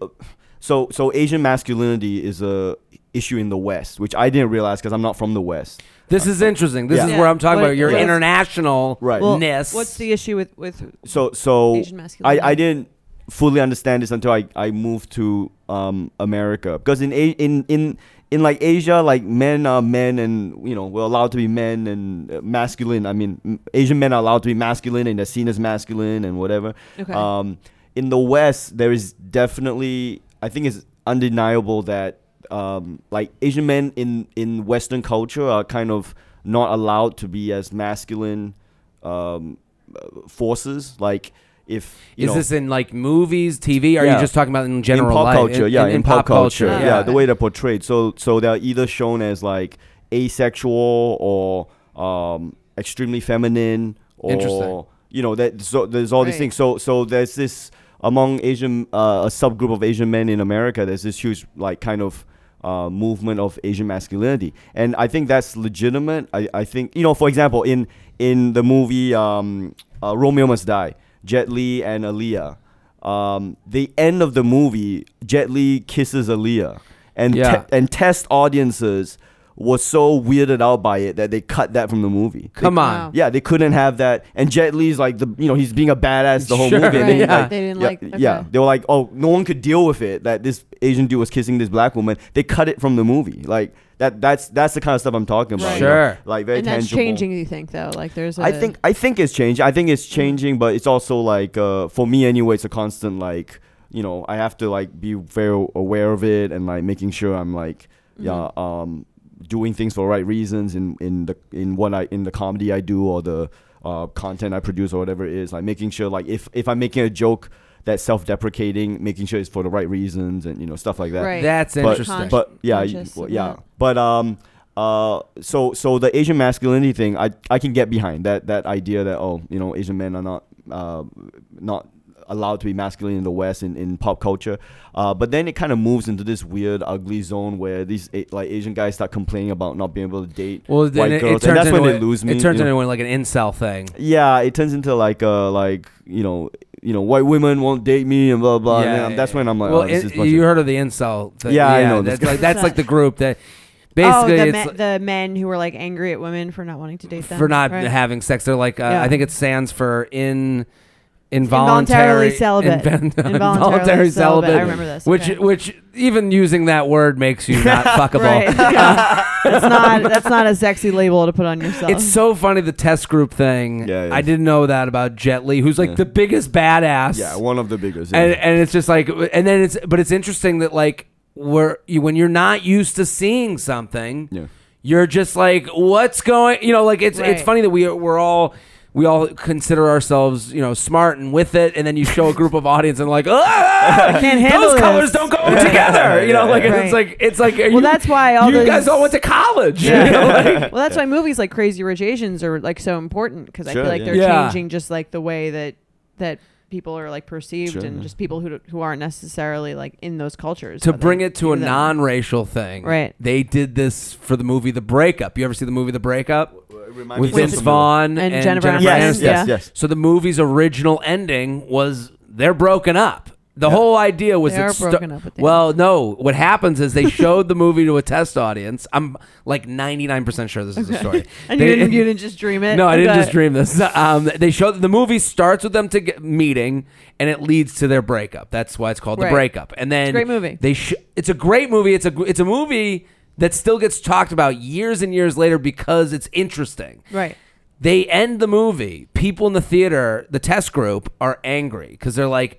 E: so so Asian masculinity is a issue in the West, which I didn't realize because I'm not from the West.
B: This is interesting. This
E: Yeah.
B: is where I'm talking
A: What-
B: about your
A: what-
B: international
E: Right.
A: well
B: ness.
A: what's the issue with with
E: so so
A: Asian
E: I,
A: masculinity.
E: I didn't fully understand this until I, I moved to um, America because in A- in in in like Asia like men are men and you know we're allowed to be men and uh, masculine I mean m- Asian men are allowed to be masculine and they're seen as masculine and whatever
A: Okay.
E: um, in the West there is definitely I think it's undeniable that um, like Asian men in in Western culture are kind of not allowed to be as masculine um, uh, forces. Like if you
B: is
E: know,
B: this in like movies, TV? Are
E: Yeah.
B: you just talking about in
E: in
B: general
E: pop
B: life?
E: culture, yeah, in, pop, culture,
A: culture,
E: yeah,
A: yeah.
E: the way they're portrayed. So so they're either shown as like asexual or um, extremely feminine or
B: Interesting.
E: you know that so there's all these
A: Right.
E: things. So so there's this among Asian uh, a subgroup of Asian men in America. There's this huge like kind of uh, movement of Asian masculinity, and I think that's legitimate. I, I think you know for example in in the movie um, uh, Romeo Must Die, Jet Li and Aaliyah. Um, the end of the movie, Jet Li kisses Aaliyah, and
B: Yeah.
E: te- and test audiences was so weirded out by it that they cut that from the movie. They-
F: Come on.
D: Wow.
E: yeah, they couldn't have that. And Jet Li's like the you know he's being a badass the whole
B: Sure,
E: movie. and then,
D: Right,
E: like,
D: they didn't
E: yeah,
D: like-
E: Yeah,
D: okay.
E: they were like, oh, no one could deal with it that this Asian dude was kissing this black woman. They cut it from the movie. Like that. That's that's the kind of stuff I'm talking about. you know?
B: Sure.
E: like very
D: and that's
E: tangible.
D: changing, you think, though? Like, there's a.
E: I think I think it's changing. I think it's changing, but it's also like uh, for me anyway, it's a constant like you know I have to like be very aware of it and like making sure I'm like yeah um doing things for the right reasons in in the in what I in the comedy I do or the uh, content I produce or whatever it is like making sure like if if I'm making a joke that's self-deprecating, making sure it's for the right reasons and you know stuff
A: Oh,
E: like that
D: Right.
B: That's
E: but,
B: interesting.
E: But yeah, you-
D: Conscious
E: well,
D: of
E: yeah.
D: that.
E: But um, uh, so so the Asian masculinity thing, I I can get behind that that idea that oh, you know, Asian men are not uh, not allowed to be masculine in the West in, in pop culture. Uh, but then it kind of moves into this weird, ugly zone where these A- like Asian guys start complaining about not being able to date
B: well,
E: white
B: then it, it
E: girls,
B: turns
E: and that's
B: into
E: when they
B: a-
E: lose me.
B: It turns
E: you know?
B: into like an incel thing.
E: yeah, it turns into like uh like you know you know white women won't date me and blah blah. and then that's when I'm like,
B: well,
E: oh, this
B: it-
E: is a bunch
B: you
E: of-
B: heard of the incel? Thing.
E: Yeah, I know this
B: That's
E: guy.
B: like that's like the group that
A: oh,
B: basically
A: the,
B: it's
A: men, the men who were like angry at women for not wanting to date them
B: for not
A: right?
B: having sex. They're like uh,
A: Yeah.
B: I think it stands for in involuntary
A: Involuntarily celibate.
B: inven-
A: Involuntarily
B: involuntary
A: celibate.
B: celibate.
A: I remember this,
B: Which
A: okay.
B: which even using that word makes you not fuckable.
A: Right. Yeah. that's not that's not a sexy label to put on yourself.
B: It's so funny the test group thing.
E: Yeah, yeah.
B: I didn't know that about Jet Li, who's like
E: Yeah.
B: the biggest badass.
E: yeah, one of the biggest. yeah.
B: and and it's just like and then it's but it's interesting that like where you when you're not used to seeing something
E: Yeah.
B: you're just like what's going you know like it's it's
A: Right.
B: funny that we are- we're all we all consider ourselves you know smart and with it and then you show a group of audience and like ah,
A: Can't handle
B: those
A: this."
B: colors don't go together you know like
A: yeah.
B: it's like it's like
A: Well, that's why all
B: you guys
A: these-
B: all went to college you know, like-
A: well, that's why movies like Crazy Rich Asians are like so important because I
E: Sure,
A: feel like
E: yeah.
A: they're
B: Yeah.
A: changing just like the way that that people are like perceived
E: Sure,
A: and
E: yeah.
A: just people who who aren't necessarily like in those cultures.
B: to
A: but
B: bring
A: then
B: it to a
A: even though-
B: non-racial thing
A: Right.
B: they did this for the movie the breakup you ever see the movie the breakup
E: It reminds
B: with
E: me of
B: Vince
E: something.
B: Vaughn
A: And
B: and,
A: Jennifer
B: Jennifer,
A: Aniston.
E: Yes,
B: Aniston.
E: yes,
A: Yeah.
E: yes.
B: So the movie's original ending was they're broken up. The whole idea was
A: They
B: it
A: are broken up at the
B: well, no. What happens is they showed the movie to a test audience. I'm like 99% sure this is a story.
A: And
B: They-
A: you didn't you didn't just dream it.
B: no, I didn't
A: Okay.
B: just dream this. Um, they show the movie starts with them to get meeting, and it leads to their breakup. That's why it's called
A: Right.
B: the breakup. And then
A: a great movie.
B: They sh- it's a great movie. It's a gr- it's a movie that still gets talked about years and years later because it's interesting.
A: Right.
B: They end the movie. People in the theater, the test group, are angry because they're like,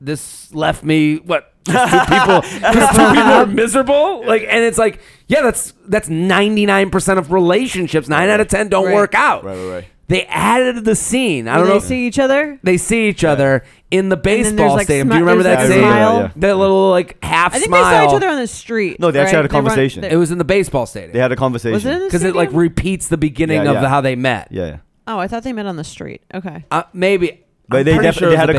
B: "This left me what." Just two people, just two people are miserable. Like, and it's like, yeah, that's that's ninety nine percent of relationships. Nine out of ten don't
A: Right.
B: work out.
E: Right, right, right.
B: They added the scene. I
A: Do
B: don't
A: they
B: know.
A: see each other?
B: they see each other in the
A: And then there's,
B: baseball
A: like,
B: stadium. Do
A: smi-
B: you remember
A: there's,
B: that
E: like,
B: scene?
A: smile.
E: Yeah,
B: That little like half
A: I think
B: smile.
A: they saw each other on the street.
E: No, they actually
A: right?
E: had a
A: run-
E: conversation.
A: they-
B: it was in the baseball stadium.
E: They had a conversation.
A: was it in the
B: because it like
A: stadium?
B: repeats the beginning
E: Yeah,
B: of
E: yeah.
B: the, how they met.
E: Yeah, yeah.
A: oh, I thought they met on the street. Okay.
B: Uh, maybe.
E: But
B: I'm
E: they
B: pretty
E: defi-
B: sure
E: they
B: it was
E: had a
B: the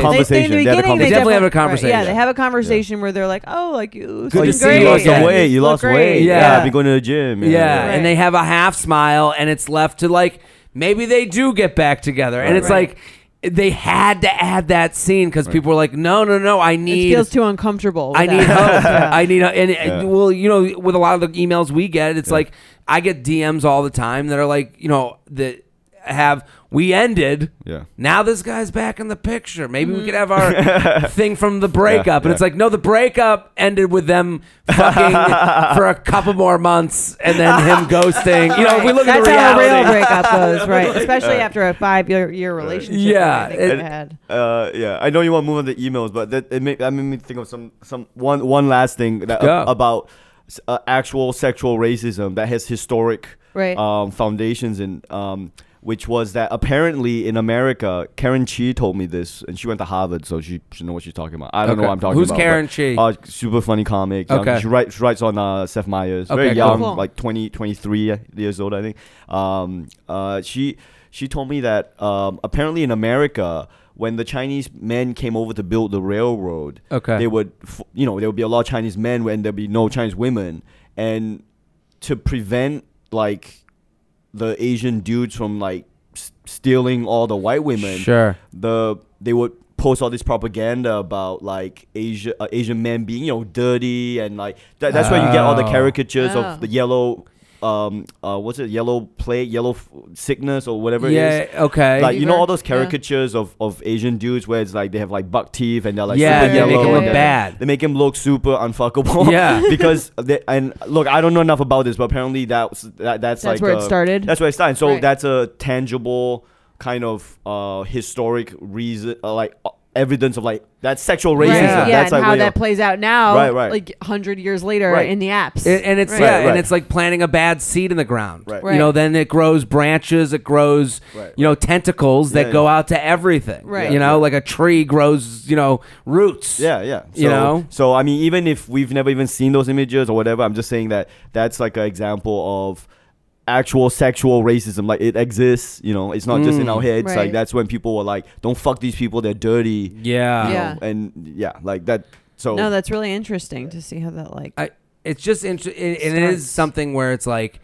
B: baseball-
E: conversation.
A: They, in the
E: They had
A: beginning,
E: a
B: conversation. They definitely have a
A: right, yeah, they
B: conversation.
A: have a conversation where they're like, "Oh, like you,
E: Oh, you,
B: to
A: seem
B: see you
A: great.
E: lost
B: again.
E: some weight. You
A: look
E: lost
A: great."
E: weight. Yeah.
B: Yeah.
E: I've been going to the gym.
B: Yeah,
A: Right.
B: and they have a half smile, and it's left to like maybe they do get back together, and
E: Right.
B: it's
A: Right.
B: like they had to add that scene because people were like, no, no, no, I
A: It
B: need.
A: feels too uncomfortable.
B: I need
A: without-
B: help.
A: Yeah.
B: I need help. And, and, well, you know, with a lot of the emails we get, it's like I get DMs all the time that are like, you know, that have we ended.
E: Yeah.
B: Now this guy's back in the picture. Maybe we could have our thing from the breakup. and
E: Mm-hmm. yeah.
B: it's like, no, the breakup ended with them fucking for a couple more months and then him ghosting. You know, if we look at
A: That's
B: the
A: how a
B: reality.
A: real breakup goes, right? Especially after a five-year year relationship.
B: Yeah,
A: that I think
B: it-
A: I had.
E: Uh, yeah, I know you want to move on to emails, but that it made, that made me think of some some one one last thing that,
B: Go.
E: about s- uh, actual sexual racism that has historic
A: Right.
E: um, foundations in um, which was that apparently in America, Karen Chi told me this, and she went to Harvard, so she should know what she's talking about. I don't know
B: Okay.
E: what I'm talking
B: Who's
E: about.
B: Karen
E: but,
B: Chi?
E: Uh, super funny comic. young-
B: Okay.
E: she, write, she writes on uh, Seth Meyers.
B: Okay,
E: Very
B: cool.
E: young,
A: Cool.
E: like 20, 23 years old, I think. Um, uh, she she told me that um, apparently in America, when the Chinese men came over to build the railroad,
B: Okay.
E: they would, f- you know, there would be a lot of Chinese men when there'd be no Chinese women, and to prevent like the Asian dudes from like s- stealing all the white women,
B: Sure.
E: the they would post all this propaganda about like Asia uh, Asian men being you know dirty and like that, that's where you get all the
B: Oh.
E: caricatures
A: Oh.
E: of the yellow um, uh, what's it? Yellow plague, yellow f- sickness, or whatever it
B: Yeah.
E: is.
B: Okay.
E: Like you know
A: Fever,
E: all those
A: yeah.
E: caricatures of, of Asian dudes where it's like they have like buck teeth and they're like
B: yeah.
E: super
B: They
E: yellow
B: make him
E: and
B: look
E: they're-
B: bad.
E: they make him look super unfuckable.
B: Yeah.
E: because they, and look, I don't know enough about this, but apparently that's that, that's,
D: That's
E: like
D: where it
E: a-
D: started?
E: That's where it started. So
A: Right.
E: that's a tangible kind of uh historic reason, uh, like uh, evidence of like that's sexual racism.
B: Yeah.
D: Yeah,
E: that's
D: and
E: like
D: how
E: way
D: that
E: of-
D: plays out now,
E: Right, right.
D: like 100 years later
E: Right.
D: in the apps.
B: It- and it's
D: Right.
B: yeah,
E: Right,
B: and
E: right.
B: it's like planting a bad seed in the ground.
E: Right.
A: Right.
B: You know, then it grows branches, it grows,
E: Right.
B: you know, tentacles that
E: Yeah,
B: go
E: yeah.
B: out to everything.
D: Right.
B: You
E: Yeah.
B: know, like a tree grows, you know, roots.
E: Yeah, yeah. So,
B: You know?
E: So I mean, even if we've never even seen those images or whatever, I'm just saying that that's like an example of actual sexual racism. Like it exists. You know, it's not just
B: Mm.
E: in our heads.
D: Right.
E: Like that's when people were like, "Don't fuck these people. They're dirty."
B: Yeah.
E: you
D: Yeah.
E: know, and yeah, like that. So
D: no, that's really interesting to see how that like.
B: I, it's just inter- it, and it
D: Starts.
B: is something where it's like,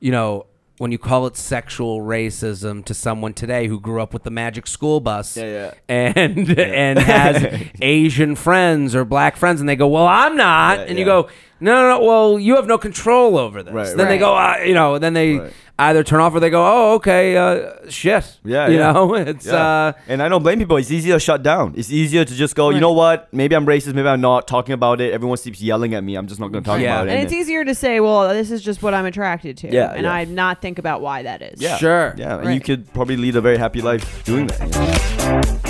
B: you know, when you call it sexual racism to someone today who grew up with the magic school bus
E: Yeah,
B: and and has Asian friends or black friends, and they go, "Well, I'm not,"
E: Yeah,
B: and you
E: yeah.
B: go, "No, no, no. Well, you have no control over this."
E: Right,
B: then
E: right.
B: they go, uh, you know, then they
E: Right.
B: either turn off or they go, "Oh, okay, uh, shit."
E: Yeah,
B: you
E: yeah.
B: know, it's
E: yeah.
B: uh,
E: and I don't blame people. It's easier to shut down. It's easier to just go. You
D: Right.
E: know what? Maybe I'm racist. Maybe I'm not talking about it. Everyone keeps yelling at me. I'm just not going to talk
B: Yeah.
E: about it.
D: and it's easier to say, well, this is just what I'm attracted to,
E: Yeah,
D: and
E: yeah.
D: I not think about why that is.
E: yeah,
B: Sure.
E: Yeah, and you
D: Right.
E: could probably lead a very happy life doing that. you know?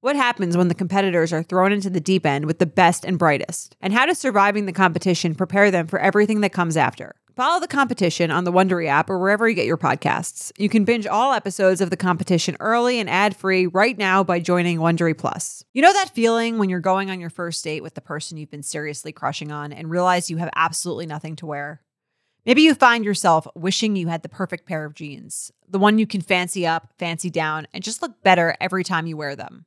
A: What happens when the competitors are thrown into the deep end with the best and brightest? And how does surviving the competition prepare them for everything that comes after? Follow the competition on the Wondery app or wherever you get your podcasts. You can binge all episodes of the competition early and ad-free right now by joining Wondery Plus. You know that feeling when you're going on your first date with the person you've been seriously crushing on and realize you have absolutely nothing to wear? Maybe you find yourself wishing you had the perfect pair of jeans, the one you can fancy up, fancy down, and just look better every time you wear them.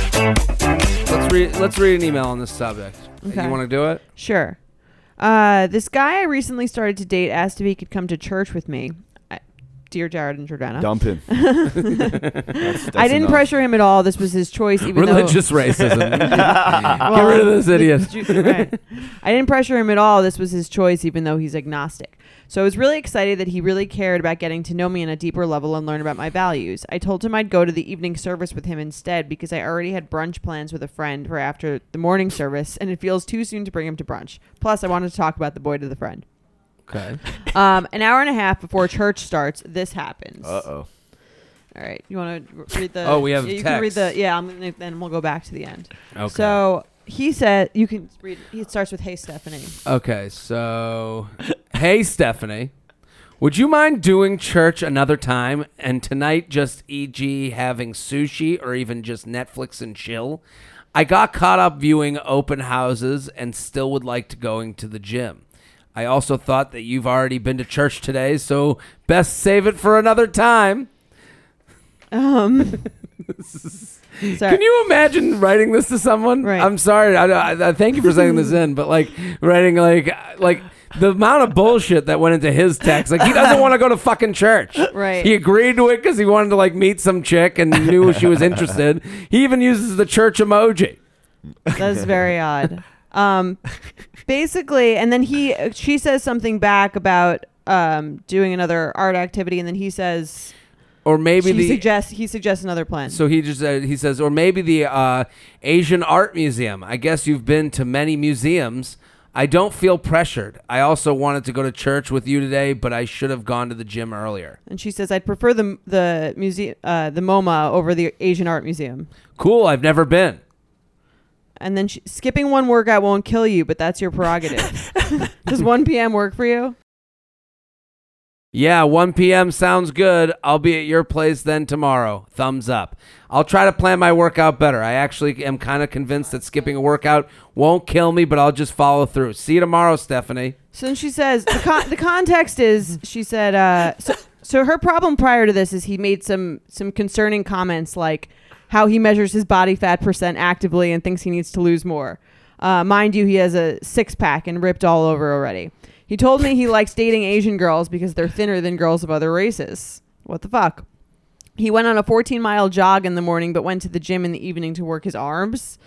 B: let's read let's read an email on this subject.
D: Okay.
B: You want to do it?
D: Sure. Uh, this guy I recently started to date asked if he could come to church with me. I, dear Jared and Jordana.
E: Dump him.
D: I didn't pressure him at all. This was his choice, even
B: Religious racism. Get rid of this
D: though.
B: idiot.
D: Right. I didn't pressure him at all. This was his choice, even though he's agnostic. So I was really excited that he really cared about getting to know me on a deeper level and learn about my values. I told him I'd go to the evening service with him instead because I already had brunch plans with a friend for after the morning service, and it feels too soon to bring him to brunch. Plus, I wanted to talk about the boy to the friend.
B: Okay.
D: Um, an hour and a half before church starts, this happens.
E: Uh oh.
D: All right, you want to read the?
B: Oh, we have
D: Yeah, you can read the.
B: text.
D: Yeah, I'm gonna, then we'll go back to the end.
B: Okay.
D: So he said you can read. It starts with "Hey Stephanie."
B: Okay, so hey Stephanie, would you mind doing church another time and tonight just e.g. having sushi or even just Netflix and chill? I got caught up viewing open houses and still would like to going to the gym. I also thought that you've already been to church today, so best save it for another time.
D: Um, Sorry.
B: Can you imagine writing this to someone?
D: Right.
B: I'm sorry. I, I, I thank you for sending this in, but like writing like like the amount of bullshit that went into his text. Like he doesn't want to go to fucking church.
D: Right.
B: He agreed to it because he wanted to like meet some chick and knew she was interested. He even uses the church emoji.
D: That's very odd. Um, basically, and then he uh, she says something back about um, doing another art activity, and then he says
B: Or maybe
D: she
B: the
D: suggests he suggests another plan.
B: So he just uh, he says, or maybe the uh, Asian Art Museum. I guess you've been to many museums. I don't feel pressured. I also wanted to go to church with you today, but I should have gone to the gym earlier.
D: and she says, "I'd prefer the the museum, uh, the MoMA, over the Asian Art Museum."
B: Cool. I've never been.
D: And then she, skipping one workout won't kill you, but that's your prerogative. Does 1 p.m. work for you?
B: Yeah, 1 p.m. sounds good. I'll be at your place then tomorrow. Thumbs up. I'll try to plan my workout better. I actually am kind of convinced that skipping a workout won't kill me, but I'll just follow through. See you tomorrow, Stephanie.
D: So then she says the, con- the context is she said uh, so. So her problem prior to this is he made some some concerning comments like how he measures his body fat percent actively and thinks he needs to lose more. Uh, mind you, he has a six pack and ripped all over already. He told me he likes dating Asian girls because they're thinner than girls of other races. What the fuck? He went on a 14 mile jog in the morning, but went to the gym in the evening to work his arms.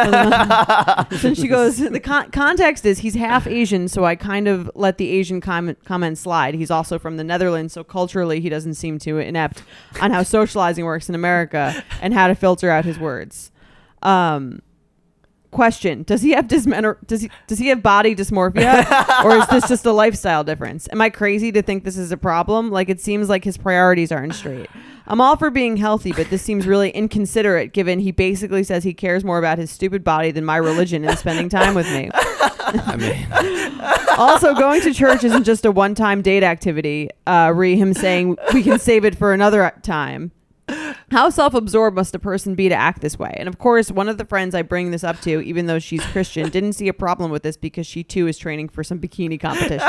D: so she goes, the con- context is he's half Asian, so I kind of let the Asian com- comment slide. He's also from the Netherlands, so culturally he doesn't seem too inept on how socializing works in America and how to filter out his words. Um, question: Does he have dysmenor- Does he does he have body dysmorphia, or is this just a lifestyle difference? Am I crazy to think this is a problem? Like it seems like his priorities aren't straight. I'm all for being healthy, but this seems really inconsiderate given he basically says he cares more about his stupid body than my religion and spending time with me.
B: I mean,
D: Also, going to church isn't just a one time date activity. Uh, re him saying we can save it for another time. How self absorbed must a person be to act this way? And of course, one of the friends I bring this up to, even though she's Christian, didn't see a problem with this because she too is training for some bikini competition.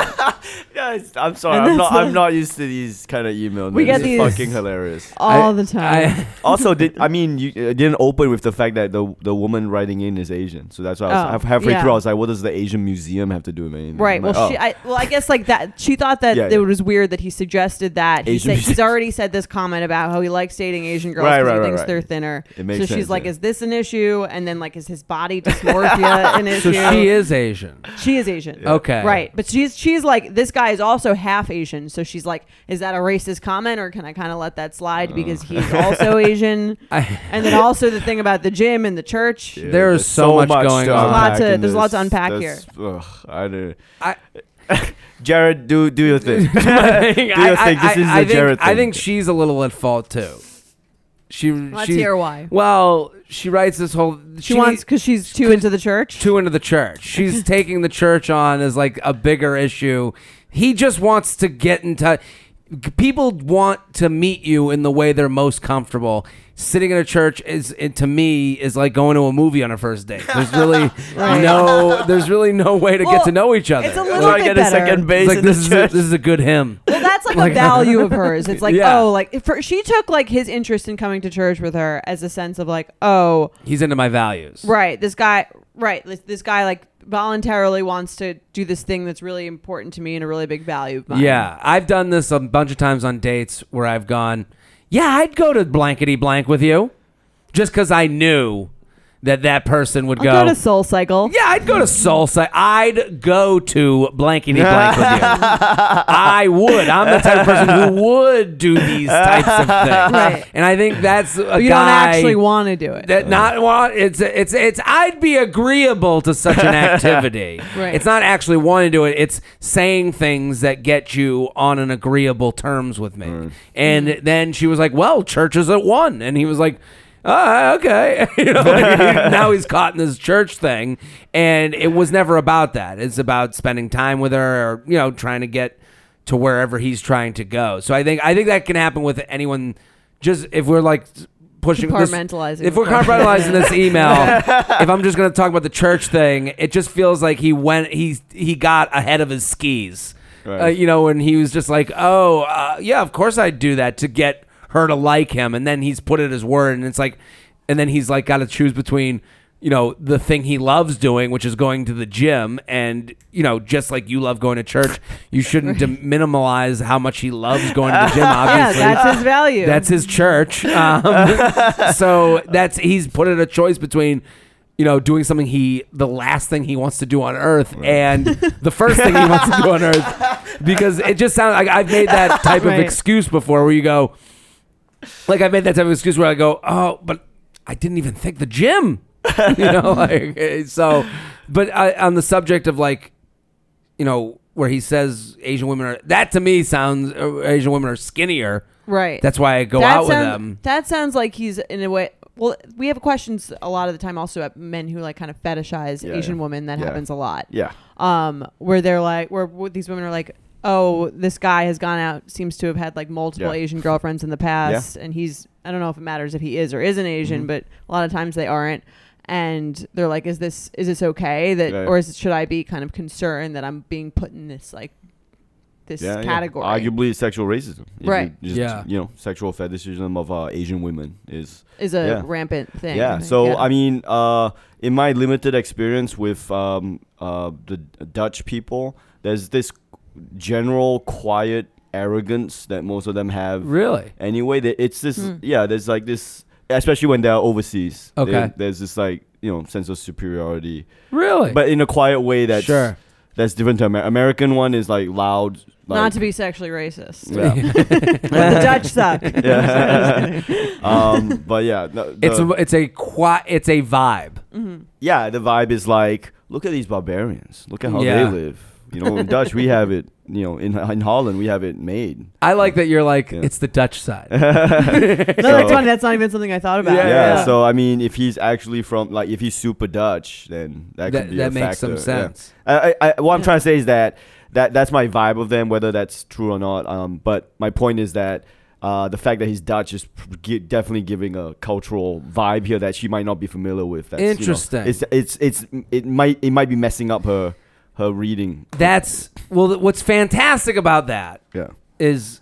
E: Yeah, it's, I'm sorry. I'm not. I'm not used to these kind of emails. man.
D: We get
E: This is
D: these-
E: fucking hilarious.
D: All
B: I-
D: the time.
B: I-
E: also, did I mean you it didn't open with the fact that the the woman writing in is Asian? So that's why I was
D: Oh,
E: half- halfway
D: yeah.
E: through. I was like, what does the Asian museum have to do with anything?
D: right.
E: I'm
D: Well,
E: like, oh.
D: she, I, well, I guess like that. She thought that
E: Yeah,
D: it
E: yeah.
D: was weird that he suggested that. He
E: Asian
D: said, he's
E: music.
D: already said this comment about how he likes dating Asian girls
E: Right,
D: because
E: right,
D: he
E: right,
D: thinks
E: right.
D: they're thinner.
E: It makes
D: so she's
E: sense,
D: like,
E: yeah.
D: is this an issue? And then like, is his body dysmorphia an issue?
B: so she is Asian.
D: She is Asian.
B: Okay.
D: Right. But she's she's like this guy is also half Asian, so she's like, is that a racist comment or can I kind of let that slide because he's also Asian?
B: I-
D: and then also the thing about the gym and the church.
E: Yeah,
B: There is so much going on. There's
E: to
B: a
D: lot
E: unpack
D: to-
E: in
D: there's a lot to unpack
E: That's- Ugh, I don't.
B: I,
E: Jared, do do your thing. do
B: I-
E: your thing.
B: I-
E: This is
B: I
E: a
B: think-
E: Jared thing.
B: I think she's a little at fault too. She.
A: Let's
B: she,
A: hear why.
B: Well, she writes this whole.
D: She, wants because she's too into the church.
B: too into the church. She's taking the church on as like a bigger issue. He just wants to get in touch. People want to meet you in the way they're most comfortable. Sitting in a church is, it, to me, is like going to a movie on a first date. There's really no, there's really no way to
D: Well,
B: get to know each other.
D: It's a
B: It's
D: little
E: Try to
D: bit
E: get
D: better.
E: a second base
B: like
E: in the
B: this is a,
E: church.
B: this is a good hymn.
D: Well, that's like, a value of hers. It's like,
B: Yeah.
D: oh, like for, she took like his interest in coming to church with her as a sense of like, oh,
B: He's into my values.
D: Right. This guy, right. This, this guy, like, voluntarily wants to do this thing that's really important to me and a really big value of mine.
B: Yeah, I've done this a bunch of times on dates where I've gone, yeah, I'd go to blankety blank with you, just because I knew that that person would
D: I'll
B: go.
D: go to Soul Cycle.
B: yeah, I'd go to Salsa. I'd go to blankety blank with you. I would. I'm the type of person who would do these types of things.
D: Right.
B: And I think that's a
D: But you
B: guy
D: don't actually want to do it.
B: that not want it's it's it's I'd be agreeable to such an activity.
D: Right.
B: It's not actually wanting to do it. It's saying things that get you on an agreeable terms with me. And
D: Mm.
B: then she was like, "Well, church is at one," and he was like. Ah, okay. You know, like, now he's caught in this church thing, and it was never about that. It's about spending time with her, or you know, trying to get to wherever he's trying to go. So I think I think that can happen with anyone. Just if we're like pushing this-
D: Compartmentalizing.
B: If we're compartmentalizing this email, if I'm just going to talk about the church thing, it just feels like he went he he got ahead of his skis.
E: Right.
B: Uh, you know, and he was just like, "Oh, uh, yeah, of course I'd do that to get her to like him," and then he's put it as word, and it's like. and then he's like got to choose between you know the thing he loves doing which is going to the gym and you know just like you love going to church you shouldn't de- minimalize how much he loves going to the gym
D: Yeah,
B: obviously
D: that's his value.
B: that's his church. Um, so that's he's put in a choice between, you know, doing something he the last thing he wants to do on earth and the first thing he wants to do on earth because it just sounds like I've made that type
D: Right.
B: of excuse before where you go, like I made that type of excuse where I go, oh, but I didn't even think the gym, you know, like eh, so. But I, on the subject of like you know, where he says Asian women are that to me sounds uh, Asian women are skinnier.
D: right.
B: That's why I go
D: that
B: out with
D: sounds,
B: them.
D: That sounds like he's in a way. Well, we have questions a lot of the time also at men who like kind of fetishize
E: Yeah,
D: Asian
E: yeah.
D: women. That
E: Yeah.
D: happens a lot.
E: Yeah.
D: Um, where they're like, where, where these women are like, oh, this guy has gone out, seems to have had like multiple
E: Yeah. Mm-hmm.
D: Asian girlfriends in the past, and he's. I don't know if it matters if he is or isn't Asian, but a lot of times they aren't. And they're like, "Is this is this okay? That
E: Yeah, yeah.
D: or is, should I be kind of concerned that I'm being put in this like this
E: Yeah, yeah.
D: category?"
E: Arguably, sexual racism. If you
D: Right.
E: just,
B: Yeah.
E: You know, sexual fetishism of uh, Asian women is.
D: is a
E: Yeah.
D: rampant thing.
E: Yeah. So I mean, uh, in my limited experience with um, uh, the Dutch people, there's this general quiet arrogance that most of them have.
B: Really?
E: Anyway, that it's this.
D: Hmm.
E: Yeah. There's like this, especially when they're overseas.
B: Okay.
E: there- there's this like you know sense of superiority,
B: Really?
E: but in a quiet way that's
B: Sure.
E: that's different to Amer- American one is like loud. Like,
D: not to be sexually racist.
E: Yeah.
D: But the Dutch suck.
E: yeah. um, but yeah, no, the,
B: it's a, it's a qua it's a vibe.
E: yeah. The vibe is like, look at these barbarians. Look at how
B: Yeah.
E: they live. You know, in Dutch we have it. You know, in in Holland we have it made.
B: I like that you're like
E: Yeah.
B: it's the Dutch side.
D: No, that's funny. That's not even something I thought about.
B: Yeah,
E: Yeah,
B: yeah.
E: So I mean, if he's actually from like, if he's super Dutch, then that
B: That-
E: could be
B: that
E: a
B: makes some
E: factor.
B: sense.
E: Yeah. I, I, I, what I'm trying to say is that that that's my vibe of them, whether that's true or not. Um, but my point is that. Uh, the fact that he's Dutch is p- gi- definitely giving a cultural vibe here that she might not be familiar with. That's, you know,
B: Interesting.
E: it's it's it's it might it might be messing up her her reading.
B: That's well. th- What's fantastic about that
E: Yeah.
B: is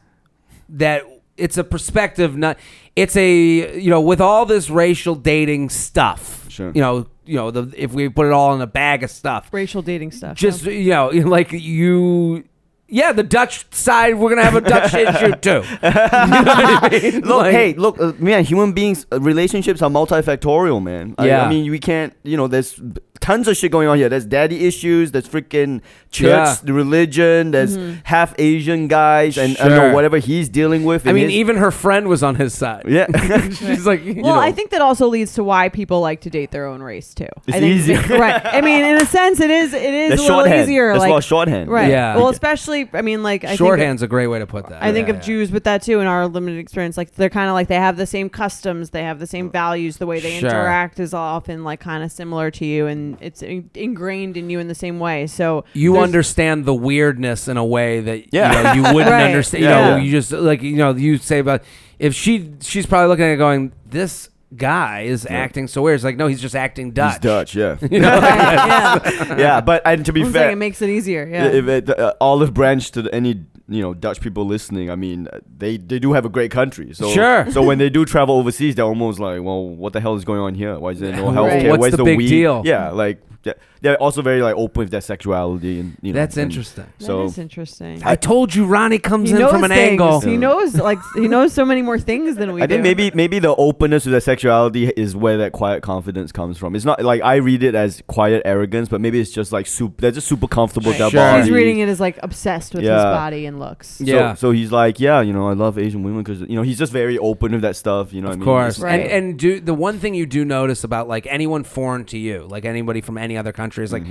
B: that it's a perspective not it's a you know with all this racial dating stuff
E: Sure.
B: you know you know the, if we put it all in a bag of stuff
D: Racial dating stuff.
B: just you know like you yeah the dutch side we're gonna have a dutch issue too You know what I mean?
E: Look,
B: Like-
E: hey, look, uh, man. Human beings, uh, relationships are multifactorial, man. I,
B: Yeah.
E: I mean, we can't. You know, there's b- tons of shit going on here. There's daddy issues. There's freaking church,
B: Yeah.
E: the religion. There's
D: Mm-hmm.
E: half Asian guys, and I don't
B: Sure.
E: know whatever he's dealing with.
B: i
E: in
B: mean
E: his-
B: even her friend was on his side
E: yeah,
B: she's like
D: well, I think that also leads to why people like to date their own race too.
E: It's
D: I think
E: easier.
D: right? I mean, in a sense, it is. It is
E: that's
D: a little
E: shorthand.
D: easier.
E: That's
D: like
E: called shorthand.
D: right?
B: Yeah.
D: Well, especially I mean, like I think
B: shorthand's a great way to put that
D: I think
B: Yeah,
D: of
B: yeah.
D: Jews with that too in our limited experience. Like they're kind of like they have the same customs, they have the
E: Mm.
D: same values, the way they
B: Sure.
D: interact is often like kind of similar to you, and it's in- ingrained in you in the same way. So
B: you
D: there's-
B: understand the weirdness in a way that
E: Yeah.
B: you, know, you wouldn't
D: Right.
B: understand. You
E: Yeah.
B: know,
E: Yeah.
B: you just like you know you say about if she she's probably looking at it going this guy is acting so weird. It's like no, he's just acting Dutch.
E: He's Dutch. Yeah,
D: yeah, yeah.
E: yeah. But and to be
D: Almost
E: fair,
D: like it makes it easier. Yeah.
E: if it, uh, olive branch to the- any you know Dutch people listening. I mean, uh, they they do have a great country. So
B: Sure.
E: So when they do travel overseas, they're almost like, well, what the hell is going on here? Why is there no
B: Right.
E: healthcare?
B: What's
E: Where's
B: the
E: the,
B: big
E: weed?
B: deal?
E: Yeah, like yeah, they're also very like open with their sexuality and you know.
B: That's
E: and-
B: interesting.
E: So
D: that is interesting.
B: I told you, Ronnie comes
D: He
B: in
D: knows
B: from an
D: things.
B: angle.
D: He knows like he knows so many more things than we
E: I
D: do.
E: think maybe maybe the openness to their sexuality is where that quiet confidence comes from. It's not like I read it as quiet arrogance, but maybe it's just like super. They're just super comfortable with their
B: Sure.
E: body.
D: He's reading it as like obsessed with his
E: Yeah.
D: body and looks.
B: Yeah.
E: So, so he's like, yeah, you know, I love Asian women because you know he's just very open with that stuff. You know,
B: Of
E: what
B: course,
E: I mean?
B: and
D: Right.
B: and do the one thing you do notice about like anyone foreign to you, like anybody from any other country, is like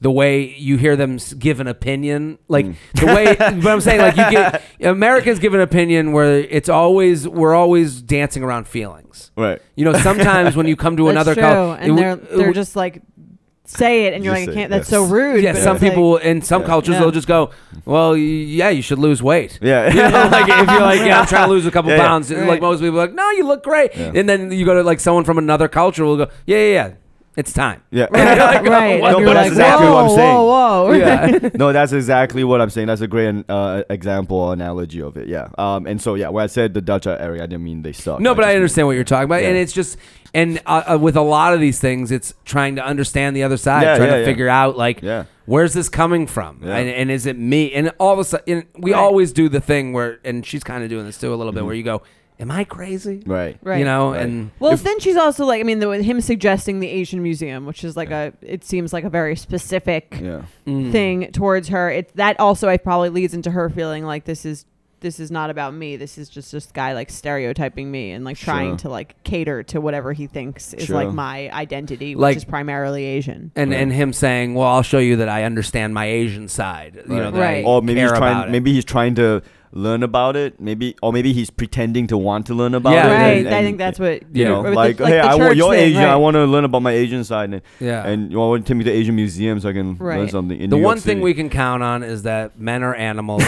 B: the way you hear them s- give an opinion, like the way. but I'm saying like you get Americans give an opinion where it's always we're always dancing around feelings.
E: Right.
B: You know, sometimes when you come to
D: That's
B: another
D: true.
B: culture,
D: and they're they're just like say it, and you're
E: Just
D: like, I
E: say it,
D: can't. That's
E: yes.
D: so rude.
B: yeah.
D: but
B: Some
D: it's like-
B: people in some cultures
D: Yeah.
B: they'll just go, well, y- yeah, you should lose weight.
E: Yeah.
B: You know, like if you're like, yeah, I'm trying to lose a couple
E: Yeah, yeah.
B: pounds, and like
D: Right.
B: most people, are like, no, you look great. And then you go to like someone from another culture will go, yeah, yeah, yeah. It's time.
E: Yeah.
A: right.
E: No,
A: And
E: but
A: you're
E: that's
A: like,
E: exactly
A: whoa,
E: what I'm saying.
A: Whoa, whoa.
E: yeah. No, that's exactly what I'm saying. That's a great uh, example or analogy of it. Yeah. Um. And so yeah, when I said the Dutch are area, I didn't mean they suck.
B: No, but
E: just
B: I
E: mean-
B: understand what you're talking about, and
E: Yeah.
B: it's just and uh, uh, with a lot of these things, it's trying to understand the other side,
E: Yeah,
B: trying
E: yeah,
B: to
E: yeah.
B: figure out like
E: Yeah.
B: where's this coming from,
E: Yeah.
B: and, and is it me? And all of a sudden, and we
A: Right.
B: always do the thing where, and she's kind of doing this too a little bit, where you go, "Am I crazy?"
E: Mm-hmm. Right.
A: Right.
B: You know,
E: Right.
B: and
A: Well, then she's also like, I mean, the, with him suggesting the Asian Museum, which is like a, it seems like a very specific
E: Yeah.
A: thing towards her. It that also I probably leads into her feeling like this is this is not about me. This is just this guy like stereotyping me and like trying
E: Sure.
A: to like cater to whatever he thinks is
E: Sure.
A: like my identity, which
B: Like-
A: is primarily Asian.
B: and and him saying, "Well, I'll show you that I understand my Asian side," you know, that I
A: Right.
E: Or maybe
B: care
E: he's
B: about
E: trying.
B: it.
E: Maybe he's trying to learn about it. Maybe or maybe he's pretending to want to learn about
B: Yeah.
E: it.
A: right.
E: and-
A: I
E: and-
A: think that's what
E: you know,
A: with the-
E: like,
A: like
E: hey,
A: the
E: I want
A: church
E: your
A: thing,
E: Asian. I
A: right.
E: want to learn about my Asian side, and
B: Yeah.
E: and you want to take me to Asian museums so I can learn
A: Right.
E: something. In
B: the
E: New
B: one
E: York
B: thing
E: City.
B: we can count on is that men are animals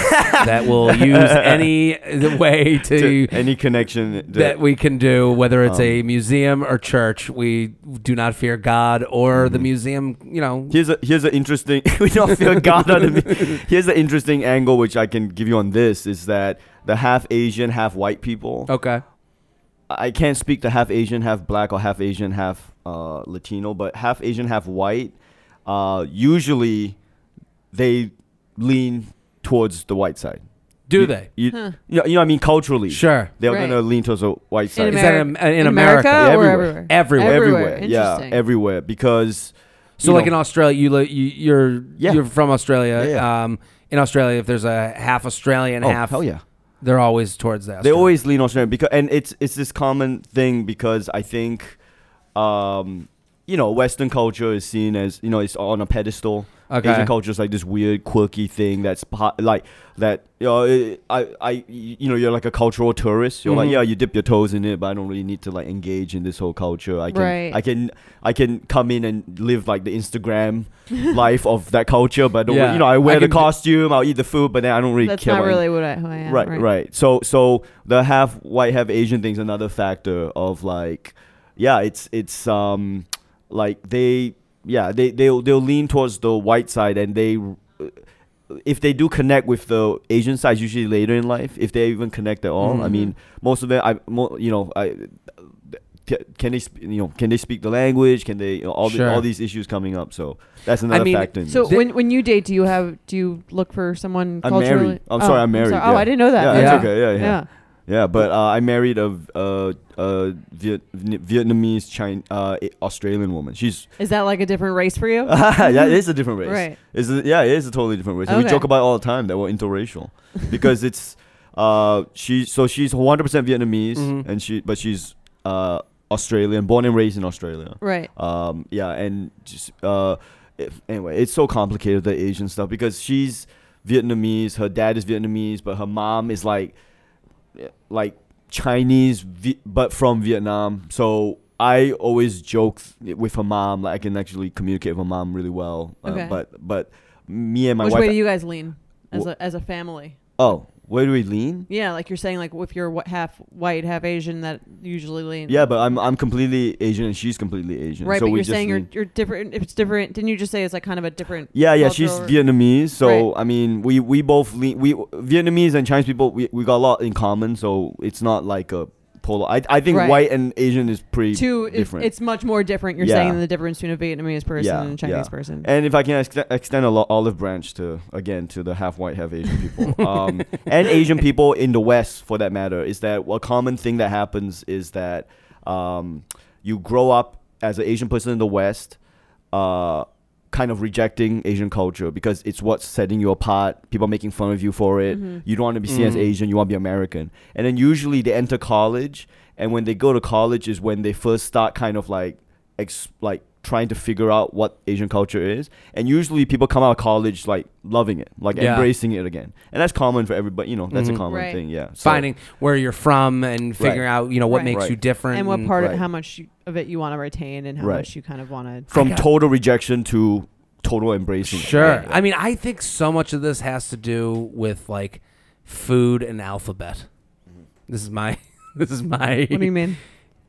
B: that will use any way
E: to Um,
B: to,
E: any connection
B: that we can do, whether it's a museum or church. We do not fear God or
E: Mm-hmm.
B: the museum. You know,
E: Here's a here's an interesting we don't feel God out of me. Here's an interesting angle which I can give you on this is that the half Asian, half white people.
A: Oh.
B: okay,
E: I can't speak to half Asian, half black, or half Asian, half uh, Latino, but half Asian, half white. Uh, usually, they lean towards the white side.
B: do they?
E: You, you, know, you know what I mean? Culturally,
B: Sure.
E: they're
A: Right.
E: gonna lean towards the white side.
B: Is that in- in America?
A: or
E: Everywhere.
A: everywhere?
B: Everywhere.
E: yeah,
A: Interesting.
E: everywhere because
B: So,
E: you
B: like
E: know-
B: in Australia, you, li- you you're
E: Yeah.
B: you're from Australia.
E: Yeah, yeah.
B: Um, in Australia, if there's a half Australian,
E: oh,
B: half
E: hell yeah.
B: they're always towards that.
E: They always lean on Australia because, and it's it's this common thing because I think, um, you know, Western culture is seen as you know it's on a pedestal.
B: Okay.
E: Asian culture is like this weird, quirky thing that's po- like that. You know, it- I, I, you know, you're like a cultural tourist. You're like, yeah, you dip your toes in it, but I don't really need to like engage in this whole culture. I can,
A: Right.
E: I can, I can come in and live like the Instagram life of that culture, but I don't,
B: Yeah.
E: you know, I wear
B: I
E: the
B: can-
E: costume, I'll eat the food, but then I don't really
A: That's
E: care.
A: not
E: about
A: really what I, who I am.
E: right, right, So, so the half white, half Asian thing's another factor of like, yeah, it's it's um, like they, yeah, they they'll they'll lean towards the white side, and they, uh, if they do connect with the Asian side, usually later in life, if they even connect at all. I
A: Mm-hmm.
E: mean, most of them, I, mo- you know, I. ca- Can they, sp- you know, can they speak the language? Can they, you know, all the,
B: Sure.
E: all these issues coming up? So that's another
B: mean,
E: factor. in
A: So
E: this.
A: when when you date, do you have do you look for someone?
E: I'm
A: culturally?
E: married. I'm sorry,
A: Oh,
E: I'm married.
A: Oh,
E: yeah.
A: I didn't know that.
E: Yeah,
A: That's
E: that's
B: Yeah.
E: okay. Yeah, yeah.
A: Yeah.
E: Yeah, but uh, I married a v- uh, uh, Viet- Vietnamese Chin uh, Australian woman. She's
A: Is that like a different race for you?
E: yeah, it is a different race.
A: Right.
E: It's a, yeah, it is a totally different race. And we
A: Okay.
E: joke about it all the time that we're interracial because it's uh, she. So she's 100 percent Vietnamese,
A: Mm-hmm.
E: and she but she's uh, Australian, born and raised in Australia.
A: Right.
E: Um, yeah, and just uh, it, anyway, it's so complicated the Asian stuff because she's Vietnamese, her dad is Vietnamese, but her mom is like, like Chinese, Vi- but from Vietnam. So I always joke with her mom, like I can actually communicate with her mom really well. Uh,
A: Okay.
E: But but me and my
A: Which
E: wife.
A: way do you guys lean as
E: Wh-
A: a as a family?
E: oh, where do we lean?
A: Yeah, like you're saying, like if you're wh- half white, half Asian, that usually leans.
E: Yeah, but I'm I'm completely Asian and she's completely Asian.
A: right.
E: so
A: but
E: we
A: you're
E: just
A: saying you're
E: lean-
A: you're different. If it's different, didn't you just say it's like kind of a different?
E: Yeah, yeah,
A: culture
E: she's
A: or-
E: Vietnamese. So
A: Right.
E: I mean, we we both le- we Vietnamese and Chinese people we, we got a lot in common. So it's not like a polar. I I think
A: Right.
E: white and Asian is pretty
A: Two, it-
E: different.
A: it's much more different. You're
E: Yeah.
A: saying than the difference between a Vietnamese person
E: Yeah,
A: and a Chinese
E: yeah.
A: person.
E: and if I can ex- extend a lo- olive branch to again to the half white, half Asian people, um, and Asian people in the West for that matter, is that a common thing that happens is that um, you grow up as an Asian person in the West, uh, kind of rejecting Asian culture because it's what's setting you apart. People are making fun of you for it. You don't want to be seen as Asian. You want to be American. And then usually they enter college, and when they go to college is when they first start kind of like ex- like trying to figure out what Asian culture is. And usually people come out of college like loving it, like
B: Yeah.
E: embracing it again. And that's common for everybody, you know, that's a common
A: Right.
E: thing, yeah. So,
B: Mm-hmm. finding where you're from and figuring out you know what
A: Right.
B: makes you
E: Right.
B: different
A: And what part of
E: Right.
A: how much you, of it you want to retain and how
E: Right.
A: much you kind of want to.
E: from total rejection to total embracing. it.
B: Sure.
E: Yeah, yeah.
B: I mean, I think so much of this has to do with like
E: Mm-hmm.
B: food and alphabet. This is my. This is my.
A: What do you mean?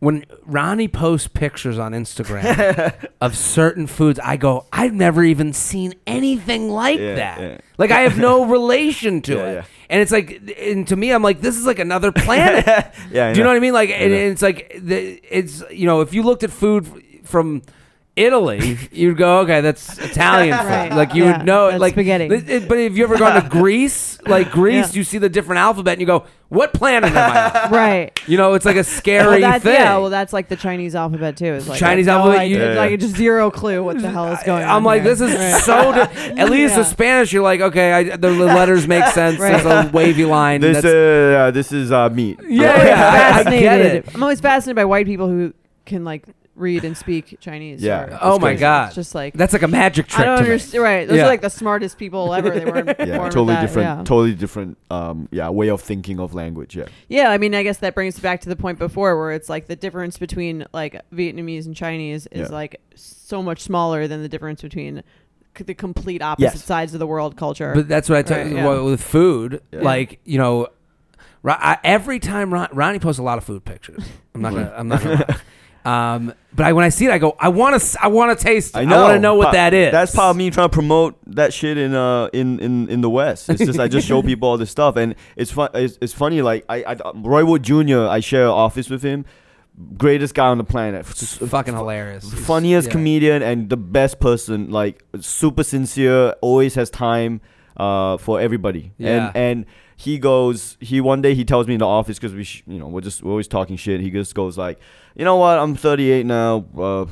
B: when Ronnie posts pictures on Instagram of certain foods, I go, I've never even seen anything like
E: Yeah,
B: that.
E: yeah.
B: Like I have no relation to
E: Yeah,
B: it.
E: yeah.
B: And it's like, and to me, I'm like, this is like another planet.
E: Yeah, I
B: Do you know
E: know.
B: what I mean? Like, and,
E: know.
B: and it's like, the, it's you know, if you looked at food f- from. Italy, you'd go okay. That's Italian food.
D: Right.
B: Like you
D: Yeah,
B: would know, it.
D: that's
B: like
D: spaghetti.
B: th- it- but if you ever gone to Greece, like Greece,
D: Yeah.
B: you see the different alphabet and you go, "What planet am I on?"
D: right.
B: You know, it's like a
D: Well,
B: scary
D: that's,
B: thing.
D: yeah, well, that's like the Chinese alphabet too. It's like
B: Chinese
D: I have
B: alphabet,
D: idea.
B: you-
D: It's like just zero clue what the hell is going on.
B: I'm like,
D: here.
B: this is
D: Right.
B: so. Di- at least
D: Yeah.
B: the Spanish, you're like, okay, I, the, the letters make sense.
D: Right.
B: There's a wavy line.
E: This
B: that's-
E: is uh, this is uh, meat.
B: yeah, yeah, I- I,
D: fascinated.
B: get it.
D: I'm always fascinated by white people who can like read and speak Chinese.
E: Yeah.
D: or-
B: Oh my
D: it's
B: god,
D: just like
B: that's like a magic trick.
D: I don't
B: to me.
D: understand. Right, those
B: Yeah.
D: are like the smartest people ever. They weren't
E: Yeah,
D: born with
E: totally
D: that,
E: different,
D: Yeah.
E: totally different, um, yeah, way of thinking of language. Yeah,
D: Yeah, I mean, I guess that brings it back to the point before where it's like the difference between like Vietnamese and Chinese is
E: Yeah.
D: like so much smaller than the difference between c- the complete opposite
E: Yes.
D: sides of the world culture.
B: But that's what I tell
D: Right,
B: you
D: yeah.
B: well, with food.
E: Yeah.
B: Like you know, Ro- I, every time Ron, Ronnie posts a lot of food pictures. I'm not gonna. I'm not gonna. lie. Um, but I, when I see it, I go, I want to. I want to taste. it. I, want to know what
E: but
B: that is.
E: That's part of me trying to promote that shit in uh in in, in the West. It's just I just show people all this stuff, and it's fun. It's, it's funny. Like I, I Roy Wood Jr. I share an office with him. Greatest guy on the planet.
B: It's fucking hilarious. It's-
E: funniest
B: yeah.
E: comedian and the best person like super sincere always has time uh, for everybody
B: Yeah.
E: and and he goes he one day he tells me in the office because we sh- you know we're just we're always talking shit he just goes like you know what i'm 38 now uh,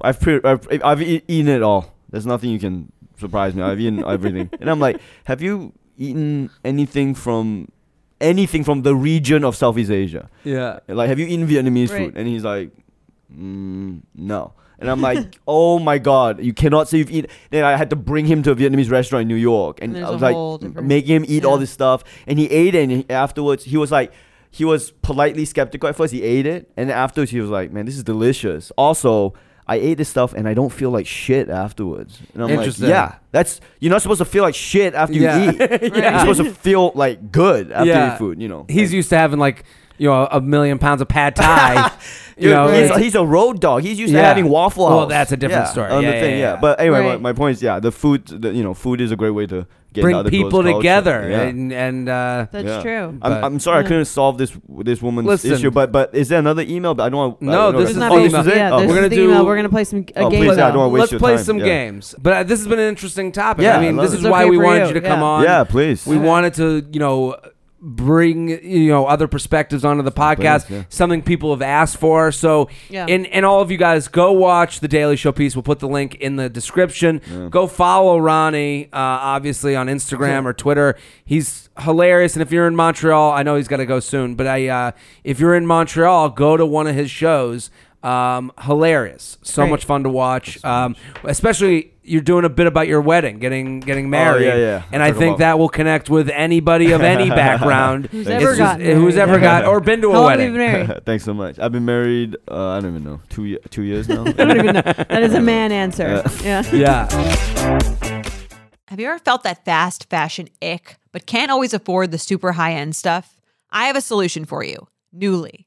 E: i've pre- i've, I've e- eaten it all there's nothing you can surprise me i've eaten everything and i'm like have you eaten anything from anything from the region of southeast asia
B: Yeah.
E: like, have you eaten Vietnamese
D: Right.
E: food? And he's like, mm, no. And I'm like, oh my god, you cannot say you've eaten. Then I had to bring him to a Vietnamese restaurant in New York, and
D: There's
E: I
D: a
E: was like,
D: whole
E: m-
D: different-
E: making him eat all
D: yeah.
E: this stuff. And he ate it, and he- afterwards he was like, he was politely skeptical at first. He ate it, and then afterwards he was like, man, this is delicious. Also. I ate this stuff and I don't feel like shit afterwards. And I'm like,
B: Interesting.
E: yeah, that's you're not supposed to feel like shit after
B: Yeah.
E: you eat. You're
B: Yeah.
E: supposed to feel like good after you
B: Yeah.
E: eat food, you know.
B: He's used to having like you know a million pounds of pad thai. you
E: Dude,
B: know,
E: he's,
B: it's-
E: he's a road dog. He's used
B: Yeah.
E: to having waffle house.
B: Well, that's a different
E: Yeah,
B: story.
E: on the
B: Yeah,
E: thing,
B: yeah, yeah.
E: But anyway,
D: Right.
E: my, my point is, yeah, the food, the, you know, food is a great way to get into
B: bring
E: other people's
B: people
E: culture.
B: together
E: Yeah.
B: and and uh,
D: That's
E: Yeah.
D: true.
E: I'm,
B: But-
E: I'm sorry,
D: Yeah.
E: I couldn't solve this this woman's
B: Listen.
E: issue. But but is there another email? But I don't. Want,
B: No,
E: I don't know
B: this
E: if
B: is
E: that's-
B: not
E: oh,
B: the
E: this is
B: email.
E: it.
D: Yeah,
E: Oh,
D: this
B: we're
D: is
B: gonna
D: the email.
B: do-
D: We're gonna play some a
E: Oh,
D: game.
E: please, I
D: now.
E: don't wanna waste
B: let's
E: your
B: play
E: time,
B: some
E: yeah.
B: games. But uh, this has been an interesting topic.
E: Yeah,
B: I
E: I
B: mean,
E: love
B: this
E: it.
B: is
E: It's
B: why
D: okay
B: we
D: for
B: wanted
D: you,
B: you, to come
D: yeah.
B: on.
E: yeah, please.
B: we wanted to you know bring you know other perspectives onto the podcast
E: yeah.
B: something people have asked for so
D: Yeah.
B: and and all of you guys go watch the daily show piece we'll put the link in the description go follow ronnie uh, obviously on instagram or twitter he's hilarious and if you're in montreal i know he's got to go soon but i uh, if you're in montreal go to one of his shows um, hilarious so
D: Great.
B: much fun to watch um, especially you're doing a bit about your wedding getting getting married
E: Oh, yeah, yeah.
B: and
E: I
B: i
E: took
B: think
E: about-
B: that that will connect with anybody of any background.
D: Who's
B: It's
D: ever
B: just-
D: gotten
B: who's
D: married.
B: ever got or been to a
D: How long have you
B: wedding.
D: been married?
E: Thanks so much. I've been married. Uh, I don't even know. Two ye- two years now.
D: I don't even know. That is a man answer. Yeah.
B: yeah.
A: Have you ever felt that fast fashion ick, but can't always afford the super high end stuff? I have a solution for you Newly.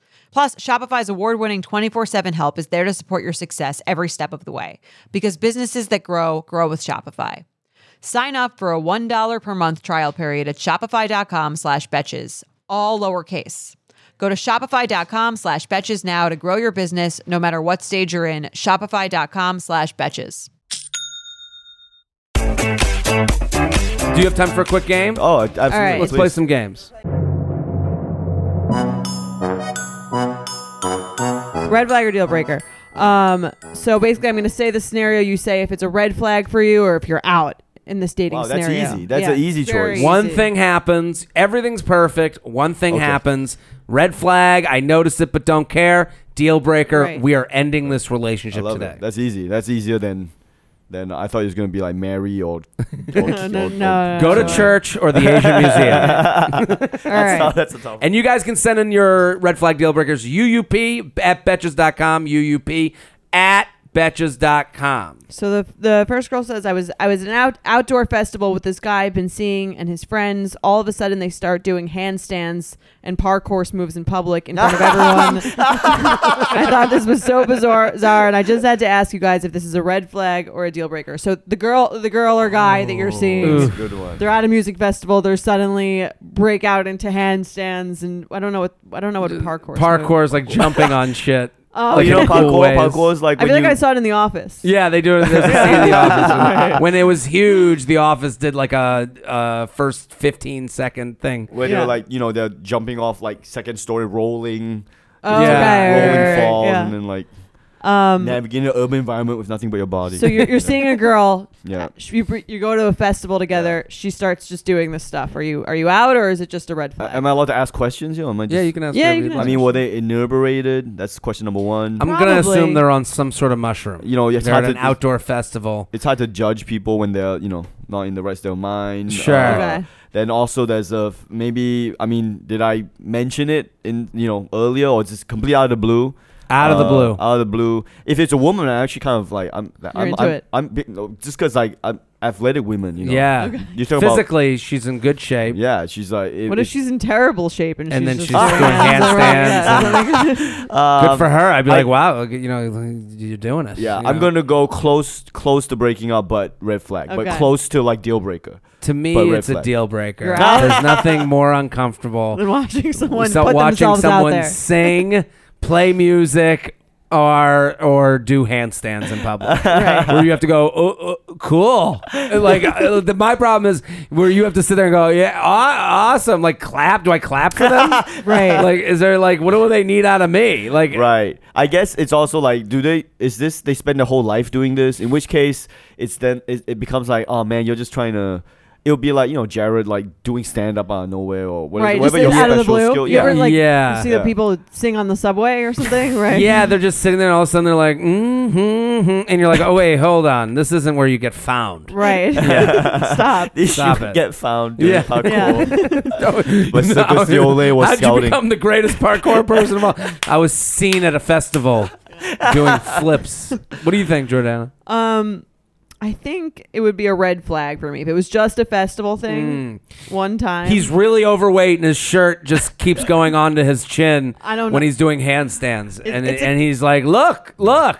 A: Plus, Shopify's award winning 24 7 help is there to support your success every step of the way because businesses that grow, grow with Shopify. Sign up for a $1 per month trial period at shopify.com slash betches, all lowercase. Go to shopify.com slash betches now to grow your business no matter what stage you're in. Shopify.com slash betches.
B: Do you have time for a quick game?
E: Oh, absolutely.
D: right.
B: Let's play some games.
D: Red flag or deal breaker. Um, so basically, I'm going to say the scenario. You say if it's a red flag for you or if you're out in this dating
E: Wow, that's
D: scenario.
E: easy. That's an easy
D: very
E: choice.
B: One
D: easy.
B: thing happens, everything's perfect. One thing
E: Okay.
B: happens, red flag. I notice it, but don't care. Deal breaker.
D: Right.
B: We are ending this
E: I
B: relationship
E: love
B: today.
E: it. That's easy. That's easier than than I thought it was gonna be like Mary or. or, or-
D: No,
E: or-
D: no,
B: Go to church or the Asian Museum.
D: All right.
E: That's a tough.
B: And you guys can send in your red flag deal breakers UUP at betches.com, UUP at betches.com.
D: So the the first girl says I was I was at an out, outdoor festival with this guy I've been seeing and his friends. All of a sudden they start doing handstands and parkour moves in public in front of everyone. I thought this was so bizarre, bizarre, and I just had to ask you guys if this is a red flag or a deal breaker. So the girl the girl or guy that you're seeing
E: That's a good one.
D: they're at a music festival. They're suddenly break out into handstands, and I don't know what I don't know
E: Uh,
D: what parkour. is.
B: Parkour is like jumping on shit.
D: Oh,
E: Oh, you know
B: in cool
E: parkour.
B: ways.
E: Parkour is like
D: I
E: when
D: feel like
E: you.
D: I saw it in The Office.
B: Yeah, they do. it. There's a scene in the office when it was huge. The office did like a, a first 15 second thing.
E: where
D: Yeah.
E: they're like, you know, they're jumping off like second story, rolling,
D: Oh,
B: Yeah.
D: okay, right, right,
E: rolling
D: right,
E: falls,
D: yeah.
E: and then like
D: Um,
E: navigating an urban environment with nothing but your body.
D: so you're, you're seeing a girl.
E: Yeah.
D: sh- You, br- you go to a festival together. She starts just doing this stuff. Are you are you out or is it just a red
E: A-
D: flag?
E: Am I allowed to ask questions? You know, am I just,
B: Yeah, you can ask.
D: Yeah,
B: whatever
D: you
B: you'd
D: can
E: I
B: like.
D: ask.
E: mean, were they inebriated? That's question number one.
B: I'm gonna assume
D: Probably.
B: they're on some sort of mushroom.
E: you know, it's
B: they're at an
E: hard to it's,
B: outdoor festival.
E: it's hard to judge people when they're you know not in the rest of their mind. uh,
B: Sure.
D: Okay.
E: Then also there's a f- maybe. I mean, did I mention it in you know earlier or just completely out of the blue?
B: Out of the
E: Uh,
B: blue.
E: Out of the blue. If it's a woman, I actually kind of like I'm. I'm,
D: into
E: I'm,
D: it.
E: I'm big- no, just because like I'm athletic women, you know.
B: yeah.
E: You talk about
B: Physically, she's in good shape.
E: Yeah, she's like. It,
D: What if
E: it-
D: she's in terrible shape and,
B: And then
D: she's
B: she's just doing handstands Good
E: um,
B: for her. I'd be
E: I-
B: like, wow, look, you know, you're doing it.
E: Yeah,
B: you
E: I'm
B: know?
E: gonna go close, close to breaking up, but red flag,
D: Okay.
E: but close to like deal breaker.
B: To me,
E: But red
B: it's a
E: flag.
B: deal breaker.
D: You're out.
B: There's nothing more uncomfortable
D: and watching someone
B: so
D: put
B: watching
D: themselves out
B: someone
D: there.
B: sing, play music, or or do handstands in public, where you have to go, oh, oh, cool. Like uh, the, my problem is where you have to sit there and go, yeah, aw- awesome. Like clap. Do I clap for them?
D: Right.
B: Like, is there like, what do they need out of me? Like,
E: Right. I guess it's also like, do they? Is this they spend their whole life doing this? In which case, it's then it, it becomes like, oh man, you're just trying to. It'll be like you know Jared like doing stand up out of nowhere or whatever,
D: right. Just
E: whatever
D: out of the
E: special
D: blue.
E: skill.
D: You ever
E: Yeah.
D: like
B: Yeah.
D: you see
E: Yeah.
D: the people sing on the subway or something? Right.
B: Yeah, they're just sitting there, and all of a sudden they're like, mm-hmm, mm-hmm," and you're like, oh wait, hold on, this isn't where you get found.
D: Right. Stop.
E: These
B: Stop
E: should
B: it.
E: get found. Dude.
B: Yeah.
E: Parkour.
D: Yeah.
E: But Circus du Soleil was
B: How'd you
E: scouting.
B: become the greatest parkour person of all? I was seen at a festival doing flips. What do you think, Jordana?
D: Um, I think it would be a red flag for me if it was just a festival thing one time.
B: Mm. He's really overweight, and his shirt just keeps going onto his chin.
D: I don't
B: when
D: know.
B: he's doing handstands, and
D: it's a-
B: and he's like, "Look, look,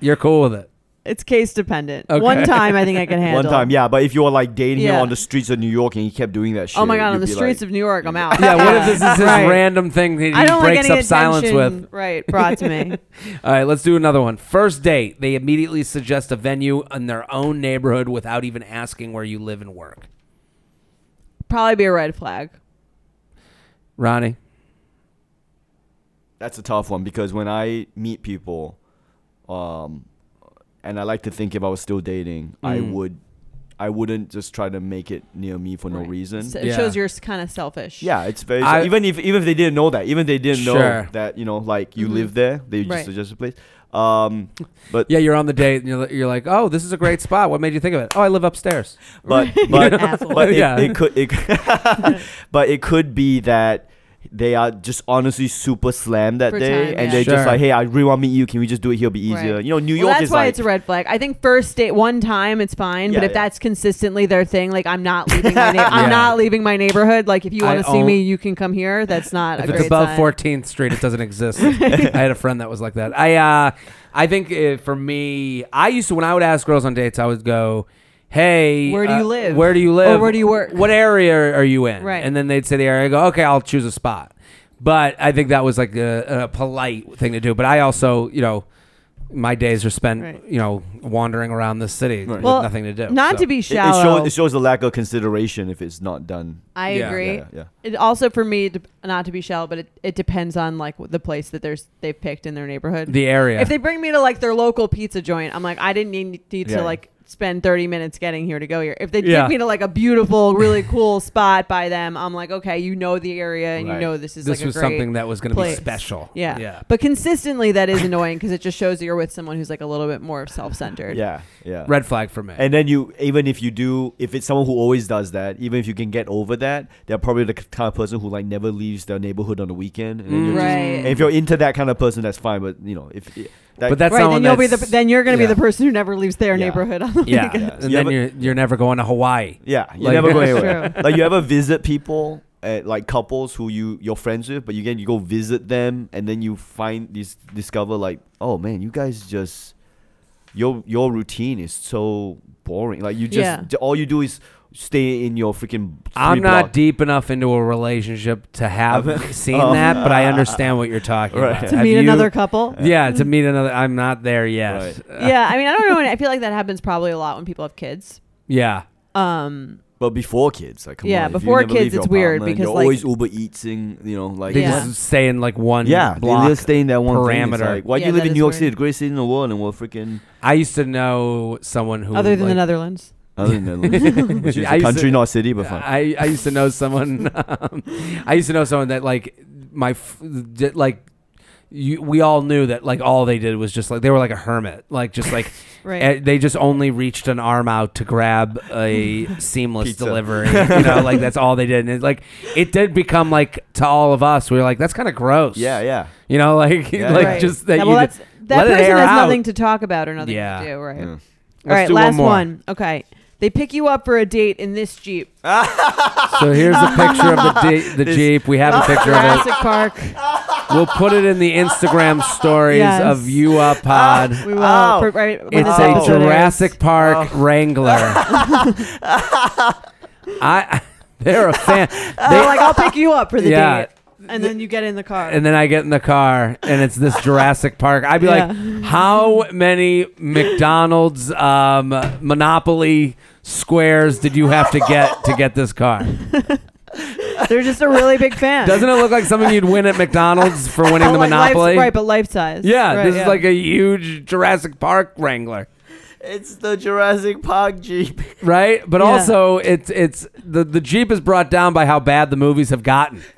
B: you're cool with it."
D: It's case dependent.
B: Okay.
D: One time, I think I can handle.
E: One time, yeah, but if you were like dating
D: Yeah.
E: him on the streets of New York and he kept doing that shit,
D: Oh my god,
E: you'd
D: on the
E: be
D: streets
E: like,
D: of New York, I'm out.
B: Yeah, what if this is this
D: Right.
B: random thing that he
D: I don't like
B: breaks
D: any
B: up silence
D: attention,
B: with?
D: Right, brought to me.
B: All right, let's do another one. First date, they immediately suggest a venue in their own neighborhood without even asking where you live and work.
D: Probably be a red flag.
B: Ronnie,
E: That's a tough one because when I meet people, um, and I like to think if I was still dating, I
B: Mm.
E: would, I wouldn't just try to make it near me for no reason.
D: So it
B: Yeah.
D: shows you're kind of selfish.
E: yeah, it's very
B: I-
E: even if even if they didn't know that, even if they didn't
B: Sure.
E: know that you know like you live there, they just
D: Mm-hmm. Right.
E: suggest a place. Um, but
B: yeah, you're on the date and you're, you're like, oh, this is a great spot. What made you think of it? Oh, I live upstairs.
E: but but,
G: Asshole.
E: but it,
B: Yeah.
E: it could it, but it could be that they are just honestly super slammed that
D: For
E: day
D: time,
E: and
D: yeah.
E: they're
B: Sure.
E: just like hey i really want to meet you can we just do it here it'll be easier
D: Right.
E: you know new
D: well,
E: york
D: that's
E: is
D: why
E: like
D: it's a red flag. I think first date one time it's fine, but
E: Yeah,
D: if
E: yeah.
D: that's consistently their thing, like I'm not leaving, my na-
B: Yeah.
D: I'm not leaving my neighborhood. Like if you
B: I
D: want to see me,
B: own-
D: you can come here. That's not a
B: If
D: great
B: it's above
D: sign.
B: 14th Street, it doesn't exist. I had a friend that was like that. I uh, I think uh, for me, I used to when I would ask girls on dates, I would go, "Hey,
D: Where do you
B: uh,
D: live?
B: Where do you
D: Or
B: live?
D: where do you work?
B: What area are you in?"
D: Right.
B: and then they'd say the area. I go, "Okay, I'll choose a spot." But I think that was like a, a polite thing to do. But I also, you know, my days are spent,
D: Right.
B: you know, wandering around the city with
D: Well,
B: nothing to do.
D: Not
B: so.
D: to be
E: it, it,
D: shallow.
E: shows, it shows a lack of consideration if it's not done
D: I
B: Yeah.
D: agree.
E: yeah, yeah.
D: It also for me, it dep- not to be shallow, but it, it depends on like the place that there's they've picked in their neighborhood.
B: the area.
D: If they bring me to like their local pizza joint, I'm like, I didn't need, need
E: Yeah.
D: to like spend 30 minutes getting here to go here. If they
B: Yeah.
D: take me to like a beautiful, really cool spot by them, I'm like, okay, you know the area and you
E: Right.
D: know this is
B: this
D: like
B: was
D: a great
B: something that was going to be
D: place.
B: special.
D: Yeah.
B: yeah.
D: But consistently, that is annoying because it just shows that you're with someone who's like a little bit more self centered.
E: yeah yeah
B: Red flag for me.
E: and then you even if you do if it's someone who always does that even if you can get over that they're probably the kind of person who like never leaves their neighborhood on the weekend and then you're just-
D: Right.
E: and if you're into that kind of person that's fine but you know if that,
B: but that's
D: Right,
B: someone
D: then you'll be the
B: that's-
D: then you're gonna
B: yeah.
D: be the person who never leaves their
E: Yeah.
D: neighborhood on the
B: Yeah.
D: weekend.
E: Yeah.
B: And
E: You
B: then
E: ever-
B: you're you're never going to Hawaii.
E: Yeah, you
B: Like-
E: never go
D: That's
E: anywhere.
D: true.
E: like you ever visit people, uh, like couples who you you're friends with, but you again you go visit them, and then you find these discover like, oh man, you guys just your your routine is so boring. Like you just
D: Yeah.
E: j- all you do is stay in your freaking.
B: I'm
E: three
B: not
E: block-
B: deep enough into a relationship to have seen
E: Oh.
B: that, but I understand what you're talking
E: Right.
B: about.
E: To
D: To
B: Have
D: meet
B: you-
D: another couple.
B: Yeah, to meet another. I'm not there yet. Uh,
D: yeah, I mean, I don't know. I feel like that happens probably a lot when people have kids.
B: yeah.
D: Um,
E: But before kids, like come on,
D: Yeah,
E: if you
D: before
E: never
D: kids,
E: leave your
D: it's weird
E: apartment,
D: because,
E: you're
D: like-
E: always Uber eating. You know, like
B: They
D: Yeah.
B: just stay in like one
E: yeah,
B: block.
E: they just stay in that one thing. It's
B: parameter.
E: Like, why do
D: Yeah,
E: you live
D: that
E: in
D: is
E: New York
D: weird.
E: City, the greatest city in the world, and we're freaking
B: I used to know someone who
D: other than the
B: like,
D: Netherlands.
E: other than that, which is
B: I
E: a
B: used to-
E: country, not a city, but fine.
B: I, I used to know someone. Um, I used to know someone that like my f- did, like you, we all knew that like all they did was just like they were like a hermit, like just like
D: Right.
B: eh, they just only reached an arm out to grab a seamless
E: Pizza.
B: delivery. You know, like that's all they did, and it, like it did become like to all of us, we were like that's kind of gross.
E: Yeah, yeah.
B: You know, like
E: Yeah.
B: like
E: Right.
B: just that
D: Yeah,
B: you
D: well,
B: just
D: that's, that
B: let it
D: person
B: air
D: has
B: out.
D: nothing to talk about or nothing
B: Yeah.
D: to do, right?
E: Yeah.
D: All right,
B: do one
D: last
B: more.
D: one. Okay, they pick you up for a date in this Jeep,
B: So here's a picture of the de- the jeep. We have a picture of it.
D: Jurassic Park.
B: We'll put it in the Instagram stories
D: Yes.
B: of you up pod.
D: We will.
B: Oh.
E: Ow.
D: for- right, when
B: It's
D: this
B: a
D: episode airs.
B: Jurassic Park Wrangler. I they're a fan.
D: They're
B: They,
D: like, I'll pick you up for the
B: Yeah.
D: date, and then you get in the car.
B: and then I get in the car and it's this Jurassic Park. I'd be like, how many McDonald's um, Monopoly squares did you have to get to get this car?
D: They're just a really big fan.
B: Doesn't it look like something you'd win at McDonald's for winning
D: But
B: the
D: Oh, like
B: Monopoly?
D: life, right? But life size.
B: yeah,
D: Right,
B: this is like a huge Jurassic Park Wrangler.
E: It's the Jurassic Park Jeep.
B: right? But
D: Yeah.
B: also, it's it's the the jeep is brought down by how bad the movies have gotten.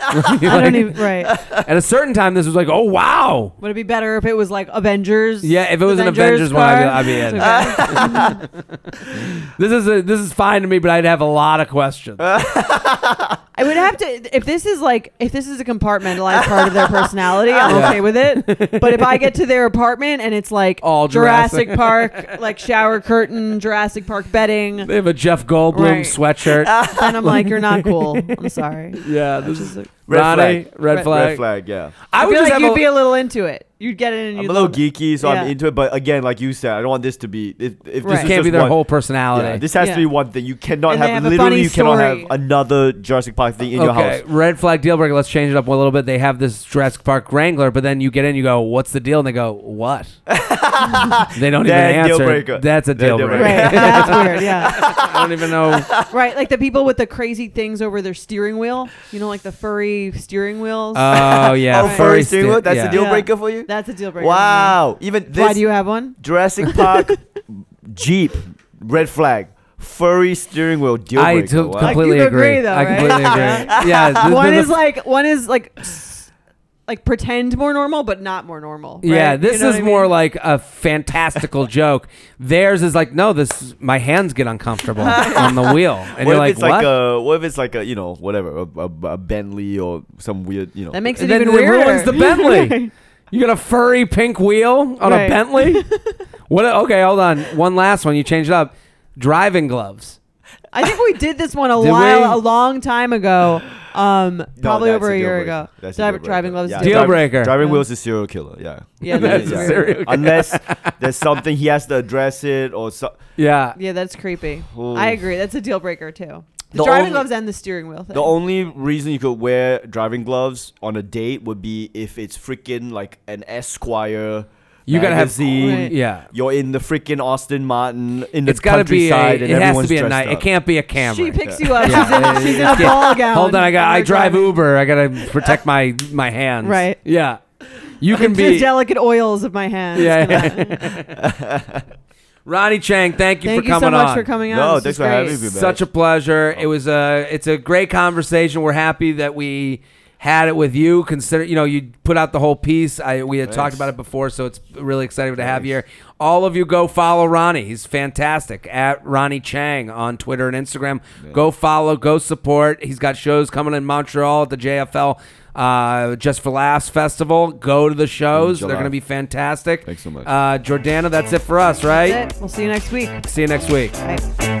D: I don't even right.
B: At a certain time, this was like, oh wow,
D: Would it be better if it was like Avengers?
B: yeah. If it was an Avengers one,
D: car?
B: I'd be, I'd be in.
D: It's okay.
B: This is a, this is fine to me, but I'd have a lot of questions.
D: Uh. I would have to if this is like if this is a compartmentalized part of their personality, I'm
B: Yeah.
D: okay with it. But if I get to their apartment and it's like
B: All Jurassic.
D: Park, like shower curtain, Jurassic Park bedding,
B: they have a Jeff Goldblum
D: Right.
B: sweatshirt.
D: then I'm like, you're not cool. I'm sorry.
B: yeah, this is
E: Red
B: Ronnie,
E: flag.
B: red flag.
E: Red flag, yeah.
B: I,
D: I,
B: would
D: feel
B: just
D: like
B: have
D: you'd
B: a-
D: be a little into it. You'd get in. And
E: I'm
D: you'd
E: a little
D: love it.
E: geeky, so I'm
D: Yeah.
E: into it. But again, like you said, I don't want this to be. If, if
D: Right.
E: this is
B: can't
E: just
B: be their
E: one-
B: whole
E: Yeah,
B: personality.
E: this has
D: Yeah.
E: to be one thing. You cannot
D: And they
E: have,
D: have a funny
E: literally. You cannot have
D: story.
E: another Jurassic Park thing in your
B: okay,
E: house.
B: red flag deal breaker. Let's change it up a little bit. They have this Jurassic Park Wrangler, but then you get in, you go, "What's the deal?" And they go, "What?" they don't even
E: That
B: answer.
E: deal breaker.
B: That's a
E: That
B: deal
E: deal
B: breaker.
E: breaker.
D: Right. That's weird. Yeah.
B: I don't even know.
D: Right. Like the people with the crazy things over their steering wheel. You know, like the furry steering wheels.
B: Oh yeah,
E: oh,
B: furry
E: furry steering wheel.
B: sti-
E: That's
B: yeah.
E: a deal
D: Yeah.
E: breaker for you.
D: That's a deal breaker. for me.
E: wow. Even this
D: Why do you have one?
E: Jurassic Park Jeep red flag furry steering wheel deal
B: I
E: breaker.
B: do-
E: Wow.
D: Like,
B: completely
D: you'd
B: agree.
D: agree, though,
B: I
D: right?
B: completely agree. yeah, the-
D: Uh, one
B: the- the
D: is like one is like s- like pretend more normal, but not more normal.
B: Yeah,
D: right?
B: this
D: You know
B: is
D: what I
B: more
D: mean?
B: like a fantastical joke. Theirs is like, no, this my hands get uncomfortable on the wheel, and
E: what
B: you're
E: if
B: like,
E: it's
B: what?
E: like a what if it's like a you know whatever a, a, a Bentley or some weird you know
D: that makes it
B: And then
D: even
B: it
D: weirder.
B: ruins the Bentley. you got a furry pink wheel on
D: Right.
B: a Bentley. what? Okay, hold on. One last one. You changed it up. Driving gloves.
D: I think we did this one a
B: Did
D: while,
B: we?
D: a long time ago, um, probably
E: that's
D: over a,
E: deal
D: year
E: breaker.
D: ago.
E: That's a
D: Drive-
E: deal breaker.
D: driving gloves.
E: Yeah.
D: is a deal
B: Deal
E: Drive-
D: breaker.
B: breaker.
E: Driving
D: Yeah.
E: wheels is serial killer. Yeah.
D: Yeah,
B: That's a serial killer.
E: Unless there's something he has to address it or so.
B: Yeah.
D: Yeah, that's creepy.
E: Ooh.
D: I agree. That's a deal breaker too. The,
E: The
D: driving
E: only-
D: gloves and the steering wheel thing.
E: The only reason you could wear driving gloves on a date would be if it's freaking like an Esquire.
B: You gotta have
E: magazine.
D: Right.
B: Yeah.
E: You're in the freaking Austin Martin in the
B: It's got to be a.
E: countryside,
B: It
E: and
B: has
E: everyone's
B: to be a
E: dressed
B: night.
E: up.
B: It can't be a camera.
D: she picks you up.
B: Yeah.
D: She's in, she's in a ball gown.
B: Hold on, I got.
D: and
B: I
D: you're
B: drive
D: driving.
B: Uber. I gotta protect my my hands.
D: Right.
B: Yeah. You can
D: The
B: be.
D: delicate oils of my hands.
B: Yeah.
D: Come on.
B: Ronnie Chang, thank you
D: Thank
B: for coming
D: you so much
B: on.
D: for coming on.
E: No,
D: This
E: thanks
D: was
E: for having
D: great.
E: me, man.
B: Such a pleasure.
E: Oh.
B: It was a. It's a great conversation. We're happy that we had it with you. Consider, you know, you put out the whole piece. I we had talked about it before, so it's really exciting to have you here. All of you, go follow Ronnie. He's fantastic at Ronnie Chang on Twitter and Instagram. Go follow. Go support. He's got shows coming in Montreal at the JFL. Uh, just for Laughs Festival. Go to the shows. They're
E: July.
B: going to be fantastic.
E: Thanks so much.
B: Uh, Jordana, that's it for us, right?
D: That's it. We'll see you next week.
B: See you next week.
D: Bye.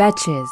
H: Betches.